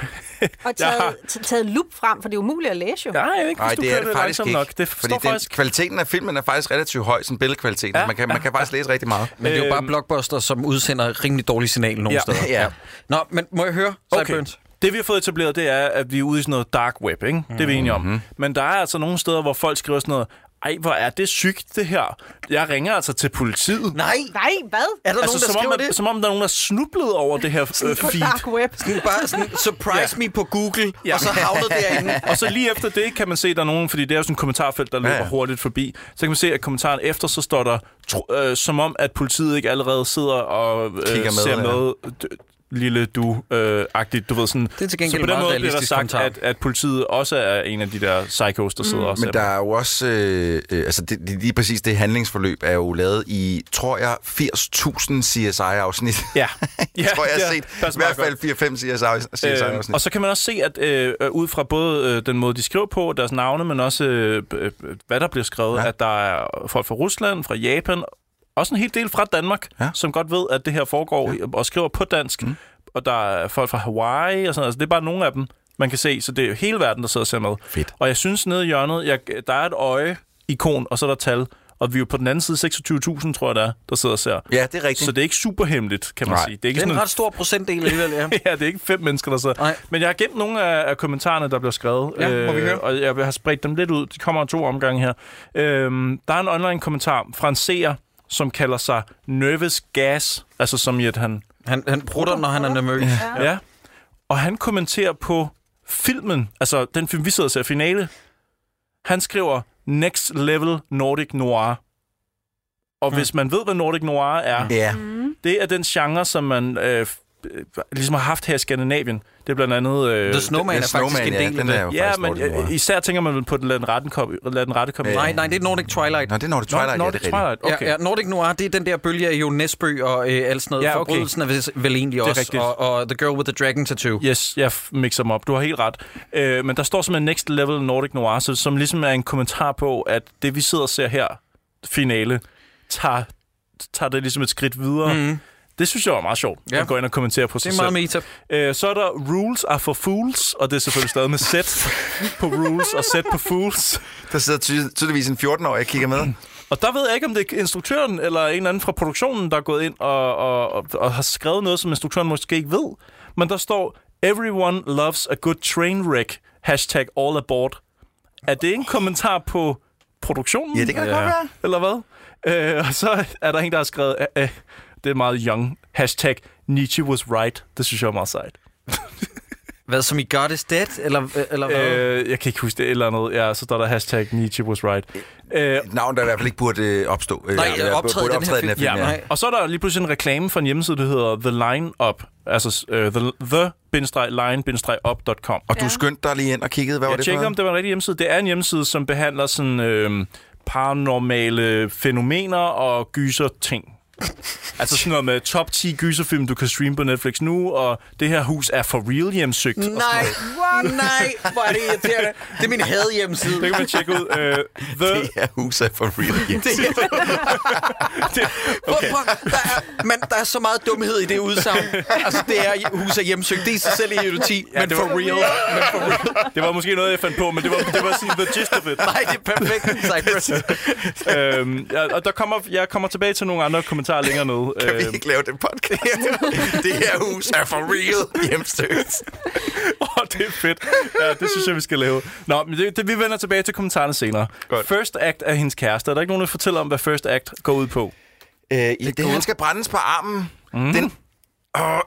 S3: jeg
S7: taget,
S3: har-
S7: t- taget lup frem, for det er umuligt at læse jo.
S3: Nej, jeg ikke,
S2: Nej, det er det faktisk ikke.
S3: nok. Det
S2: fordi
S3: står
S2: den,
S3: faktisk...
S2: kvaliteten af filmen er faktisk relativt høj, sådan billedkvaliteten. Ja, man, kan, man kan faktisk læse rigtig meget.
S1: Men det er jo bare blockbuster, som udsender rimelig dårlige signal nogle
S3: Øhm. Ja.
S1: steder.
S2: Ja.
S1: Nå, men må jeg høre,
S3: Okay.
S1: Sideburns?
S3: Det, vi har fået etableret, det er, at vi er ude i sådan noget dark web, ikke? Det er
S2: Mhm.
S3: vi enige om. Men der er altså nogle steder, hvor folk skriver sådan noget, ej, hvor er det sygt, det her. Jeg ringer altså til politiet.
S1: Nej!
S7: Nej, hvad?
S1: Er der nogen,
S3: altså,
S1: der
S3: som,
S1: skriver
S3: om, at-
S1: det?
S3: som om der er nogen, der er snublet over det her øh,
S7: På dark
S3: feed.
S7: web.
S1: Sådan bare sådan, surprise me på Google,
S3: Ja.
S1: og så havnede derinde.
S3: og så lige efter det kan man se, at der er nogen, fordi det er jo sådan et kommentarfelt, der løber
S2: ja.
S3: hurtigt forbi. Så kan man se, at kommentaren efter, så står der, tro, øh, som om, at politiet ikke allerede sidder og øh,
S2: Kigger med,
S3: ser
S2: ja.
S3: med, d- lille du-agtigt, du ved sådan.
S1: Det er til gengæld
S3: så på
S1: meget
S3: den måde bliver der
S1: realistisk
S3: sagt,
S1: kommentar.
S3: at, at politiet også er en af de der psychos, der sidder og ser
S2: Mm. Men der er jo også... Øh, øh, altså, det, det- lige præcis det handlingsforløb er jo lavet i, tror jeg, 80.000 CSI-afsnit.
S3: Ja.
S2: Jeg tror, jeg har
S3: ja,
S2: set
S3: passer
S2: i hvert
S3: meget
S2: fald 4-5 CSI-afsnit.
S3: Øh, og så kan man også se, at øh, øh, ud fra både øh, den måde, de skriver på, deres navne, men også øh, øh, hvad der bliver skrevet, ja. at der er folk fra Rusland, fra Japan, også en hel del fra Danmark, ja. som godt ved, at det her foregår ja. og skriver på dansk. Mm. Og der er folk fra Hawaii og sådan noget. Altså, det er bare nogle af dem, man kan se. Så det er jo hele verden, der sidder og ser med.
S2: Fedt.
S3: Og jeg synes nede i hjørnet, jeg, der er et øje, ikon, og så er der tal. Og vi er jo på den anden side 26.000, tror jeg, der, er, der sidder og ser.
S2: Ja, det er rigtigt.
S3: Så det er ikke super hemmeligt, kan man
S2: Nej.
S3: sige. Det er ikke
S1: Det er
S3: sådan
S1: en
S3: en-
S1: ret stor procentdel alligevel, ja.
S3: ja, det er ikke fem mennesker, der sidder.
S1: Nej.
S3: Men jeg har gemt nogle af, af kommentarerne, der blev skrevet. Øh,
S1: Ja, må vi høre?
S3: Og jeg har spredt dem lidt ud. De kommer to omgange her. Øh, der er en online-kommentar fra en seer, som kalder sig Nervous Gas. Altså som i, at han...
S1: Han, han prutter, når han er nervøs.
S3: Ja. ja. Og han kommenterer på filmen. Altså den film, vi sidder og ser finale. Han skriver Next Level Nordic Noir. Og hvis man ved, hvad Nordic Noir er,
S2: Ja.
S3: det er den genre, som man øh, øh, ligesom har haft her i Skandinavien. Det er blandt andet... Øh,
S1: The Snowman
S3: det-
S1: er faktisk en del af
S2: den
S1: det.
S2: er jo
S3: Ja,
S2: faktisk
S3: men
S2: Nordic Noir.
S3: øh, især tænker man vel på den lad den rette kom, lad den rette komme.
S1: Nej, nej, det er Nordic Twilight.
S2: Nå, det er Nordic Twilight, ja, det er
S3: Nordic
S2: rigtigt.
S3: Twilight, okay.
S1: Ja, ja, Nordic Noir, det er den der bølge af Jo Nesbø og øh, alt sådan noget.
S3: Ja,
S1: Ja,
S3: okay.
S1: okay. Forbrydelsen er vel- vel
S3: Det
S1: egentlig
S3: er
S1: også.
S3: rigtigt.
S1: Og, og The Girl with the Dragon Tattoo.
S3: Yes, jeg f- mixer dem op. Du har helt ret. Øh, men der står simpelthen Next Level Nordic Noir, så, som ligesom er en kommentar på, at det vi sidder og ser her, finale, tager, tager det ligesom et skridt videre.
S1: Mhm.
S3: Mm. Det synes jeg var meget sjovt, ja.
S1: Ja.
S3: at gå ind og kommentere på sig
S1: Det er meget
S3: selv. Øh, så er der Rules are for Fools, og det er selvfølgelig stadig med sæt på Rules og sæt på Fools.
S2: Der sidder ty- tydeligvis en 14-årig, jeg kigger med.
S3: Og der ved jeg ikke, om det er instruktøren eller en eller anden fra produktionen, der er gået ind og, og, og, og har skrevet noget, som instruktøren måske ikke ved. Men der står, Everyone loves a good train wreck. Hashtag all aboard. Er det en kommentar på produktionen?
S2: Ja, det kan det godt være.
S3: Eller hvad? Øh, og så er der en, der har skrevet, øh, øh, det er meget young. Hashtag Nietzsche was right. Det synes jeg er meget sejt.
S1: Hvad som i God is Dead, eller, eller hvad?
S3: Øh, jeg kan ikke huske det eller noget. Ja, så står der hashtag Nietzsche was right. Øh,
S2: Et navn, der i hvert fald ikke burde øh, opstå. øh,
S1: Nej,
S2: ja, burde
S1: optræde i den her
S2: optræde i den her
S1: film.
S2: film.
S1: Ja,
S2: Ja,
S1: nej.
S3: Og så er der lige pludselig en reklame fra en hjemmeside, der hedder The Line Up. Altså uh, the, the line upcom
S2: Og du skyndte dig lige ind og kiggede, hvad var
S3: Jeg
S2: det
S3: tjekkede,
S2: for
S3: om det var en rigtig hjemmeside. Det er en hjemmeside, som behandler sådan øh, paranormale fænomener og gyser ting. Altså sådan noget med top 10 gyserfilm, du kan streame på Netflix nu, og det her hus er for real hjemsøgt. og sådan
S1: Nej,
S3: noget.
S1: what? nej, hvor er det irriterende. Det er min hadhjemmeside.
S3: Det kan man tjekke ud. Øh, the,
S2: Det her hus er for real. Jens.
S1: Det er- Prøv- prøv- Der er, man, der er så meget dumhed i det udsagn. Altså, det er hus er hjemsøgt. Det er sig selv i idioti, ja, men,
S3: det
S1: for
S3: var-
S1: real. men for real.
S3: det var måske noget, jeg fandt på, men det var, det var sådan the gist of it.
S1: Nej, det er perfekt, Cypress.
S3: øhm, ja, og der kommer, jeg kommer tilbage til nogle andre kommentarer længere nede.
S2: Kan vi
S3: Øhm,
S2: ikke lave den podcast? det her hus er for real. Hjemstødt.
S3: Øhm, Åh, det er fedt. Ja, det synes jeg, vi skal lave. Nå, men det, det, vi vender tilbage til kommentarerne senere. Godt. First act er hendes kæreste. Er der ikke nogen, der fortæller om, hvad first act går ud på?
S2: Øh, det, det, han skal brændes på armen.
S1: Mhm.
S2: Mm. Den, og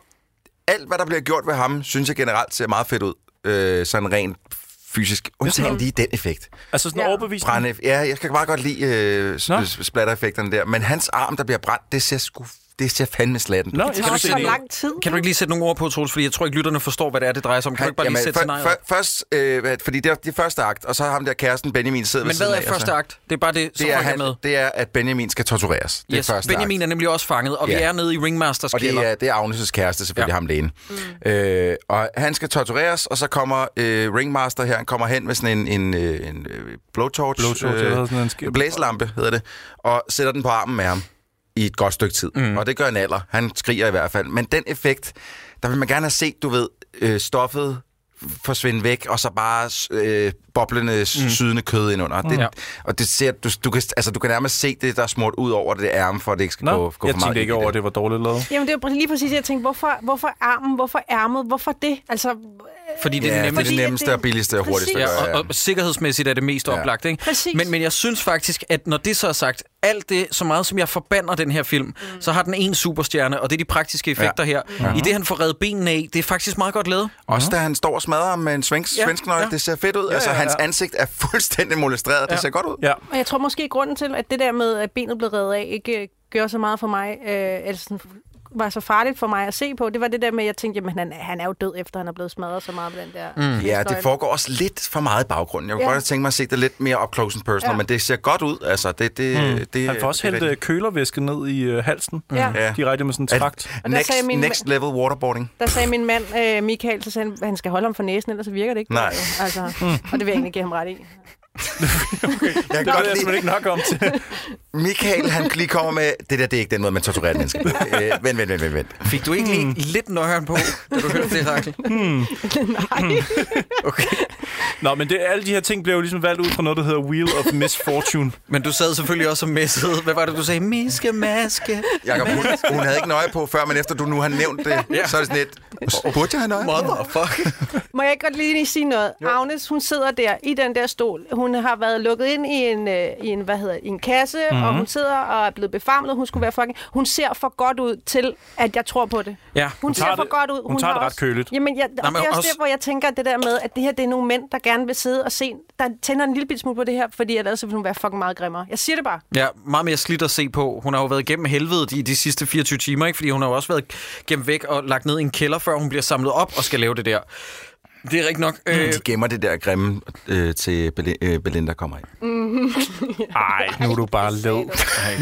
S2: alt, hvad der bliver gjort ved ham, synes jeg generelt ser meget fedt ud. Øh, sådan rent fysisk. Undtagen lige den effekt.
S3: Altså sådan ja. overbevisning?
S2: Brænde, ja, jeg kan bare godt lide øh, s-
S3: Nå.
S2: s- splatter-effekterne der. Men hans arm, der bliver brændt, det ser, sku, det ser fandme slatten.
S3: Nå, jeg
S7: Det var
S3: synes,
S7: så
S3: det er
S7: lang tid.
S1: Kan du ikke lige sætte nogle ord på, Troels? Fordi jeg tror ikke, lytterne forstår, hvad det er, det drejer sig om. Kan du ikke bare lige sætte
S2: for,
S1: scenariet?
S2: for, først, øh, hvad- fordi det er det er første akt, og så har ham der kæresten Benjamin sidder ved
S1: Men hvad
S2: siden
S1: er
S2: af, og så-
S1: første akt? Det er bare det, som
S2: Det er,
S1: rykker
S2: han,
S1: med.
S2: det er, at Benjamin skal tortureres. Det
S1: yes.
S2: er første
S1: Benjamin
S2: akt.
S1: er nemlig også fanget, og vi
S2: Ja.
S1: er nede i Ringmasters
S2: Og
S1: kælder.
S2: det er, det er Agnes' kæreste, selvfølgelig ja. ham lægen. Mm. Øh, og han skal tortureres, og så kommer øh, Ringmaster her, han kommer hen med sådan en, en, øh, en øh, blowtorch, øh,
S3: Blowtorch, eller sådan en skib-
S2: blæselampe hedder det, og sætter den på armen med ham i et godt stykke tid. Mm. Og det gør en alder. Han skriger i hvert fald. Men den effekt, der vil man gerne have set, du ved, øh, stoffet forsvinde væk, og så bare øh, boblende, mm. sydende kød indunder. Det,
S1: Ja.
S2: Og det ser, du, du, kan, altså, du kan nærmest se det, der er smurt ud over det ærme, for at det ikke skal gå,
S3: Nå,
S2: gå for
S3: jeg
S2: meget
S3: tænkte ikke
S2: ind i
S3: over,
S2: det.
S3: at det var dårligt lavet.
S7: Jamen, det var lige præcis, jeg tænkte, hvorfor, hvorfor armen, hvorfor ærmet, hvorfor det? Altså,
S1: Fordi det er
S2: Ja,
S1: nemlig
S2: fordi
S7: fordi
S2: det
S7: at
S2: nemmeste
S7: det-
S2: og billigste og hurtigste at
S1: Ja,
S2: gøre. Ja,
S1: og, og sikkerhedsmæssigt er det mest
S2: Ja.
S1: ja. oplagt, ikke?
S7: Præcis.
S1: Men, men jeg synes faktisk, at når det så er sagt, alt det, så meget som jeg forbander den her film, mm. så har den en superstjerne, og det er de praktiske effekter
S2: Ja.
S1: ja. her. Mm. I det, han får reddet benene af, det er faktisk meget godt lavet.
S2: Også da han står og smadrer ham med en svensk, ja,
S1: Ja,
S2: svensk nøgle, ja.
S1: ja.
S2: det ser fedt ud. Ja,
S3: Ja,
S2: altså,
S3: ja,
S2: hans
S3: ja.
S2: ansigt er fuldstændig molestreret. Ja. Det
S1: Ja.
S2: ser godt ud.
S3: Ja.
S7: Og jeg tror måske grunden til, at det der med, at benet blev reddet af, ikke øh, gjorde så meget for mig, øh, eller sådan, var så farligt for mig at se på, det var det der med, at jeg tænkte, jamen han, er- han er jo død, efter han er blevet smadret så meget på den der... Mm.
S2: Ja, det foregår også lidt for meget i baggrunden. Jeg kunne
S7: Ja.
S2: godt have tænkt mig at se det lidt mere up close and personal, ja.
S7: Ja.
S2: men det ser godt ud. Altså, det, det, mm. det,
S3: Hmm. Han får også
S2: det er
S3: hældt øh, kølervæske ned i øh, halsen.
S7: Ja.
S2: Ja.
S3: Direkte med sådan en
S2: rigtigt.
S3: trakt.
S2: At-
S7: Og der
S2: Next,
S7: sagde min-
S2: next level waterboarding.
S7: Der sagde min mand, øh, Michael, så sagde han, at han skal holde ham for næsen, ellers så virker det ikke.
S2: Nej.
S7: Altså, og det vil jeg egentlig give ham ret i.
S2: Jeg kan
S3: Det ved
S2: godt
S3: jeg
S2: lide,
S3: simpelthen ikke nok om til.
S2: Michael, han lige kommer med, det der, det er ikke den måde, man torturerer et menneske. på." Øh, Vent, vent, vent, vent, vent.
S1: Fik du ikke lige
S2: Mm.
S1: lidt nøjeren på, da du hørte det, Rakel?
S3: Nå, men det, alle de her ting bliver jo ligesom valgt ud fra noget, der hedder Wheel of Misfortune.
S1: Men du sad selvfølgelig også og messede. Hvad var det, du sagde? Miske, maske.
S2: Jacob, hun, hun havde ikke nøje på før, men efter du nu har nævnt det, ja. så er det sådan lidt, burde jeg have nøje på?
S1: Motherfuck.
S7: Må jeg ikke godt lige sige noget? Jo. Agnes, hun sidder der i den der stol. Hun har været lukket ind i en, øh, i en hvad hedder, i en kasse, mm-hmm. og hun sidder og er blevet befamlet. Hun skulle være fucking... Hun ser for godt ud til, at jeg tror på det.
S1: Ja,
S7: hun, hun ser
S3: tager
S7: for
S3: det-
S7: godt ud.
S3: hun tager
S7: har
S3: det ret
S7: også-
S3: køligt.
S7: Jamen, jeg, og
S1: men
S7: det er også
S1: også-
S7: der, hvor jeg tænker det der med, at det her det er nogle mænd, der gerne vil sidde og se, der tænder en lille bitte smule på det her, fordi ellers så vil hun være fucking meget grimmere. Jeg siger det bare.
S1: Ja, meget mere slidt at se på. Hun har jo været igennem helvede i de sidste 24 timer, ikke? fordi hun har jo også været gemt væk og lagt ned i en kælder, før hun bliver samlet op og skal lave det der. Det er rigtigt nok. Øh,
S2: De gemmer det der grimme øh, til Bel- øh, Belinda kommer ind.
S3: Nej, nu er du bare lav.
S2: Nu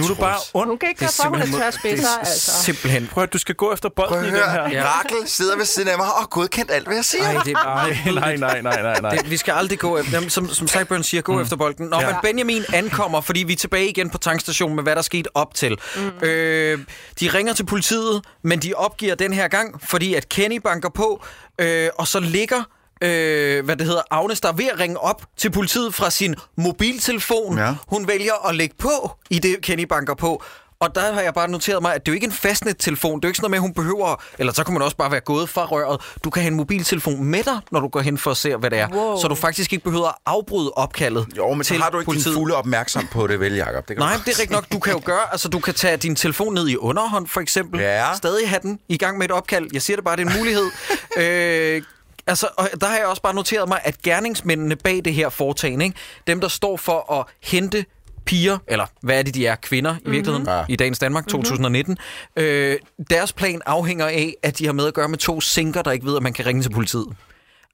S2: er du bare
S3: ond.
S7: Hun kan ikke
S2: Det er
S7: gøre for, hun er
S2: simpelthen-
S7: tørspidser,
S2: det er
S7: altså.
S1: Simpelthen.
S3: Prøv at du skal gå efter bolden
S2: Prøv
S3: i
S1: Mm.
S2: at
S3: den her.
S2: høre, ja. Rakel sidder ved siden af mig og godkendt alt, hvad jeg siger.
S1: Ej, det er meget
S3: Nej, nej, nej, nej, nej.
S1: Det, vi skal aldrig gå efter, jamen, som, som Cyburn siger, gå mm. efter bolden. Nå, ja.
S3: Ja.
S1: men Benjamin ankommer, fordi vi er tilbage igen på tankstationen med, hvad der skete op til. Mm. Øh, de ringer til politiet, men de opgiver den her gang, fordi at Kenny banker på, øh, og så ligger... Øh, hvad det hedder, Agnes, der er ved at ringe op til politiet fra sin mobiltelefon. Ja. Hun vælger at lægge på i det, Kenny banker på. Og der har jeg bare noteret mig, at det er jo ikke en fastnet-telefon. Det er jo ikke sådan noget med, at hun behøver... Eller så kunne man også bare være gået fra røret. Du kan have en mobiltelefon med dig, når du går hen for at se, hvad det er.
S7: Wow.
S1: Så du faktisk ikke behøver at afbryde opkaldet
S2: Jo, men så
S1: til
S2: har du ikke
S1: politiet.
S2: din fulde opmærksom på det, vel, Jacob? Det kan
S1: Nej,
S2: du
S1: men det er rigtigt nok. Du kan jo gøre, altså du kan tage din telefon ned i underhånd, for eksempel.
S2: Ja.
S1: Stadig have den i gang med et opkald. Jeg siger det bare, det er en mulighed. øh, altså, og der har jeg også bare noteret mig, at gerningsmændene bag det her foretagende, ikke? dem der står for at hente piger, eller hvad er det, de er, kvinder i virkeligheden,
S2: Ja.
S1: mm-hmm. i dagens Danmark 2019. Mm-hmm. Øh, deres plan afhænger af, at de har med at gøre med to sinker, der ikke ved, at man kan ringe til politiet.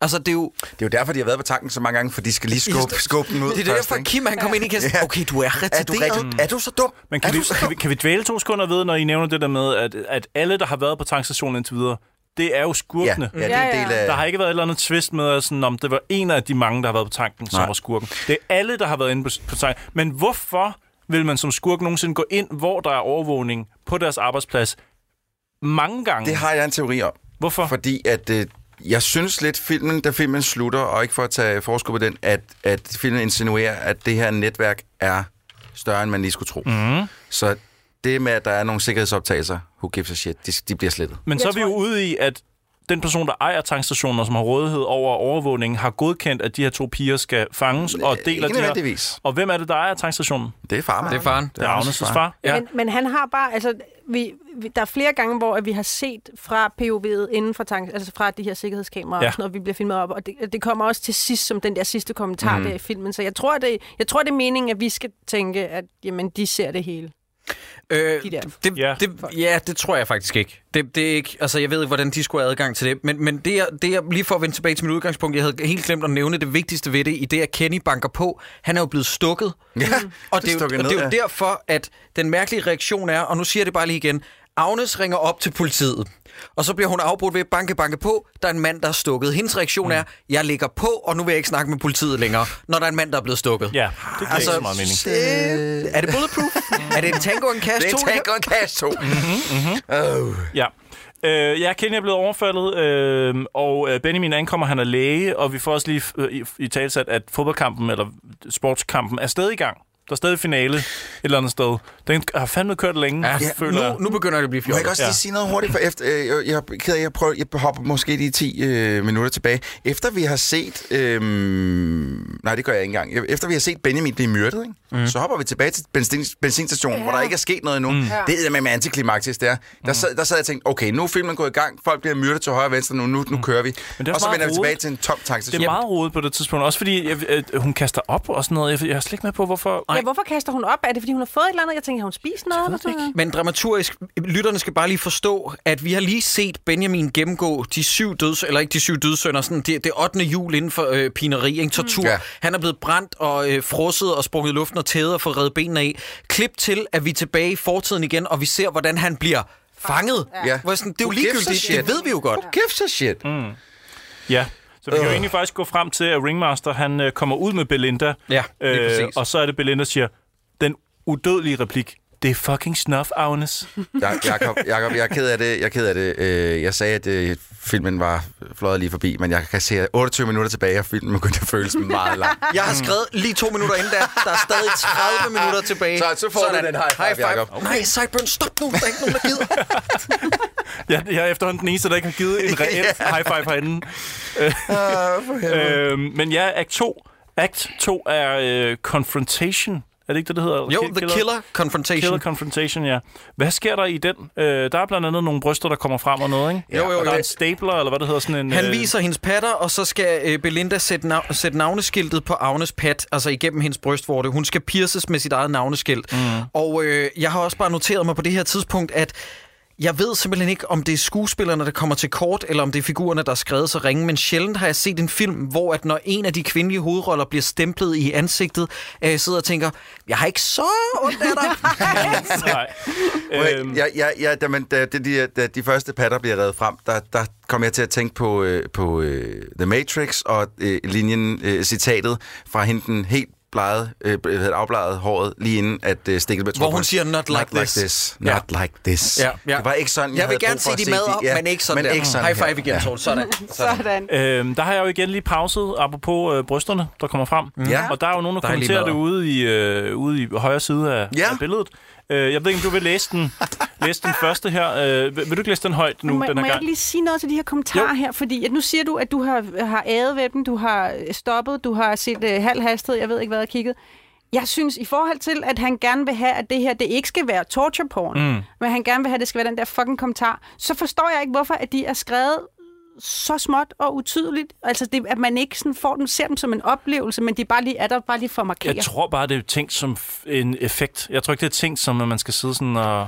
S1: Altså, det er jo...
S2: Det er jo derfor, de har været på tanken så mange gange, for de skal lige skubbe, skubbe den ud.
S1: Det er derfor,
S2: først, ikke?
S1: Kim, han kom ind i kassen.
S2: Ja.
S1: Okay, du er
S2: Er du,
S1: retarderet.
S2: rigtig, er du så dum?
S3: Men kan,
S2: er
S3: vi,
S2: du så
S3: kan, vi, kan vi dvæle to sekunder ved, når I nævner det der med, at, at alle, der har været på tankstationen indtil videre, det er jo
S2: Ja,
S3: skurkene.
S2: ja, det er en
S7: Ja, ja.
S2: del af...
S3: Der har ikke været et eller andet twist med, at sådan, om det var en af de mange, der har været på tanken, som
S2: Nej.
S3: var skurken. Det er alle, der har været inde på, på tanken. Men hvorfor vil man som skurk nogensinde gå ind, hvor der er overvågning på deres arbejdsplads mange gange?
S2: Det har jeg en teori om.
S3: Hvorfor?
S2: Fordi at øh, jeg synes lidt, filmen, da filmen slutter, og ikke for at tage forskud på den, at, at filmen insinuerer, at det her netværk er større, end man lige skulle tro.
S1: Mhm.
S2: Mm. Så det med, at der er nogle sikkerhedsoptagelser, who gives a shit, de, de bliver slettet.
S3: Men så er vi jo ude i, at den person, der ejer tankstationer, som har rådighed over overvågningen, har godkendt, at de her to piger skal fanges og
S2: Øh,
S3: deler
S2: ikke
S3: de her.
S2: nødvendigvis.
S3: Og hvem er det, der ejer tankstationen?
S2: Det er farmen.
S1: Det er faren.
S3: Det er Agnes' far.
S7: Ja. Men, men han har bare, altså, vi, vi, der er flere gange, hvor at vi har set fra POV'et inden for tank, altså fra de her sikkerhedskameraer,
S3: Ja.
S7: ja. når vi bliver filmet op, og det, det kommer også til sidst som den der sidste kommentar mm. der i filmen, så jeg tror, det, jeg tror, det er meningen, at vi skal tænke, at jamen, de ser det hele.
S1: Øh,
S7: De der
S1: det,
S3: Ja.
S1: det, ja, det tror jeg faktisk ikke. Det, det er ikke. Altså, jeg ved ikke, hvordan de skulle have adgang til det. Men, men det, jeg, det jeg, lige for at vende tilbage til mit udgangspunkt, jeg havde helt glemt at nævne det vigtigste ved det, i det, at Kenny banker på. Han er jo blevet stukket. Ja, og det, er jo-
S2: stukket
S1: og det er
S2: ned,
S1: jo
S2: ja.
S1: derfor, at den mærkelige reaktion er, og nu siger jeg det bare lige igen, Agnes ringer op til politiet, og så bliver hun afbrudt ved banke, banke på. Der er en mand, der er stukket. Hendes reaktion mm. er, jeg ligger på, og nu vil jeg ikke snakke med politiet længere, når der er en mand, der er blevet stukket.
S3: Ja, det giver altså, ikke så meget mening.
S2: Øh,
S1: mening. Er det bulletproof? er det en tango og en cash?
S2: Det er
S1: To,
S2: en tank og en kasse to.
S3: Ja. Øh, ja, Kenny er blevet overfaldet, øh, og øh, Benjamin ankommer, han er læge, og vi får også lige øh, i, i talsat, at fodboldkampen, eller sportskampen, er stadig i gang. Der er stadig finale et eller andet sted. Den har fandme kørt længe, ja, føler jeg.
S1: Nu, nu begynder det at blive
S2: Må jeg
S1: fjollet.
S2: ikke også lige
S3: Ja.
S2: sige noget hurtigt? For efter, øh, jeg, jeg er ked af, jeg, prøver, jeg hopper måske lige 10 øh, minutter tilbage. Efter vi har set... Øh, nej, det gør jeg ikke engang. Efter vi har set Benjamin blive myrdet, ikke? Mm. så hopper vi tilbage til benzin, benzinstationen, ja. hvor der ikke er sket noget endnu. Mm. Det er med, med antiklimaktisk, det er.
S3: Mm.
S2: Der, sad, der sad jeg og tænkte, okay, nu er filmen gået i gang. Folk bliver myrdet til højre og venstre nu. Nu, nu kører vi.
S3: Mm. er
S2: Og så
S3: meget
S2: vender vi tilbage
S3: rodet.
S2: til en tom
S3: Det
S2: tankstation.
S3: er meget rodet på det tidspunkt, også fordi jeg, øh, hun kaster op og sådan noget. Jeg, jeg er slet ikke med på, hvorfor...
S7: Ja, hvorfor kaster hun op? Er det, fordi hun har fået et eller andet? Jeg tænker, har hun spist noget? Eller sådan noget?
S1: Men dramaturgisk, lytterne skal bare lige forstå, at vi har lige set Benjamin gennemgå de syv døds, eller ikke de syv dødsønder, sådan det, det 8. jul inden for øh, pineri, ikke? tortur.
S2: Ja.
S1: Ja. Han er blevet brændt og øh, frosset og sprunget i luften og tædet og fået reddet benene af. Klip til, at vi er tilbage i fortiden igen, og vi ser, hvordan han bliver fanget.
S2: Ja.
S1: Hvor jeg sådan, det er jo
S2: Who gives a
S1: ligegyldigt,
S2: shit?
S1: det ved vi jo godt.
S2: Who gives a shit? Mm.
S3: Ja. Så vi kan jo egentlig faktisk gå frem til, at Ringmaster han øh, kommer ud med Belinda. Øh,
S1: Ja, lige præcis.
S3: og så er det Belinda siger, den udødelige replik, det er fucking snuff, Agnes.
S2: Ja, Jakob, Jakob, jeg er ked af det. Jeg, er ked af det. Øh, jeg sagde, at øh, filmen var fløjet lige forbi, men jeg kan se at 28 minutter tilbage, og filmen begyndte at føles meget lang.
S1: Jeg har skrevet lige to minutter inden der. Der er stadig 30 minutter tilbage.
S2: Så- så får du den high five, Jacob.
S1: Okay. Nej, Sideburn, stop nu. Der er ikke nogen, der gider.
S3: Jeg, jeg er efterhånden den eneste, der ikke har givet en reel high five herinde.
S1: Ah,
S3: Øhm, Øh, men ja, akt 2, akt 2 er øh, confrontation Er det ikke det, det hedder?
S1: Jo, The Killer Confrontation.
S3: Killer Confrontation, ja. Hvad sker der i den? Øh, der er blandt andet nogle bryster, der kommer frem og noget, ikke?
S1: Jo, jo,
S3: Og der er
S1: jo.
S3: en stapler, eller hvad det hedder, sådan en...
S1: Han
S3: øh,
S1: viser hendes patter, og så skal øh, Belinda sætte, nav- sætte navneskiltet på Agnes pat, altså igennem hendes brystvorte. Hun skal pierces med sit eget navneskilt. Mm. Og øh, jeg har også bare noteret mig på det her tidspunkt, at jeg ved simpelthen ikke, om det er skuespillerne, der kommer til kort, eller om det er figurerne, der er skrevet så ringe, men sjældent har jeg set en film, hvor at når en af de kvindelige hovedroller bliver stemplet i ansigtet, øh, jeg sidder og tænker, jeg har ikke så ondt af dig.
S3: Nej.
S2: Øhm. Jeg, jeg, jeg, da, man, da, de, de, da de første patter bliver reddet frem, der, der kom jeg til at tænke på, øh, på øh, The Matrix og øh, linjen, øh, citatet fra hende den helt bleget, øh, hvad hedder det, afbleget håret, lige inden at øh, stikket blev
S1: Hvor
S2: trukket.
S1: hun siger, "Not like
S2: Not
S1: this."
S2: like this. Not
S1: Ja.
S2: like this.
S1: Ja, ja.
S2: Det var ikke sådan, jeg,
S1: Jeg vil
S2: havde
S1: gerne
S2: brug for
S1: se
S2: at
S1: de
S2: se
S1: mad op,
S2: ja,
S1: men ikke sådan
S2: men
S1: der.
S2: Ikke sådan
S1: High five
S2: her.
S1: igen, Troels. Sådan.
S7: Sådan.
S3: Øhm, der har jeg jo igen lige pauset, apropos øh, brysterne, der kommer frem.
S1: Mm.
S2: Ja.
S3: Og der er jo nogen, der
S1: Dejlige
S3: kommenterer det
S1: madder.
S3: ude i, øh, ude i højre side af,
S2: Ja.
S3: ja. af billedet. Øh, jeg ved ikke, om du vil læse den, læse den første her. Øh, vil, vil du ikke læse den højt nu,
S7: må,
S3: den her
S7: må jeg
S3: gang?
S7: ikke lige sige noget til de her kommentarer
S3: Jo.
S7: jo. her? Fordi at nu siger du, at du har, har æret ved dem, du har øh, stoppet, du har set øh, halv hastighed, jeg ved ikke hvad, jeg kigget. Jeg synes, i forhold til, at han gerne vil have, at det her, det ikke skal være torture porn,
S3: Mm.
S7: mm. men han gerne vil have, at det skal være den der fucking kommentar, så forstår jeg ikke, hvorfor at de er skrevet så småt og utydeligt. Altså, det, at man ikke sådan får dem, ser dem som en oplevelse, men de bare lige er der bare lige for at markere.
S3: Jeg tror bare, det er tænkt som f- en effekt. Jeg tror ikke, det er tænkt som, at man skal sidde sådan og, og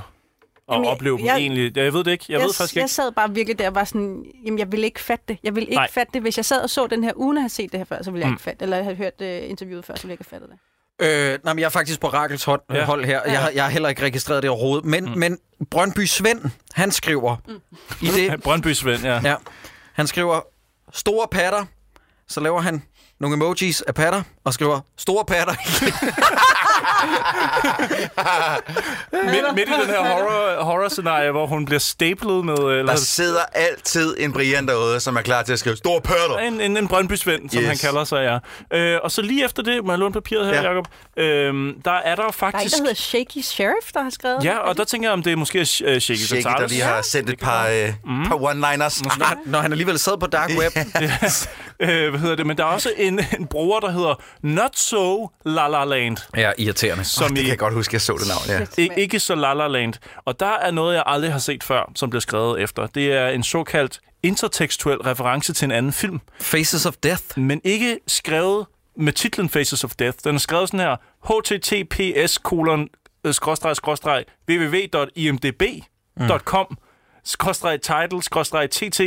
S7: Jamen, jeg-
S3: opleve dem
S7: jeg-
S3: egentlig. Jeg ved det ikke. Jeg, jeg ved faktisk
S7: jeg
S3: ikke.
S7: sad bare virkelig der og var sådan, jamen jeg ville ikke fatte det. Jeg ville ikke
S3: Nej.
S7: Nej. fatte det. Hvis jeg sad og så den her uden at have set det her før, så ville jeg
S1: Mm.
S7: ikke fatte Eller have hørt uh, interviewet før, så ville jeg ikke have fattet det.
S1: Øh, nej, men jeg er faktisk på Rakels hånd, ja.
S3: Ja.
S1: hold her. Jeg, har- jeg har heller ikke registreret det overhovedet. Men, mm. men Brøndby Svend, han skriver... Mm. I det,
S3: Brøndby Svend, ja.
S1: ja. Han skriver, store patter. Så laver han nogle emojis af patter, og skriver, store patter.
S3: Midt, midt i den her horror, horror-scenarie, hvor hun bliver staplet med... øh, Eller,
S2: Der sidder altid en Brian derude, som er klar til at skrive, stor pørter.
S3: en, en, en Brøndby-svend, som
S2: Yes.
S3: yes. han kalder sig, ja. Øh, og så lige efter det, må jeg låne papiret her,
S2: Ja.
S3: ja. Jacob, øh, der er der jo
S7: Der er en,
S3: faktisk...
S7: der hedder Shaky Sheriff, der har skrevet
S3: Ja,
S7: det.
S3: og der tænker jeg, om det er måske øh, Shaky Shaky
S2: Shaky, der lige har sendt et par, øh,
S3: Mm.
S2: par one-liners. Ah,
S1: når, han, når han alligevel sad på Dark Web.
S3: øh, hvad hedder det? Men der er også en, en bruger, der hedder Not So La La Land.
S1: Ja, irriterende.
S3: Som
S2: Det kan jeg godt huske, jeg så det navn, ja.
S3: I, I- ikke så La La Land. Og der er noget, jeg aldrig har set før, som bliver skrevet efter. Det er en såkaldt intertekstuel reference til en anden film.
S1: Faces of Death.
S3: Men ikke skrevet med titlen Faces of Death. Den er skrevet sådan her. https kolon øh, skråstreg skråstreg www.imdb.com skråstreg title skråstreg tt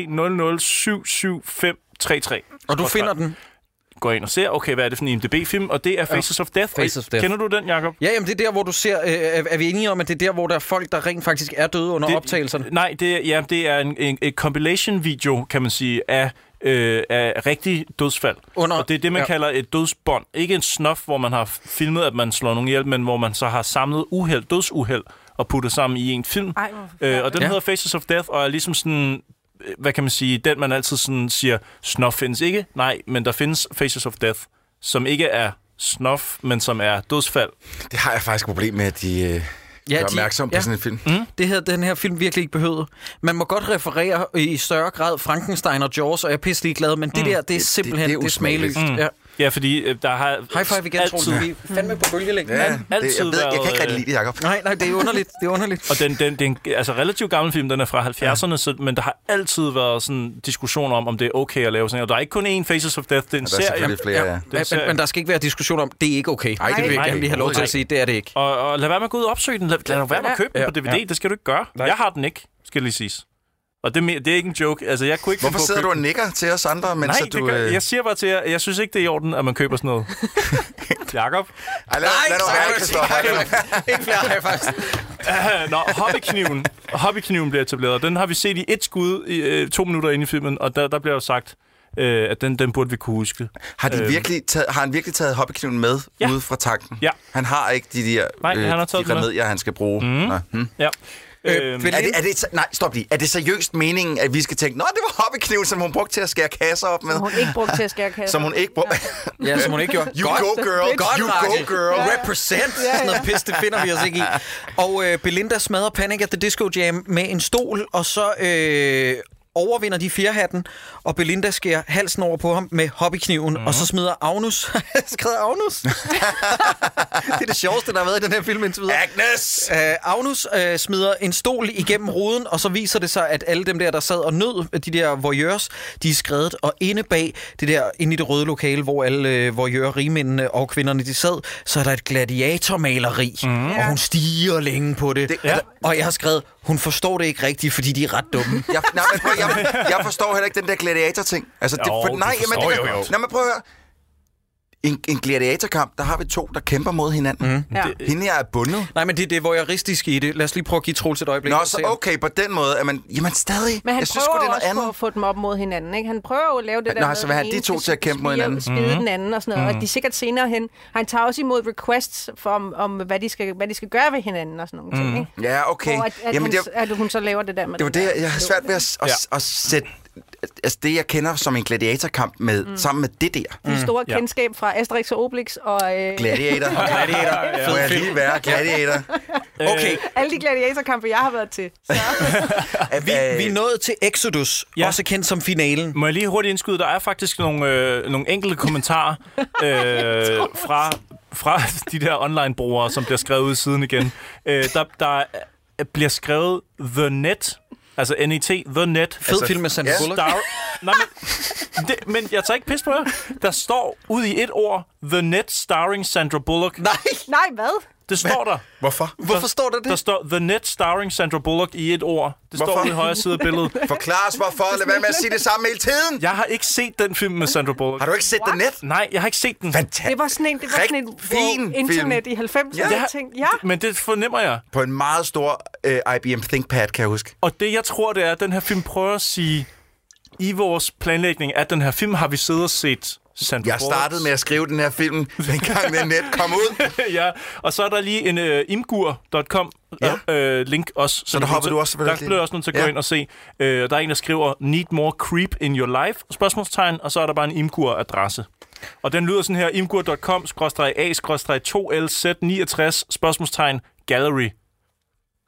S3: 007753
S1: Og du finder den?
S3: går ind og ser, okay, hvad er det for en IMDb-film? Og det er Faces of Death.
S1: Faces of Death.
S3: Kender du den, Jacob?
S1: Ja, jamen det er der, hvor du ser... Øh, er- er vi enige om, at det er der, hvor der er folk, der rent faktisk er døde under det, optagelserne?
S3: Nej, det er, ja, det er en, en, en compilation-video, kan man sige, af, øh, af rigtig dødsfald.
S1: Under-
S3: og det er det, man
S1: ja.
S3: ja. kalder et dødsbånd. Ikke en snof, hvor man har filmet, at man slår nogen ihjel, men hvor man så har samlet uheld, dødsuheld, og puttet sammen i en film.
S7: Ej, hvor forfærdeligt.
S3: øh, og den
S1: Ja.
S3: ja. hedder Faces of Death, og er ligesom sådan øh, hvad kan man sige, den man altid sådan siger, snof findes ikke, nej, men der findes Faces of Death, som ikke er snof, men som er dødsfald.
S2: Det har jeg faktisk et problem med, at de øh, ja, gør
S1: de-
S2: opmærksom på
S1: ja.
S2: sådan en
S3: Mm.
S2: film.
S1: Det havde den her film virkelig ikke behøvet. Man må godt referere i større grad Frankenstein og Jaws, og jeg er pisselig glad, men
S2: Mm.
S1: det der, det er simpelthen det, det, det er smagløst. Mm. Ja.
S3: Ja, fordi øh, der har
S1: High five igen, Troels. Vi
S3: altid,
S1: er fandme på bølgelængden.
S2: Ja,
S1: mand.
S2: det, jeg,
S3: altid
S2: ved, jeg kan
S3: været,
S2: ikke rigtig
S3: øh,
S2: lide det, Jacob.
S1: Nej, nej, det er underligt. Det er underligt.
S3: Og den, den, den altså relativt gammel film, den er fra 70'erne, ja. så, men der har altid været sådan diskussioner om, om det er okay at lave sådan noget. Der er ikke kun én Faces of Death, det er en
S2: Der er
S3: serie.
S2: selvfølgelig flere. Ja.
S1: Men, men,
S3: serie.
S1: men der skal ikke være diskussion om, det er ikke okay. Nej, det vil jeg
S3: nej,
S1: gerne lige have lov til at
S3: overhovedet
S1: sige. Det er det ikke.
S3: Og, og lad være med at gå ud og opsøge den. Lad, lad nu være med at købe
S1: Ja,
S3: den på DVD,
S1: ja.
S3: det skal du ikke gøre.
S1: Nej.
S3: Jeg har den ikke, skal lige siges. Og det, er me- det er ikke en joke. Altså, jeg kunne ikke finde
S2: Hvorfor
S3: på at
S2: sidder
S3: købe
S2: du og
S3: den.
S2: nikker til os andre, mens
S3: Nej,
S2: at
S3: du,
S2: du...
S3: det gør,
S2: øh,
S3: jeg siger bare til jer, jeg synes ikke, det er i orden, at man køber sådan noget. Jakob?
S2: Ej, lad, lad nu være, Christoffer.
S1: Ikke flere high fives.
S3: Øh, Nå, hobbykniven. hobbykniven bliver etableret. Den har vi set i et skud, i, øh, to minutter inde i filmen, og der, der bliver jo sagt, øh, at den, den burde vi kunne huske.
S2: Har, de
S3: Øhm.
S2: virkelig taget, har han virkelig taget hobbykniven med ja.
S3: Ja.
S2: ude fra tanken?
S3: Ja.
S2: Han har ikke de der øh,
S3: Nej, han har taget
S2: de
S3: den med.
S2: remedier, han skal bruge. Mm. Nå, hmm.
S3: Ja.
S1: Øh,
S3: Øh,
S1: vil-
S2: er det, er det, se- nej, stop lige. Er det seriøst meningen, at vi skal tænke, Nå, det var hobbykniven, som hun brugte til at skære kasser op med?
S7: Som hun ikke brugte til at skære kasser.
S2: Som hun ikke brugte...
S1: Ja, som hun ikke gjorde.
S2: You go, girl.
S1: Godt,
S2: You
S1: Rachel.
S2: go, girl.
S1: Represent. Sådan noget pis, det finder vi os ikke i. Og øh, Belinda smadrer Panic at the Disco Jam med en stol, og så øh, overvinder de fjerhatten, og Belinda skærer halsen over på ham med hobbykniven, mm. og så smider Agnus... skred Agnus? det er det sjoveste, der har været i den her film indtil videre.
S2: Agnes!
S1: Øh, Agnus øh, smider en stol igennem ruden, og så viser det sig, at alle dem der, der sad og nød, øh, de der voyeurs, de er skredet, og inde bag det der, inde i det røde lokale, hvor alle øh, voyeurer, rigmændene og kvinderne, de sad, så er der et gladiatormaleri, mm. og hun stiger længe på det. det ja. Og jeg har skrevet, hun forstår det ikke rigtigt, fordi de er ret dumme.
S2: Jeg, nej, men prøv, jeg, jeg forstår heller ikke den der gladiator-ting. Altså, det,
S3: Jo,
S2: for,
S3: du
S2: nej,
S3: forstår-
S2: jamen, det,
S3: jo, jo.
S2: Nej, men prøv at høre. En, en gladiatorkamp, der har vi to, der kæmper mod hinanden.
S1: Mm-hmm.
S2: Mm.
S7: Ja.
S2: Hende her er bundet.
S1: Nej, men det er det voyeuristiske i det. Lad os lige prøve at give Troels et øjeblik.
S2: Nå,
S1: og
S2: så
S1: se, om-
S2: okay, på den måde er man... Jamen, stadig.
S7: Men han
S2: jeg synes
S7: prøver
S2: sgu, det er noget
S7: også på
S2: andet.
S7: at få dem op mod hinanden. Ikke? Han prøver jo at lave det
S2: Nå,
S7: der med,
S2: så vil han
S7: den
S2: de
S7: ene
S2: to
S7: skal
S2: til at kæmpe mod
S7: spire-
S2: hinanden.
S7: Spide
S2: Mhm.
S7: den anden og sådan noget.
S2: Mhm.
S7: Og de er sikkert senere hen. Han tager også imod requests for, om, om hvad, de skal, hvad de skal gøre ved hinanden og sådan nogle ting. Ikke?
S2: Ja, Mhm. okay.
S7: Hvor at,
S2: Jamen,
S7: at, Jamen,
S2: det
S7: han,
S2: er-
S7: at hun så laver det der med
S2: Det var
S7: den
S2: det,
S7: der-
S2: jeg har svært ved at, at, at, at sætte... Altså, det, jeg kender som en gladiatorkamp med, mm. sammen med det der.
S7: Det store kendskab fra Asterix og Obelix og... Øh,
S2: Gladiator. Gladiator.
S3: Ja.
S2: Må jeg
S3: Fed
S2: lige
S3: film.
S2: være gladiator? Okay,
S7: alle de gladiatorkampe, jeg har været til.
S2: øh,
S1: Vi, vi er nået til Exodus, ja. Mm. også kendt som finalen.
S3: Må jeg lige hurtigt indskyde, der er faktisk nogle, øh, nogle enkelte kommentarer øh, fra, fra de der online-brugere, som bliver skrevet ud siden igen. Øh, der, der er- bliver skrevet The Net, altså N-E-T, The Net. Altså,
S1: Fed film med Sandra Bullock.
S3: Star- Nej, men, det, men jeg tager ikke pis på jer. Der står ud i et ord, The Net starring Sandra Bullock.
S1: Nej,
S7: Nej, hvad?
S3: det står der.
S2: Hvorfor?
S1: Hvorfor står der det?
S3: Der står The Net starring Sandra Bullock i et ord. Det står
S2: Hvorfor?
S3: ude i højre side af billedet.
S2: Forklar os hvorfor. Lad være med at sige det samme hele tiden.
S3: Jeg har ikke set den film med Sandra Bullock.
S2: Har du ikke set The Net?
S3: Nej, jeg har ikke set den.
S7: Det var sådan en, det var sådan en
S2: Rigtig fin
S7: wow, internet
S2: film.
S7: i 90'erne.
S2: Ja.
S7: Ja. Jeg tænkte, ja.
S3: Men det fornemmer jeg.
S2: På en meget stor øh, IBM ThinkPad, kan jeg huske.
S3: Og det, jeg tror, det er, at den her film prøver at sige, i vores planlægning af den her film, har vi siddet og set Sandra
S2: Jeg startede med at skrive den her film, dengang The Net kom ud.
S3: ja, og så er der lige en uh, imgur.com ja. øh, link også. Så
S2: der hoppede du også
S3: Der
S2: selvfølgelig
S3: blev jeg også nødt til at gå
S2: Ja.
S3: ind og se. Øh, der er en, der skriver, need more creep in your life, spørgsmålstegn, og så er der bare en imgur-adresse. Og den lyder sådan her, imgur.com-a-2lz69, spørgsmålstegn, gallery.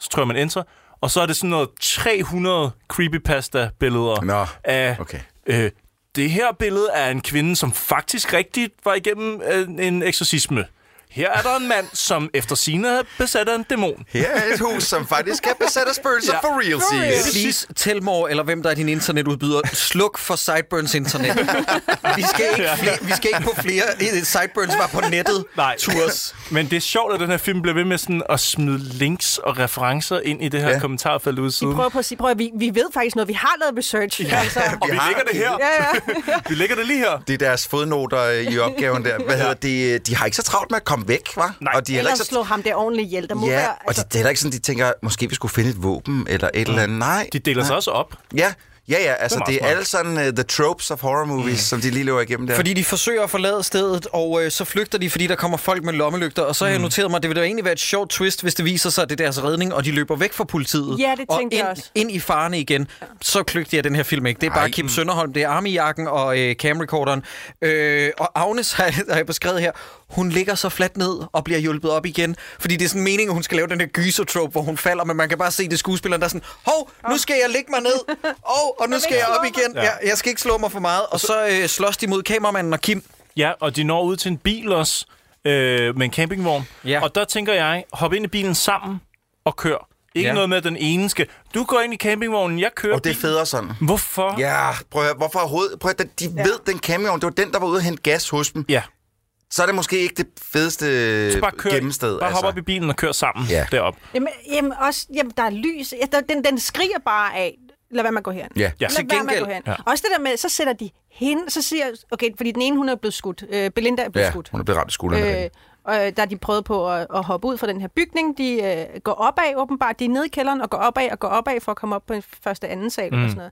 S3: Så tror jeg, man enter. Og så er det sådan noget 300 creepypasta-billeder
S2: Nå,
S3: af...
S2: okay.
S3: Øh, det her billede er en kvinde, som faktisk rigtigt var igennem øh, en eksorcisme. Her er der en mand, som efter sine er besat af en dæmon.
S2: Her er et hus, som faktisk kan besætte spøgelser ja.
S3: Ja.
S2: for realsies.
S1: Please, Telmore, eller hvem der er din internetudbyder, sluk for Sideburns internet. Vi skal ikke, flere, vi skal ikke på flere. eh, Sideburns var på nettet.
S3: Nej,
S1: Tours.
S3: men det er sjovt, at den her film bliver ved med sådan at smide links og referencer ind i det her
S2: Ja.
S3: ja. kommentarfelt ude
S7: De
S3: siden.
S7: prøver på at sige, prøv at vi, vi ved faktisk noget, vi har lavet research. Ja. Altså,
S3: Og vi
S2: har-
S3: lægger det her.
S7: ja, ja.
S3: Vi lægger det lige her.
S2: Det er deres fodnoter øh, i opgaven der. Hvad hedder det? De har ikke så travlt med at komme væk, hva'?
S3: Nej.
S2: Og de er heller
S7: Eller
S2: ikke så
S7: slå ham der ordentligt ihjel. Der må
S2: Ja,
S7: være, altså,
S2: og
S3: altså.
S2: det, det er heller ikke sådan, de tænker, måske vi skulle finde et våben eller et eller andet. Nej.
S3: Mm. De deler sig også op.
S2: Ja, ja, ja. Altså,
S3: Det er
S2: det
S3: meget Mm.
S2: er alle sådan uh, the tropes of horror movies, som de lige løber igennem der.
S1: Fordi de forsøger at forlade stedet, og øh, så flygter de, fordi der kommer folk med lommelygter. Og så har jeg noteret mig, at det ville da egentlig være et sjovt twist, hvis det viser sig, at det er deres redning, og de løber væk fra politiet.
S7: Ja, det
S1: og
S7: tænkte
S1: ind,
S7: jeg også.
S1: ind i farne igen. Så kløgtig er den her film ikke. Det er bare
S2: Ej.
S1: Kim Sønderholm, det er armijakken og øh, camrecorderen. Øh, og Agnes har, har jeg beskrevet her, hun ligger så fladt ned og bliver hjulpet op igen. Fordi det er sådan meningen, at hun skal lave den der gysertrope, hvor hun falder, men man kan bare se det skuespilleren, der er sådan, hov, nu skal jeg ligge mig ned, oh, og nu skal jeg op igen. Ja. Jeg, jeg skal ikke slå mig for meget. Og så øh, slås de mod kameramanden og Kim.
S3: Ja, og de når ud til en bil også, øh, med en campingvogn.
S1: Ja.
S3: Og der tænker jeg, hop ind i bilen sammen og kør. Ikke
S1: Ja.
S3: ja. noget med, at den ene skal... Du går ind i campingvognen, jeg kører
S2: og det er
S3: bilen.
S2: federe sådan.
S3: Hvorfor?
S2: Ja, prøv at høre, hvorfor overhovedet? Prøv at høre, de ja. ved, den camion, det var den, der var ude og hente gas hos dem.
S3: Ja,
S2: Så er det måske ikke det fedeste
S3: så bare kør,
S2: gemmested.
S3: bare altså. hop op i bilen og kør sammen
S2: Ja.
S3: ja. derop.
S7: Jamen, jamen, også, jamen, der er lys. Ja, der, den, den skriger bare af, lad være med at gå herhen.
S2: Ja.
S3: Ja.
S7: Lad
S1: Til
S7: være med at
S1: gengæld-
S7: gå herhen.
S3: Ja.
S7: Ja. Også det der med, så sætter de hende, så siger, okay, fordi den ene, hun er blevet skudt. Øh, Belinda er blevet
S2: Ja,
S7: skudt.
S2: hun er blevet ramt i skulderen.
S7: Øh, og øh, der har de prøvet på at, at hoppe ud fra den her bygning. De øh, går opad åbenbart. De er nede i kælderen og går opad og går opad for at komme op på en første anden sal mm. og sådan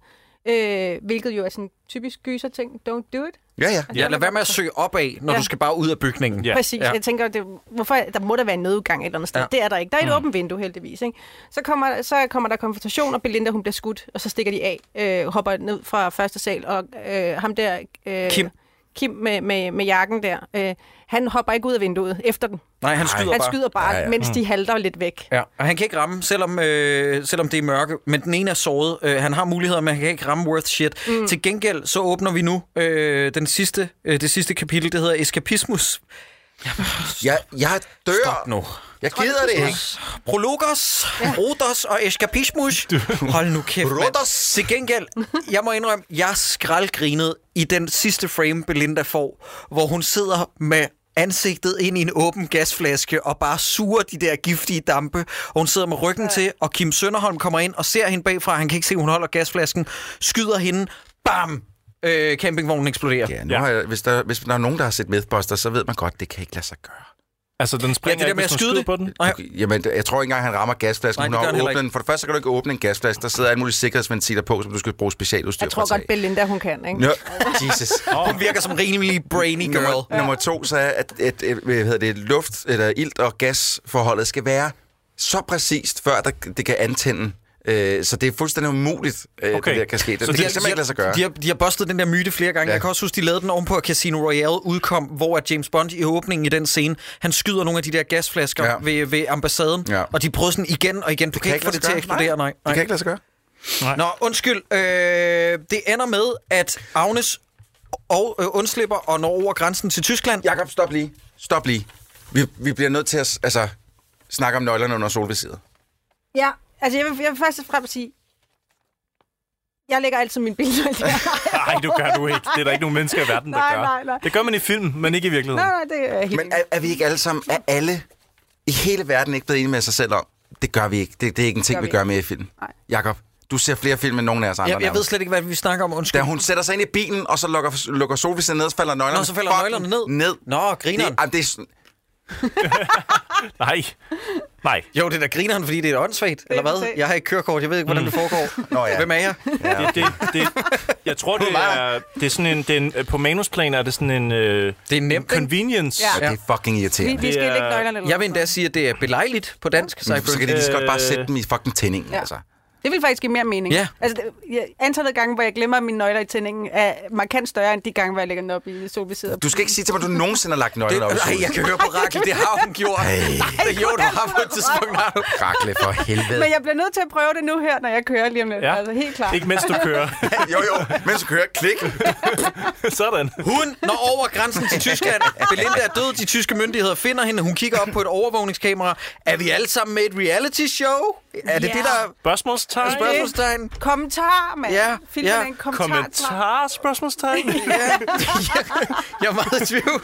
S7: noget. Øh, hvilket jo er sådan en typisk gyser ting. Don't do it. Altså,
S2: ja, ja.
S1: Ja, lad være med at søge opad, når ja.
S7: Ja.
S1: du skal bare ud af bygningen.
S7: Ja. Præcis.
S1: Ja.
S7: Ja. Jeg tænker, det, hvorfor, der må der være en nødudgang et eller andet sted.
S1: Ja.
S7: Ja. Det er der ikke. Der er et mm. åbent vindue heldigvis. Ikke? Så, kommer, så kommer der konfrontation, og Belinda hun bliver skudt, og så stikker de af, øh, hopper ned fra første sal, og øh, ham der... Øh,
S1: Kim.
S7: Kim med, med, med jakken der, øh, han hopper ikke ud af vinduet efter den.
S1: Nej, han skyder
S7: han
S1: bare.
S7: skyder bare,
S1: Ja,
S7: ja,
S1: ja.
S7: ja. mens
S1: Mm.
S7: de halter lidt væk.
S1: Ja, og han kan ikke ramme, selvom, øh, selvom det er mørke. Men den ene er såret. Øh, han har muligheder, men han kan ikke ramme worth shit. Mm.
S7: Mm.
S1: Til gengæld så åbner vi nu øh, den sidste, øh, det sidste kapitel, det hedder Eskapismus.
S2: Jeg, jeg dør.
S1: Stop nu.
S2: Jeg gider det ikke.
S1: Prologos, Rodos og Eskapismus. Hold nu kæft, mand. Til gengæld, jeg må indrømme, jeg skraldgrinede i den sidste frame, Belinda får, hvor hun sidder med ansigtet ind i en åben gasflaske og bare suger de der giftige dampe. Og hun sidder med ryggen ja. til, og Kim Sønderholm kommer ind og ser hende bagfra. Han kan ikke se, at hun holder gasflasken, skyder hende. Bam! Øh, campingvognen eksploderer.
S2: Ja, nu har jeg, hvis, der, hvis der er nogen, der har set Mythbusters, så ved man godt, det kan ikke lade sig gøre.
S3: Altså, den
S1: springer det der ikke, med hvis at du skyde skyder det. på den? Nej.
S2: Okay, jamen, jeg tror ikke engang, han rammer gasflasken.
S1: Nej,
S2: Nej,
S1: det
S2: hun
S1: gør
S2: har
S1: han heller
S2: åbnet den.
S1: ikke.
S2: For det første så kan du ikke åbne en gasflaske. Der sidder alle mulige sikkerhedsventiler på, som du skal bruge specialudstyr
S7: Jeg tror
S2: for at
S7: godt, Belinda hun kan, ikke?
S2: Nå, Jesus.
S1: Hun virker som en rimelig brainy girl.
S2: Nummer, nummer to, så er, at, at, at hvad hedder det, luft, eller ilt og gasforholdet skal være så præcist, før der, det kan antænde. Øh, så det er fuldstændig umuligt, øh, okay. det der kan ske. Det, så det, kan simpelthen ikke lade sig gøre.
S1: De har, de har bustet den der myte flere gange. Ja.
S2: Ja.
S1: Jeg kan også huske, de lavede den ovenpå, at Casino Royale udkom, hvor at James Bond i åbningen i den scene, han skyder nogle af de der gasflasker ja.
S2: Ja.
S1: ved, ved ambassaden, ja.
S2: Ja.
S1: og de prøvede sådan igen og igen. Du kan,
S2: kan
S1: ikke få
S2: ikke
S1: det
S2: lade
S1: til at
S2: sig gøre.
S1: eksplodere, nej.
S2: Nej,
S1: nej.
S2: det kan ikke lade sig gøre.
S1: Nej. Nå, undskyld. Øh, det ender med, at Agnes og, øh, undslipper og når over grænsen til Tyskland.
S2: Jakob, stop lige. Stop lige. Vi, vi bliver nødt til at s- altså, snakke om nøglerne under solvisiret.
S7: Ja, altså jeg vil, jeg vil først og fremmest sige, jeg lægger altid mine billeder der.
S3: Nej, du gør du ikke. Det er der ikke nogen mennesker i verden, der
S7: Nej,
S3: gør.
S7: nej, nej.
S3: Det gør man i film, men ikke i virkeligheden.
S7: nej, nej, det er helt...
S2: Men er, er vi ikke alle sammen, er alle i hele verden ikke blevet enige med sig selv om, det gør vi ikke. Det, det er ikke en ting,
S7: gør
S2: vi
S7: vi
S2: gør med i film. Jakob, du ser flere film end nogen af os andre.
S1: Jeg, jeg ved
S2: nærmest.
S1: slet ikke, hvad vi snakker om. Undskyld.
S2: Da hun sætter sig ind i bilen, og så lukker, lukker solvisen ned, så falder nøglerne,
S1: Nå, så falder
S2: fucking
S1: nøglerne ned.
S2: ned.
S1: Nå, grineren.
S2: Det, ej, det er, sådan-
S3: Nej. Nej.
S1: Jo, det er da grineren, fordi det er da åndssvagt, eller hvad?
S7: præcis.
S1: Jeg har ikke kørekort, jeg ved ikke, hvordan det foregår.
S2: Mm. Nå ja.
S1: Hvem er jeg?
S2: Ja.
S3: Det, det, det, jeg tror, det er, det er sådan en... Det er en på manusplan er det sådan en... Øh,
S1: Det er nemt, ikke?
S3: Convenience.
S2: ja. det er fucking
S7: Vi,
S2: irriterende.
S7: vi skal
S3: er-
S7: lægge nøglerne lidt
S1: Jeg vil endda sige, at det er belejligt på dansk, Cyprus.
S2: Så kan de lige så godt bare
S3: Øh.
S2: sætte dem i fucking tændingen, ja.
S7: Ja.
S2: altså.
S7: Det vil faktisk give mere mening.
S1: Ja.
S7: Altså, det, ja, antallet af gange, hvor jeg glemmer mine nøgler i tændingen, er markant større end de gange, hvor jeg lægger den op i solbesider.
S2: Du skal ikke sige til mig, at du nogensinde har lagt
S1: Det,
S2: nøglerne op i
S1: Øh, nej,
S2: solen.
S1: jeg kan høre på Rakel, det har hun gjort.
S2: Ej.
S1: Det gjorde du har på et tidspunkt. har du.
S2: Rakle for helvede.
S7: Men jeg bliver nødt til at prøve det nu her, når jeg kører lige om lidt.
S3: Ja.
S7: Ja. Altså, helt klart.
S3: Ikke mens du kører.
S2: jo, jo, mens du kører, klik.
S3: sådan.
S1: Hun når over grænsen til Tyskland. Belinda er død, de tyske myndigheder finder hende. Hun kigger op på et overvågningskamera. Er vi alle sammen med et reality show? Er det
S7: Ja.
S1: det, der
S3: Spørgsmålstegn.
S1: er spørgsmålstegn?
S7: Kommentar, mand.
S1: Ja,
S7: Filmen
S1: ja.
S7: er en kommentar.
S3: Kommentar? Spørgsmålstegn.
S1: Jeg er meget i tvivl.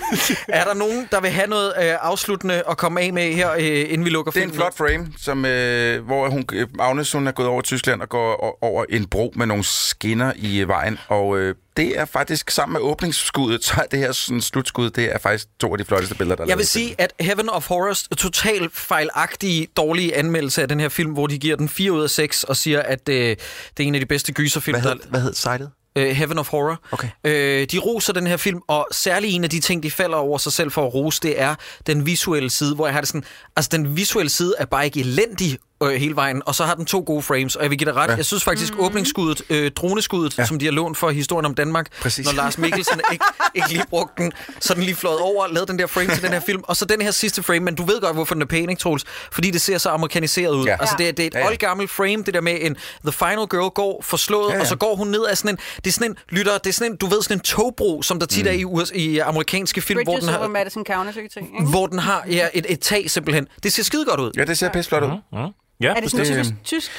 S1: Er der nogen, der vil have noget øh, afsluttende at komme af med her, øh, inden vi lukker
S2: Det er en
S1: filmen?
S2: flot frame, som, øh, hvor hun, øh, Agnes hun er gået over Tyskland og går o- over en bro med nogle skinner i øh, vejen. Og øh, det er faktisk sammen med åbningsskuddet, så er det her sådan, slutskud, det er faktisk to af de flotteste billeder, der er
S1: Jeg
S2: lavet
S1: vil
S2: i filmen.
S1: sige, at Heaven of Horrors total fejlagtige, dårlige anmeldelse af den her film, hvor de giver den 4 ud af 6 og siger, at øh, det er en af de bedste gyserfilm,
S2: Hvad
S1: der,
S2: hed, hvad hed sitet?
S1: øh, Heaven of Horror.
S2: Okay.
S1: Øh, de roser den her film, og særlig en af de ting, de falder over sig selv for at rose, det er den visuelle side, hvor jeg har det sådan, altså den visuelle side er bare ikke elendig øh, hele vejen, og så har den to gode frames, og jeg vil give dig ret, ja. jeg synes faktisk mm-hmm. åbningsskuddet, øh, droneskuddet, ja. som de har lånt for historien om Danmark,
S2: Præcis.
S1: når Lars Mikkelsen ikke, ikke lige brugte den, så den lige fløjet over, lavede den der frame til den her film, og så den her sidste frame, men du ved godt, hvorfor den er pæn, ikke Troels? Fordi det ser så amerikaniseret ud.
S2: Ja.
S1: Altså det, er- det er et
S2: Ja, ja.
S1: oldgammelt frame, det der med en The Final Girl går forslået, ja,
S2: Ja,
S1: ja.
S2: ja.
S1: og så går hun ned af sådan en, det er sådan en, lytter, det er sådan en, du ved, sådan en togbro, som der tit er i, US, i amerikanske film, hvor
S7: Bridges
S1: den,
S7: over
S1: har,
S7: Madison County, sådan ting. Ikke?
S1: hvor den har ja, et, et tag simpelthen. Det ser skide godt ud.
S2: Ja, det ser pisse flot ud.
S3: Ja,
S7: Er det sådan en
S2: det-
S7: typisk tysk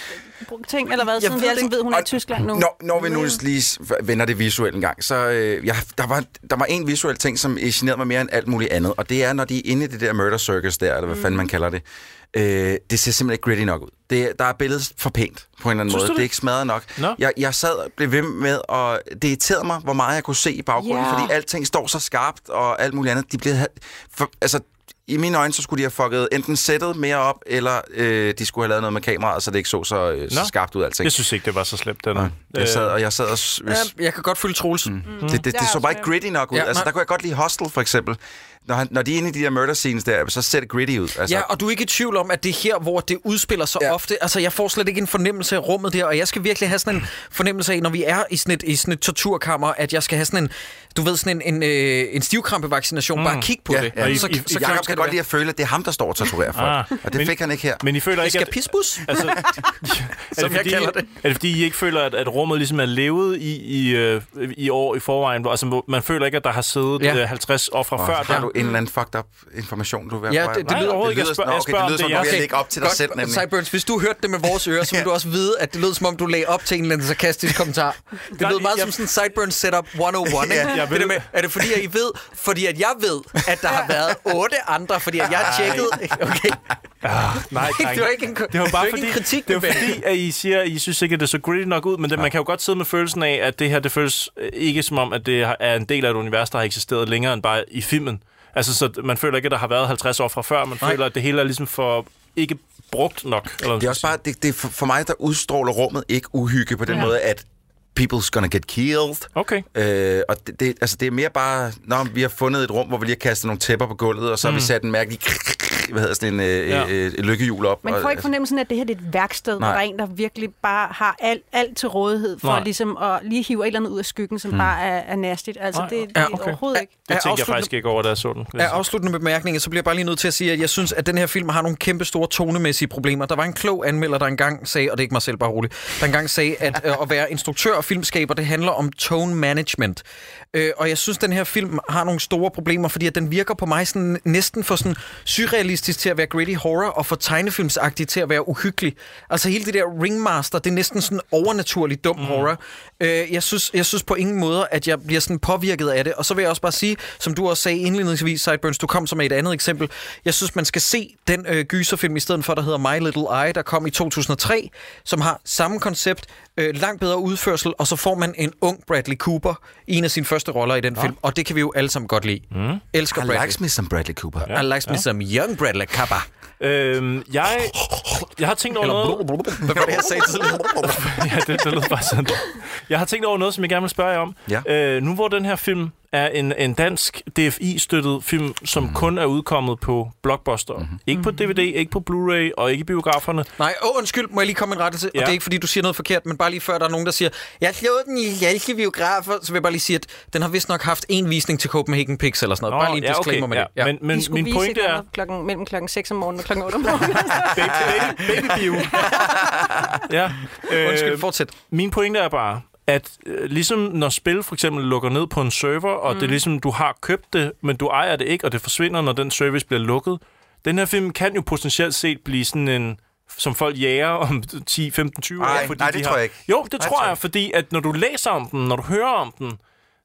S7: ting, eller hvad? Siden
S1: ved
S7: vi
S1: det
S7: altid
S1: ikke.
S7: ved, hun er i
S2: Og
S7: Tyskland nu. Mm.
S2: Når, når vi nu lige s- vender det visuelle en gang, så øh, jeg, der, var, der var en visuel ting, som øh, generede mig mere end alt muligt andet, og det er, når de er inde i det der murder circus der, eller hvad fanden
S7: Mm.
S2: man kalder det, øh, det ser simpelthen ikke gritty nok ud. Det, er- der er billedet for pænt på en eller anden
S3: Synes
S2: måde.
S3: du
S2: Det?
S3: det?
S2: er ikke smadret nok.
S3: Nå.
S2: Jeg, jeg sad og blev ved med, og det irriterede mig, hvor meget jeg kunne se i baggrunden,
S7: Ja.
S2: fordi alting står så skarpt, og alt muligt andet. De blev, for, altså, i mine øjne, så skulle de have fucket enten sættet mere op, eller øh, de skulle have lavet noget med kameraet, så det ikke så så, øh, så
S3: Nå.
S2: skarpt ud alting.
S3: Jeg øh, synes ikke, det var så slemt, den her.
S2: Jeg sad, og jeg sad og... s-
S1: Ja, jeg kan godt følge Troels. Mm.
S2: det, det, det,
S7: Jeg er
S2: så
S7: også
S2: bare ikke
S7: med.
S2: gritty nok ud.
S1: Ja,
S2: Ja, altså,
S1: nej.
S2: der kunne jeg godt lide Hostel, for eksempel. når, han, når de er inde i de der murder scenes der, så ser det gritty ud. Altså,
S1: Ja, og du er ikke i tvivl om, at det er her, hvor det udspiller sig ja. ofte. Altså, jeg får slet ikke en fornemmelse af rummet der, og jeg skal virkelig have sådan en fornemmelse af, når vi er i sådan et, i sådan et torturkammer, at jeg skal have sådan en, du ved, sådan en, en, øh, en stivkrampevaccination. Mm. Bare kig på det.
S2: Ja.
S1: Så, så, så
S2: Jacob
S1: klamt
S2: kan
S1: skal
S2: godt
S1: det
S2: lide at føle, at det er ham, der står og torturerer folk.
S3: Ah,
S2: Øh, og det
S3: men-
S2: fik han ikke her.
S3: Men I føler
S1: være.
S3: ikke,
S1: skal
S3: at...
S1: pisbus.
S3: Altså, er
S1: Som
S3: det,
S1: jeg
S3: fordi,
S1: kalder det.
S3: Er det fordi, I ikke føler, at, at rummet ligesom er levet i, i, øh, i år i forvejen? Hvor- Altså, hvor man føler ikke, at der har siddet
S2: Ja.
S3: ja. 50 ofre
S2: Og
S3: før.
S2: så har
S3: der.
S2: du en eller anden fucked up information, du er ved at
S1: Ja,
S2: prøve-
S1: det, det
S2: Nej,
S1: lyder
S3: overhovedet ikke. Jeg
S2: lyder-
S3: spørger-
S2: Nå,
S3: jeg
S2: okay,
S3: spørger,
S2: det lyder
S3: om det er
S2: som, om du
S3: jeres-
S2: vil lægge op til dig
S1: Godt,
S2: selv, nemlig.
S1: Cyburns, hvis du hørte det med vores ører, så vil du også vide, at det lød som om, du lagde op til en eller anden sarkastisk kommentar. Det lød meget som sådan en Sideburns setup 101, ikke?
S3: Ja. Jeg
S1: Det
S3: ved-
S1: der med, er det fordi, at I ved? Fordi at jeg ved, at der har været otte andre, fordi at jeg har tjekket. Okay.
S3: Nej, drenge.
S1: Altså, det var ikke en,
S3: det var bare
S1: ikke
S3: fordi,
S1: en kritik.
S3: det var
S1: men-
S3: fordi, at I siger, at I synes ikke, at det så gritty nok ud, men det, man kan jo godt sidde med følelsen af, at det her, det føles øh, ikke som om, at det har- er en del af et univers, der har eksisteret længere end bare i filmen. Altså, så man føler ikke, at der har været 50 år fra før, man
S2: Nej.
S3: føler, at det hele er ligesom for ikke brugt nok. Eller
S2: Det er også bare, det, det er for, for mig, der udstråler rummet ikke uhygge på den ja.
S3: Ja.
S2: måde, at people's gonna get killed.
S3: Okay.
S2: Øh, og det, det, altså, det er mere bare, når vi har fundet et rum, hvor vi lige har kastet nogle tæpper på gulvet, og så har vi
S3: Mm.
S2: sat en mærkelig, hvad hedder sådan en øh,
S3: Ja.
S2: ja. øh, lykkehjul op.
S7: Man
S2: og, altså,
S7: får ikke fornemmelsen af, at det her det er et værksted,
S2: Nej.
S7: hvor der er en, der virkelig bare har alt, alt til rådighed for
S2: Nej.
S7: ligesom at lige hive et eller andet ud af skyggen, som
S2: Mm.
S7: mm. bare er, er nastigt. Altså, det, det
S1: Hmm. Ja,
S7: ja,
S1: okay.
S7: okay. overhovedet ikke.
S3: Det
S1: Er
S3: tænkte jeg
S1: afsluttende-
S3: faktisk ikke over, da jeg så den.
S1: Af afsluttende bemærkninger, så bliver jeg bare lige nødt til at sige, at jeg synes, at den her film har nogle kæmpe store tonemæssige problemer. Der var en klog anmelder, der engang sagde, og det er ikke mig selv, bare roligt, der engang sagde, at øh, at være instruktør og filmskaber, det handler om tone management. Øh, og jeg synes, den her film har nogle store problemer, fordi at den virker på mig sådan, næsten for sådan surrealistisk til at være gritty horror, og for tegnefilmsagtig til at være uhyggelig. Altså hele det der Ringmaster, det er næsten sådan overnaturligt dum mm. horror. Øh, jeg, synes, jeg synes på ingen måde, at jeg bliver sådan påvirket af det. Og så vil jeg også bare sige, som du også sagde indledningsvis, Sideburns, du kom som et andet eksempel. Jeg synes, man skal se den øh, gyserfilm i stedet for, der hedder My Little Eye, der kom i 2003, som har samme koncept, øh, langt bedre udførsel, og så får man en ung Bradley Cooper i en af sine første roller i den ja. film. Og det kan vi jo alle sammen godt lide. Mm. Elsker
S2: I
S1: Bradley.
S2: likes me some Bradley Cooper.
S1: I likes me some young Bradley Cooper.
S3: Øhm, jeg, jeg har tænkt over
S1: Eller blub,
S3: noget...
S1: blub, blub. Hvad var det, jeg sagde tidligere?
S3: ja, det, det lød bare sådan. Jeg har tænkt over noget, som jeg gerne vil spørge jer om.
S2: Ja.
S3: Øh, nu hvor den her film er en, en dansk DFI-støttet film, som
S1: Mhm.
S3: mm. kun er udkommet på Blockbuster. Mm-hmm. Ikke på DVD, ikke på Blu-ray og ikke i biograferne.
S1: Nej, åh, undskyld, må jeg lige komme med en rettelse? Ja. Og
S3: Ja.
S1: det er ikke, fordi du siger noget forkert, men bare lige før der er nogen, der siger, jeg slog den i Hjalke Biografer, så vil jeg bare lige sige, at den har vist nok haft en visning til Copenhagen Pix eller sådan noget.
S3: Nå,
S1: bare lige en
S3: ja, okay,
S1: disclaimer med
S3: ja.
S1: det.
S3: Men- men
S7: De skulle
S3: min
S7: vise
S3: pointe
S7: et eller
S3: er-
S7: andet Klokken, mellem klokken 6 om morgenen og klokken 8 om morgenen.
S3: baby, baby ja.
S1: Undskyld, fortsæt.
S3: Min pointe er bare, at øh, ligesom når spil for eksempel lukker ned på en server, og mm. det er ligesom, du har købt det, men du ejer det ikke, og det forsvinder, når den service bliver lukket. Den her film kan jo potentielt set blive sådan en som folk jager om 10, 15, 20
S2: Ej,
S3: år. Fordi
S2: nej,
S3: de
S2: det
S3: har...
S2: tror jeg ikke.
S3: Jo, det
S2: Nej,
S3: tror
S2: det
S3: jeg, fordi at når du læser om den, når du hører om den,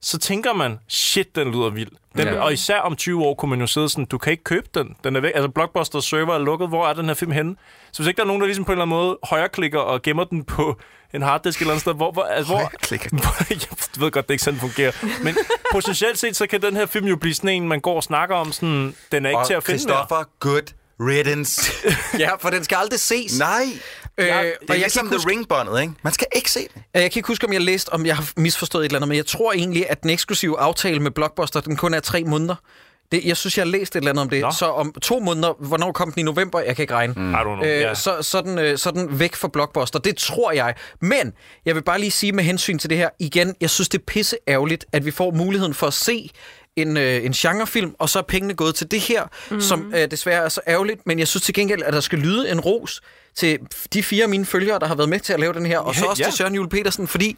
S3: så tænker man, shit, den lyder vild. Den,
S1: Ja.
S3: ja. Og især om 20 år kunne man jo sidde sådan, du kan ikke købe den. Den er væk. Altså Blockbuster server er lukket, hvor er den her film henne? Så hvis ikke der er nogen, der ligesom på en eller anden måde højreklikker og gemmer den på en harddisk eller andet sted, hvor... hvor, altså, hvor jeg ved godt, det er ikke sådan, det fungerer. Men potentielt set, så kan den her film jo blive sådan en, man går og snakker om sådan, den er ikke
S2: Og
S3: til at finde
S2: Christopher, good riddance.
S1: ja, for den skal aldrig ses.
S2: Nej,
S1: Øh, og
S2: det er
S1: jeg
S2: ligesom
S1: kan huske-
S2: The Ring-båndet, ikke? Man skal ikke se det.
S1: Øh, Jeg kan ikke huske, om jeg læste, om jeg har misforstået et eller andet, men jeg tror egentlig, at den eksklusive aftale med Blockbuster, den kun er tre måneder. Det, jeg synes, jeg har læst et eller andet om det. Nå.
S3: Nå.
S1: Så om to måneder, hvornår kom den i november, jeg kan ikke regne.
S3: I don't know.
S1: Øh,
S3: Ja.
S1: så, så, er den, øh, så er den væk fra Blockbuster. Det tror jeg. Men jeg vil bare lige sige med hensyn til det her igen, jeg synes, det er pisse ærgerligt, at vi får muligheden for at se en, øh, en genrefilm, og så er pengene gået til det her, mm. som øh, desværre er så ærgerligt, men jeg synes til gengæld, at der skal lyde en ros til de fire af mine følgere, der har været med til at lave den her, og
S3: Ja,
S1: så også
S3: ja.
S1: til Søren Jule Petersen, fordi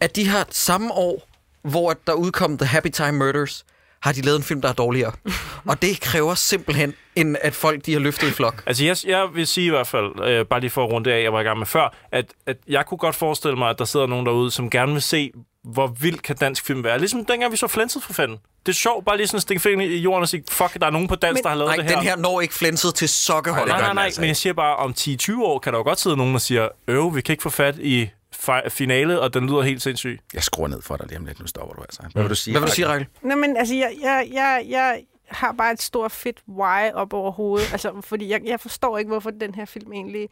S1: at de har samme år, hvor der udkom The Happy Time Murders, har de lavet en film, der er dårligere. og det kræver simpelthen, end at folk de har løftet i flok.
S3: Altså, jeg, jeg vil sige i hvert fald, øh, bare lige for at runde af, jeg var i gang med før, at, at jeg kunne godt forestille mig, at der sidder nogen derude, som gerne vil se, hvor vild kan dansk film være. Ligesom dengang vi så Flænset for fanden. Det er sjovt bare lige sådan at stikke fingeren i jorden og sige, fuck, der er nogen på dansk,
S1: Men-
S3: men, der har lavet
S1: Nej,
S3: det her.
S1: den her når ikke flænset til sokkeholdet.
S3: Nej, nej, nej,
S2: altså
S3: men jeg siger bare, om 10-20 år kan der jo godt sidde nogen, der siger, øv, vi kan ikke få fat i fi- finale, og den lyder helt sindssyg.
S2: Jeg skruer ned for dig lige om lidt. Nu stopper du altså. Hvad vil du sige?
S1: Hvad vil du sige, Rikkel?
S7: Nå, men altså, jeg, jeg, jeg, jeg har bare et stort fedt why op over hovedet. Altså, fordi jeg, jeg forstår ikke, hvorfor den her film egentlig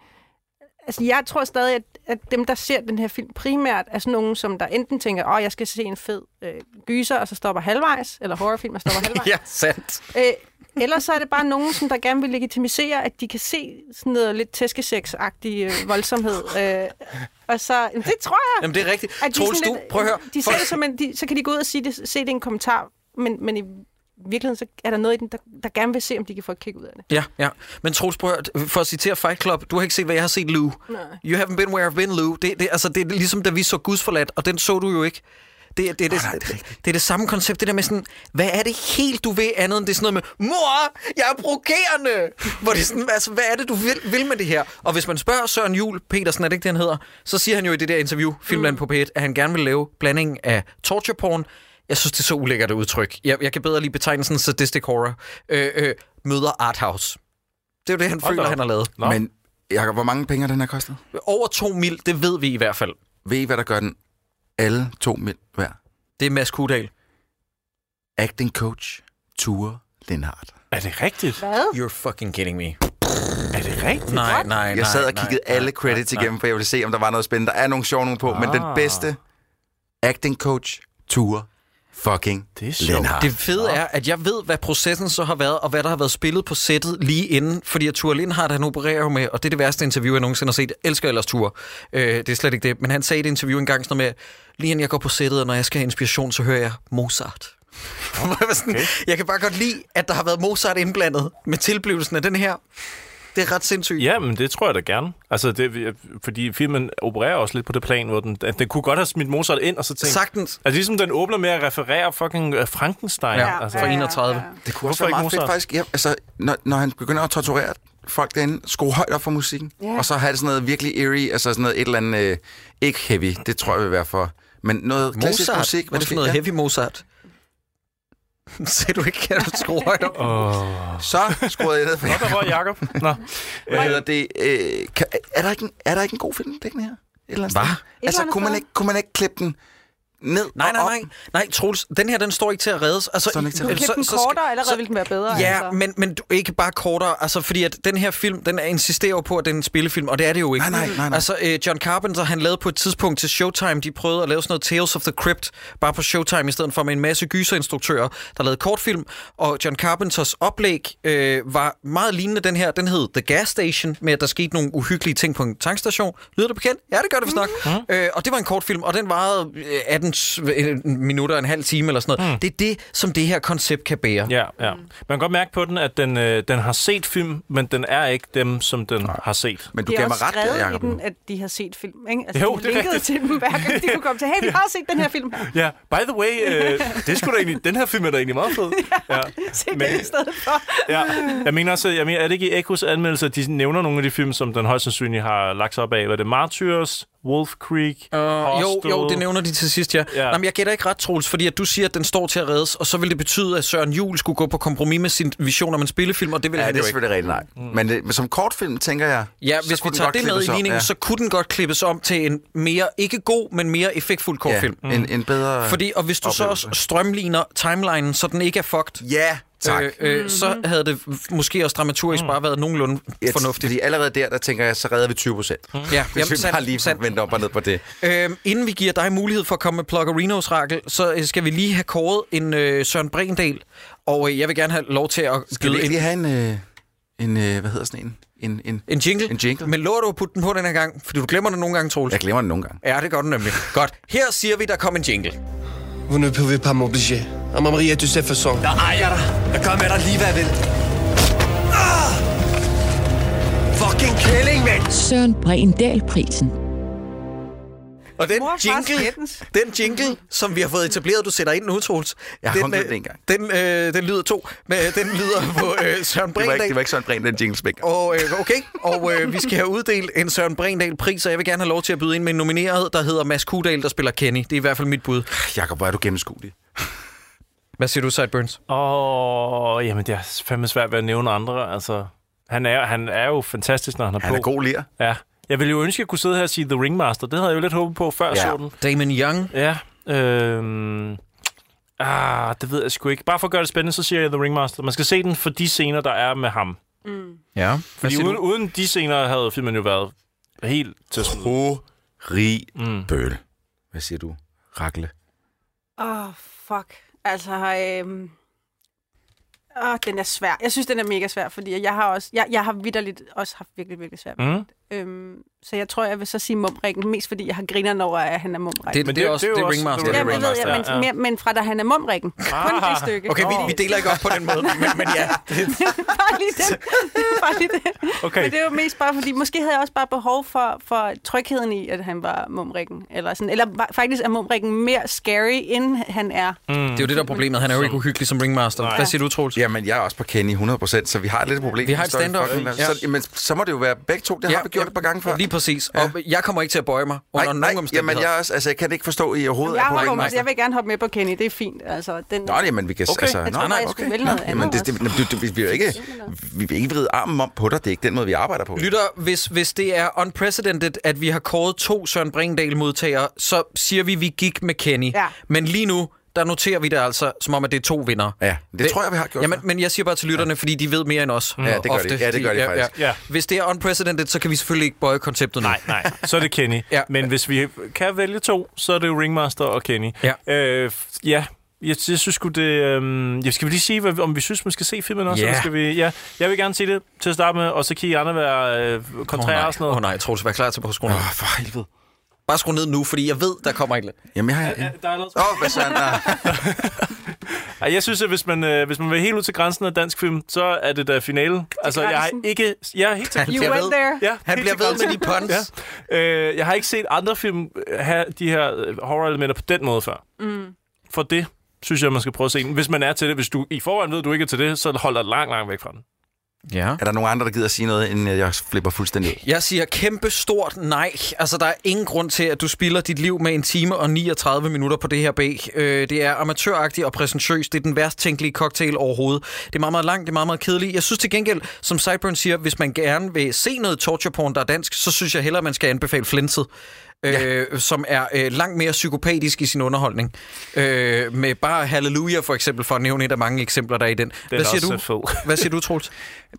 S7: altså, jeg tror stadig, at, at dem, der ser den her film primært, er sådan nogen, som der enten tænker, åh, jeg skal se en fed øh, gyser, og så stopper halvvejs, eller horrorfilm, og stopper halvvejs.
S1: ja, sandt.
S7: Øh, ellers så er det bare nogen, som der gerne vil legitimisere, at de kan se sådan noget lidt tæskesex-agtig øh, voldsomhed. Øh, og så, jamen, det tror jeg.
S1: Jamen, det er rigtigt.
S7: At de
S1: Troels,
S7: sådan
S1: du- prøv at høre.
S7: De ser det som en, de, så kan de gå ud og sige det, se det i en kommentar, men, men i virkeligheden, så er der noget i den, der, der gerne vil se, om de kan få et kig ud af det.
S1: Ja, ja. Men Troels, prøv at, høre, for at citere Fight Club, du har ikke set, hvad jeg har set, Lou.
S7: Nej.
S1: You haven't been where I've been, Lou. Det, det, altså, det er ligesom, da vi så Gudsforladt, og den så du jo ikke. Det, det, det, det, det, det er det samme koncept, det der med sådan, hvad er det helt, du vil andet end det er sådan noget med, mor, jeg er provokerende! Hvor det er sådan, altså, hvad er det, du vil, vil med det her? Og hvis man spørger Søren Jul Petersen, er det ikke det, han hedder, så siger han jo i det der interview, Filmland på P1, at han gerne vil lave blanding af torture porn, jeg synes, det er så ulækkert et udtryk. Jeg, jeg kan bedre lige betegnelsen sadistic horror. Øh, øh, møder arthouse. Det er jo det, han føler, han har lavet.
S2: Men Jacob, hvor mange penge har den her kostet?
S1: Over to mil, det ved vi i hvert fald.
S2: Ved I, hvad der gør den? Alle to mil hver.
S1: Det er Mads Kudal.
S2: Acting coach Ture Lindhardt.
S3: Er det rigtigt?
S7: Hvad?
S1: You're fucking kidding me.
S3: Er det rigtigt?
S1: Nej, nej, nej.
S2: Jeg sad og
S1: nej,
S2: kiggede
S1: nej,
S2: alle
S1: nej,
S2: credits
S1: nej.
S2: igennem, for jeg ville se, om der var noget spændende. Der er nogle sjove nogle på, men den
S1: Ah.
S2: bedste acting coach Ture fucking det er Lindhardt.
S1: Det fede er, at jeg ved, hvad processen så har været, og hvad der har været spillet på sættet lige inden. Fordi at Thur Lindhardt, han opererer jo med, og det er det værste interview, jeg nogensinde har set. Jeg elsker ellers Thur. Øh, det er slet ikke det. Men han sagde i et interview engang sådan noget med, lige inden jeg går på sættet, og når jeg skal have inspiration, så hører jeg Mozart. Jeg var sådan, Jeg kan bare godt lide, at der har været Mozart indblandet med tilblivelsen af den her. Det er ret sindssygt.
S3: Ja, men det tror jeg da gerne. Altså, det, fordi filmen opererer også lidt på det plan, hvor den, den kunne godt have smidt Mozart ind, og så tænkt...
S1: Sagtens.
S3: Altså, ligesom den åbner med at referere fucking øh, Frankenstein.
S1: Ja,
S3: altså,
S1: fra 31.
S2: Det kunne også
S3: Hvorfor
S2: være
S3: ikke
S2: meget fedt,
S3: Mozart?
S2: faktisk. Ja, altså, når, når han begynder at torturere folk derinde, skrue højt op for musikken,
S3: Ja.
S2: og så have det sådan noget virkelig eerie, altså sådan noget et eller andet, øh, ikke heavy, det tror jeg vil være for, men noget klassisk
S1: Mozart?
S2: musik.
S1: Hvad er det for noget heavy Mozart? Ser du ikke, at du skruer højt op?
S3: Oh.
S2: Så skruede jeg ned for
S3: Nå, der røg Jacob. Nå.
S2: Hvad hedder det? Øh, kan, er, der ikke, en- er der ikke en god film, den her? Et eller andet
S1: Hvad?
S2: sted?
S1: Et
S2: Altså,
S1: andet
S2: kunne man,
S1: sted.
S2: ikke, kunne man ikke klippe den ned
S1: Nej,
S2: og
S1: nej,
S2: op?
S1: nej. Nej, Troels, den her, den står ikke til at reddes. Altså,
S2: Står den ikke til at reddes?
S7: Klip den kortere, allerede vil den være bedre.
S1: Ja,
S7: altså.
S1: men, men du, ikke bare kortere, altså fordi at den her film, den er- insisterer jo på, at det er en spillefilm, og det er det jo ikke.
S2: Nej, nej, nej, nej.
S1: Altså, øh, John Carpenter, han lavede på et tidspunkt til Showtime, de prøvede at lave sådan noget Tales of the Crypt, bare på Showtime i stedet for med en masse gyserinstruktører, der lavede kortfilm, og John Carpenters oplæg øh, var meget lignende den her, den hed The Gas Station, med at der skete nogle uhyggelige ting på en tankstation. Lyder det bekendt? Ja, det gør det vist nok.
S2: Mhm.
S7: Mhm.
S1: Mm. Øh, og det var en kortfilm, og den varede øh, 18 s- øh, minutter, og en halv time eller sådan noget.
S2: Mhm.
S1: Mm. Det er det, som det her koncept kan bære.
S3: Ja, ja. Man kan godt mærke på den, at den, øh, den har set film, men den er ikke dem, som den har set.
S2: Men
S7: det er også skrevet i den, at de har set film. Ikke? Altså,
S3: Jo,
S7: de
S3: det er
S7: linkede
S3: rigtigt.
S7: til dem hver gang, de kunne komme til, hey, vi har set den her film.
S3: Ja, by the way, øh, det skulle da egentlig, den her film er da egentlig meget fed. Ja.
S7: Se
S3: Men-
S7: den i stedet for.
S3: Ja, jeg mener også, jeg mener, er det ikke i Ekos anmeldelse, at de nævner nogle af de film, som den højst sandsynligt har lagt sig op af? Hvad er det? Martyrs, Wolf Creek, uh,
S1: Øh, Jo, jo, det nævner de til sidst, ja. ja. Nå, men jeg gætter ikke ret, Troels, fordi at du siger, at den står til at reddes, og så vil det betyde, at Søren Juhl skulle gå på kompromis med sin vision om en spillefilm, og det vil
S2: Ja,
S1: han
S2: det er
S1: jo ikke.
S2: selvfølgelig rigtigt, nej. Men, det, men som kortfilm, tænker jeg...
S1: Ja,
S2: så
S1: hvis vi
S2: kunne den
S1: tager
S2: godt
S1: det med i
S2: klippes op,
S1: ligningen, ja. så kunne den godt klippes om til en mere, ikke god, men mere effektfuld kortfilm.
S2: Ja, en, en bedre...
S1: Fordi, og hvis du så også strømliner timelinen, så den ikke er fucked,
S2: ja, tak.
S1: Øh, øh, så havde det måske også dramaturgisk mm. bare været nogenlunde
S2: Ja,
S1: fornuftigt.
S2: Fordi allerede der, der tænker jeg, så redder vi 20 procent. Mm.
S1: Ja,
S2: hvis vi
S1: jamen, sandt,
S2: bare lige vender op og ned på det.
S1: Øhm, inden vi giver dig mulighed for at komme med Pluggerinos, Rakel, så øh, skal vi lige have kåret en øh, Søren Brindal, og øh, jeg vil gerne have lov til at
S2: Skal vi
S1: en,
S2: ikke lige have en... Øh, en øh, hvad hedder sådan en? En, en,
S1: en jingle.
S2: En jingle.
S1: Men lover du at putte den på den her gang? Fordi du glemmer den nogle gange, Troels.
S2: Jeg glemmer den nogle gange.
S1: Ja, det gør du nemlig. Godt. Her siger vi, der kom en jingle.
S15: Vous ne pouvez pas m'obliger. À ma Maria, du sais, façon. Jeg ejer dig. Jeg gør med dig lige, hvad jeg vil. Ah! Fucking kælling, mand!
S16: Søren Brindal-prisen.
S1: Og den
S7: Mor, far,
S1: jingle, den jingle, som vi har fået etableret, du sætter ind nu, Troels.
S2: Jeg har
S1: den,
S2: kun glemt den en gang.
S1: Den, øh, den lyder to, men øh, den lyder på øh, Søren
S2: Det var, ikke,
S1: Brindal.
S2: det var ikke sådan en den jingle spæk.
S1: Og øh, okay, og øh, vi skal have uddelt en Søren Brindal pris, og jeg vil gerne have lov til at byde ind med en nomineret, der hedder Mads Kudal, der spiller Kenny. Det er i hvert fald mit bud.
S2: Jakob, hvor er du gennemskuelig.
S1: Hvad siger du, Sideburns?
S3: Åh, oh, jamen det er fandme svært ved at nævne andre. Altså, han er, han er jo fantastisk, når han er på.
S2: Han er god lir.
S3: Ja. Jeg ville jo ønske, at jeg kunne sidde her og sige The Ringmaster. Det havde jeg jo lidt håbet på, før ja. jeg så den.
S1: Damon Young.
S3: Ja. Øhm, ah, det ved jeg sgu ikke. Bare for at gøre det spændende, så siger jeg The Ringmaster. Man skal se den for de scener, der er med ham.
S1: Ja.
S3: Fordi uden, uden de scener havde filmen jo været helt til
S2: Horribøl. Hvad siger du, Rakle?
S7: Åh, oh, fuck. Altså, øhm... oh, den er svær. Jeg synes, den er mega svær, fordi jeg har også, jeg, jeg har vidderligt også haft virkelig, virkelig svært. Mm.
S3: Mm.
S7: Øhm, så jeg tror, jeg vil så sige mumrikken, mest fordi jeg har grineren over, at han er mumrikken.
S1: Det- Men det er det- også- det er det er jo også- Ringmaster. det er
S7: Ja, det ved
S1: Ringmaster,
S7: jeg, men,
S1: ja,
S7: ja.
S1: ja.
S7: Mere, men fra da han er mumrikken. Ah. Kun det stykke.
S1: Okay, vi, vi deler ikke op på den måde, men, men ja.
S7: Mm. bare lige det. bare lige det.
S3: Okay.
S7: Men det var mest bare fordi, måske havde jeg også bare behov for, for trygheden i, at han var mumrikken. Eller, sådan. eller va- faktisk er mumrikken mere scary, end han er.
S1: Det er jo det, der er problemet. Han er jo ikke uhyggelig som ringmaster. Nej. Hvad siger du, Troels?
S2: Jamen, jeg er også på Kenny 100%, så vi har lidt et problem.
S1: Vi har et
S2: Sorry,
S1: stand-up.
S2: fucking-
S1: Ja.
S2: Så, jamen, så må det jo være begge to. Det ja, har vi gjort ja, et par gange før.
S1: Lige præcis. Og jeg kommer ikke til at bøje mig under
S2: nej,
S1: nogen
S2: nej, jamen,
S1: omstændigheder.
S2: jeg, er også, altså, jeg kan det ikke forstå, at I overhovedet
S7: Jeg,
S2: er på
S7: hopper,
S2: ringmaster.
S7: jeg vil gerne hoppe med på Kenny, det er fint. Altså, den,
S2: Nå, det, men vi kan...
S7: Okay.
S2: Altså,
S7: Jeg
S2: nå,
S7: tror bare, jeg skulle vælge noget
S2: Nå,
S7: andet
S2: jamen, det, det, du, du, vi, vi, vil jo ikke, vi vil ikke vride armen om på dig. Det er ikke den måde, vi arbejder på.
S1: Lytter, hvis, hvis det er unprecedented, at vi har kåret to Søren Brindahl-modtagere, så siger vi, at vi gik med Kenny.
S7: Ja.
S1: Men lige nu, der noterer vi det altså, som om, at det er to vinder.
S2: Ja, det tror jeg, vi har gjort
S1: Jamen, men jeg siger bare til lytterne, fordi de ved mere end os.
S2: Ja, det gør de.
S1: ofte.
S2: Ja, det gør de faktisk.
S3: Ja.
S1: Hvis det er unprecedented, så kan vi selvfølgelig ikke bøje konceptet nu.
S3: Nej, nej. Så er det Kenny. ja. Men hvis vi kan vælge to, så er det jo Ringmaster og Kenny.
S1: Ja.
S3: Øh, f- ja. Jeg, jeg synes sgu det... Øhm, jeg skal vi lige sige, hvad, om vi synes, man skal se filmen også?
S1: Ja.
S3: Eller skal vi, ja. Jeg vil gerne se det til at starte med, og så kan I andre være øh,
S1: Åh
S3: kontrære
S1: nej,
S3: og sådan noget.
S1: oh, nej, Troels, vær klar til at skrue ned.
S2: Åh, Ah, for helvede.
S1: Bare skru ned nu, fordi jeg ved, der kommer ikke...
S2: Jamen, jeg har...
S3: Der er noget...
S2: Åh, oh, hvad så?
S3: Ej, jeg synes, at hvis man, øh, hvis man vil helt ud til grænsen af dansk film, så er det da finale. Altså, jeg har
S7: grænsen?
S3: ikke... Jeg er helt til
S1: Han bliver You went ved. there.
S3: Ja,
S1: Han
S3: helt
S1: bliver
S3: til
S1: ved med
S3: grænsen.
S1: de puns.
S3: Ja. Øh, jeg har ikke set andre film øh, have de her øh, horror-elementer på den måde før.
S7: Mm.
S3: For det synes jeg, man skal prøve at se den. Hvis man er til det. Hvis du i forvejen ved, at du ikke er til det, så hold dig langt, langt væk fra den.
S1: Ja.
S2: Er der nogen andre, der gider at sige noget, inden jeg flipper fuldstændig ud?
S1: Jeg siger kæmpe stort nej. Altså, der er ingen grund til, at du spilder dit liv med en time og 39 minutter på det her B. Øh, det er amatøragtigt og præsentøst. Det er den værst tænkelige cocktail overhovedet. Det er meget, meget langt. Det er meget, meget kedeligt. Jeg synes til gengæld, som Sideburn siger, hvis man gerne vil se noget torture porn, der er dansk, så synes jeg hellere, man skal anbefale Flintet. Øh, som er øh, langt mere psykopatisk i sin underholdning. Øh, med bare Hallelujah for eksempel, for at nævne et af mange eksempler, der er i den.
S3: er
S1: Hvad
S3: også
S1: siger,
S3: fed.
S1: du? Hvad siger du, Troels?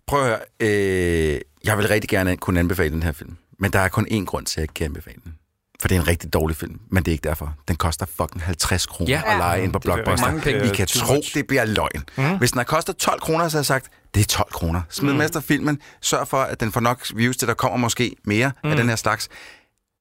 S2: Prøv at høre. Øh, jeg vil rigtig gerne kunne anbefale den her film. Men der er kun én grund til, at jeg ikke kan anbefale den. For det er en rigtig dårlig film, men det er ikke derfor. Den koster fucking 50 kroner
S1: Ja.
S2: ja. at lege ind på
S1: Det er
S2: Blockbuster.
S1: mange penge.
S3: Øh,
S2: I kan
S1: Too
S2: tro,
S1: much.
S2: det bliver løgn.
S1: Mm.
S2: Mm. Hvis den har kostet 12 kroner, så har jeg sagt, det er 12 kroner. Smid
S1: Mm.
S2: mm. efter filmen. Sørg for, at den får nok views til, der kommer måske mere mm. af den her slags.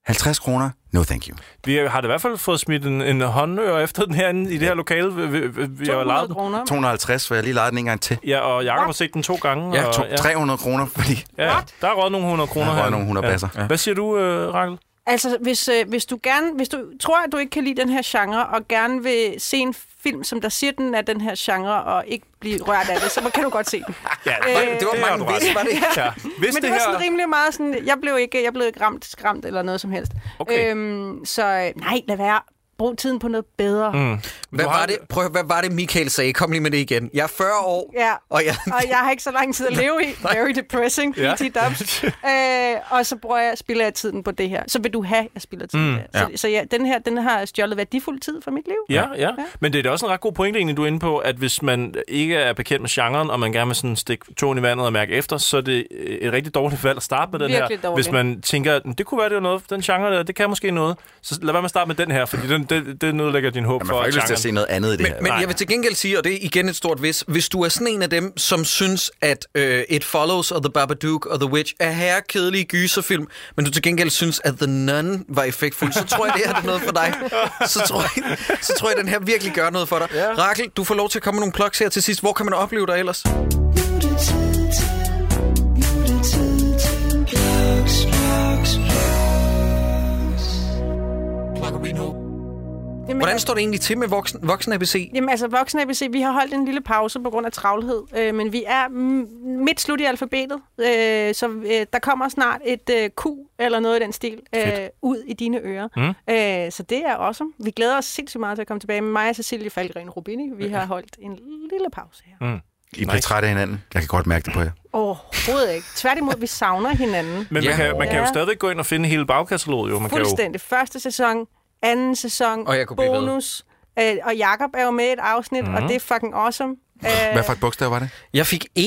S2: 50 kroner, no thank you.
S3: Vi har da i hvert fald fået smidt en, en håndør efter den herinde i det her lokale. Vi, vi, vi, vi har lejet den.
S2: 250, for jeg lige lejede den en gang til.
S3: Ja, og Jakob har set den to gange.
S2: Ja,
S3: og,
S2: to, 300 kroner, fordi
S3: Ja, der er røget nogle 100 kroner
S2: Der er røget
S3: her.
S2: nogle 100 basser.
S3: Ja. Hvad siger du, øh, Rakel?
S7: Altså, hvis, øh, hvis, du gerne, hvis du tror, at du ikke kan lide den her genre, og gerne vil se en film, som der siger, den er den her genre, og ikke blive rørt af det, så kan du godt se den.
S3: Ja,
S7: Øh,
S1: det var mange hvis, var det?
S3: Ja. Hvis
S7: Men det,
S3: det
S7: var
S3: her-
S7: sådan rimelig meget sådan, jeg blev ikke, jeg blev ikke ramt, skræmt eller noget som helst.
S1: Okay.
S7: Øhm, så øh, nej, lad være. Brug tiden på noget bedre.
S1: Mm. Hvad, var det, prøv, at høre, hvad var det, Michael sagde? Kom lige med det igen. Jeg er 40 år,
S7: Ja.
S1: og jeg...
S7: og jeg har ikke så lang tid at leve i. Very depressing,
S1: Ja.
S7: PT Dubs. øh, og så bruger jeg, spiller jeg tiden på det her. Så vil du have, at jeg spiller tiden
S3: Mm,
S7: mm, ja. Så,
S3: ja.
S7: så ja, den her, den har stjålet værdifuld tid fra mit liv.
S3: Ja, ja, ja. Men det er da også en ret god pointe, egentlig, du er inde på, at hvis man ikke er bekendt med genren, og man gerne vil sådan stikke tåen i vandet og mærke efter, så er det øh, et rigtig dårligt valg at starte med den
S7: Virkelig
S3: her.
S7: dårligt.
S3: Hvis man tænker, at "Men det kunne være, det var noget, den genre der, det kan måske noget, så lad være med at starte med den her, fordi den, det, det nedlægger din håb
S2: man
S3: for
S2: får ikke lyst til at
S3: genren.
S2: se noget andet i det
S3: Men-
S2: her.
S3: men
S1: Jeg vil til gengæld sige, og det er igen et stort hvis, hvis du er sådan en af dem, som synes, at øh, It Follows og The Babadook og The Witch er herre kedelige gyserfilm, men du til gengæld synes, at The Nun var effektfuld, så tror jeg, det her er noget for dig. Så tror jeg, så tror jeg den her virkelig gør noget for dig. Ja. Rakel, du får lov til at komme med nogle plugs her til sidst. Hvor kan man opleve dig ellers?
S7: Jamen,
S1: Hvordan står det egentlig til med voksen, voksen ABC?
S7: Jamen altså, voksen ABC, vi har holdt en lille pause på grund af travlhed, øh, men vi er m- midt slut i alfabetet, øh, så øh, der kommer snart et øh, Q eller noget i den stil øh,
S3: Fedt.
S7: ud i dine ører.
S3: Mm.
S7: Øh, så det er awesome. Vi glæder os sindssygt meget til at komme tilbage med mig og Cecilie Falkgren Rubini. Vi har holdt en lille pause her.
S3: Mm.
S2: I bliver trætte af hinanden. Jeg kan godt mærke det på jer.
S7: Overhovedet ikke. Tværtimod, vi savner hinanden.
S3: Men man, kan, man kan jo stadigvæk gå ind og finde hele bagkataloget, jo. Man kan jo
S7: Fuldstændig. Første sæson, anden sæson,
S3: Og jeg kunne blive ved.
S7: bonus. Øh, og Jakob er jo med i et afsnit, mm. og
S2: Mhm.
S7: det er fucking awesome. Øh,
S2: Hvad for et bogstav var det?
S1: Jeg fik E.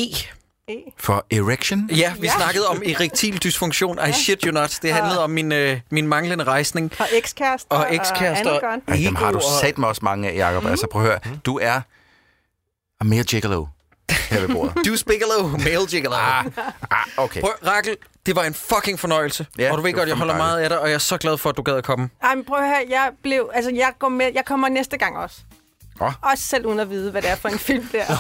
S2: For erection?
S1: Ja, vi ja. snakkede om erektil dysfunktion. I shit you not. Det handlede om min, øh, min manglende rejsning.
S7: Og ekskærester
S1: Og ekskærester.
S7: og andet
S2: Ej,
S7: godt.
S2: dem har du sat mig også mange af, Jacob. Mm. Altså prøv at høre, du er mere gigolo her ved bordet.
S1: Deuce Bigelow, male gigolo. Ah,
S2: ah, okay.
S1: Prøv, Rakel, det var en fucking fornøjelse.
S2: Ja,
S1: Ja, og du ved
S2: det
S1: godt,
S2: var
S1: jeg holder
S2: fandme
S1: meget af dig, og jeg er så glad for, at du gad at komme.
S7: Ej, men prøv at høre, jeg, blev, altså, jeg, går med, jeg kommer næste gang også.
S2: Åh.
S7: Også selv uden at vide, hvad det er for en film, der.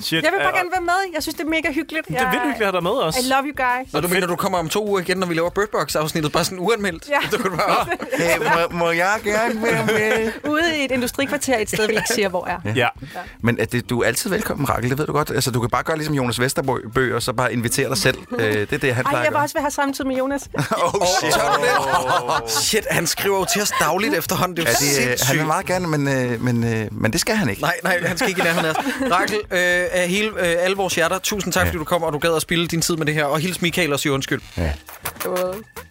S3: Shit,
S7: jeg vil bare
S3: er-
S7: gerne være med. Jeg synes, det er mega hyggeligt.
S3: Det er vildt hyggeligt at have dig med os.
S7: I love you guys.
S1: Når du mener, du kommer om to uger igen, når vi laver Bird Box-afsnittet, bare sådan uanmeldt.
S7: Ja.
S1: Så kan du bare...
S2: Hey, må, må jeg gerne være med?
S7: Ude i et industrikvarter et sted, vi ikke siger, hvor er.
S3: Ja.
S2: Men at det, du er altid velkommen, Rakel, det ved du godt. Altså, du kan bare gøre ligesom Jonas Vesterbø, og så bare invitere dig selv. Øh, det er det, han
S7: Ej,
S2: plejer
S7: jeg
S2: at
S7: vil
S2: gøre.
S7: også være her samtidig med Jonas.
S2: Oh, shit.
S1: Oh. Shit, han skriver jo til os dagligt efterhånden. Det er
S2: Ja,
S1: jo
S2: det, øh,
S1: sindssygt.
S2: han vil meget gerne, men, øh, men, øh, men det skal han ikke.
S1: Nej, nej, han skal ikke i nærheden af os. Rakel, øh, af hele, øh, alle vores hjerter, tusind tak, ja. fordi du kom, og du gad at spille din tid med det her. Og hils Michael og sig undskyld.
S2: Ja.
S7: Øh.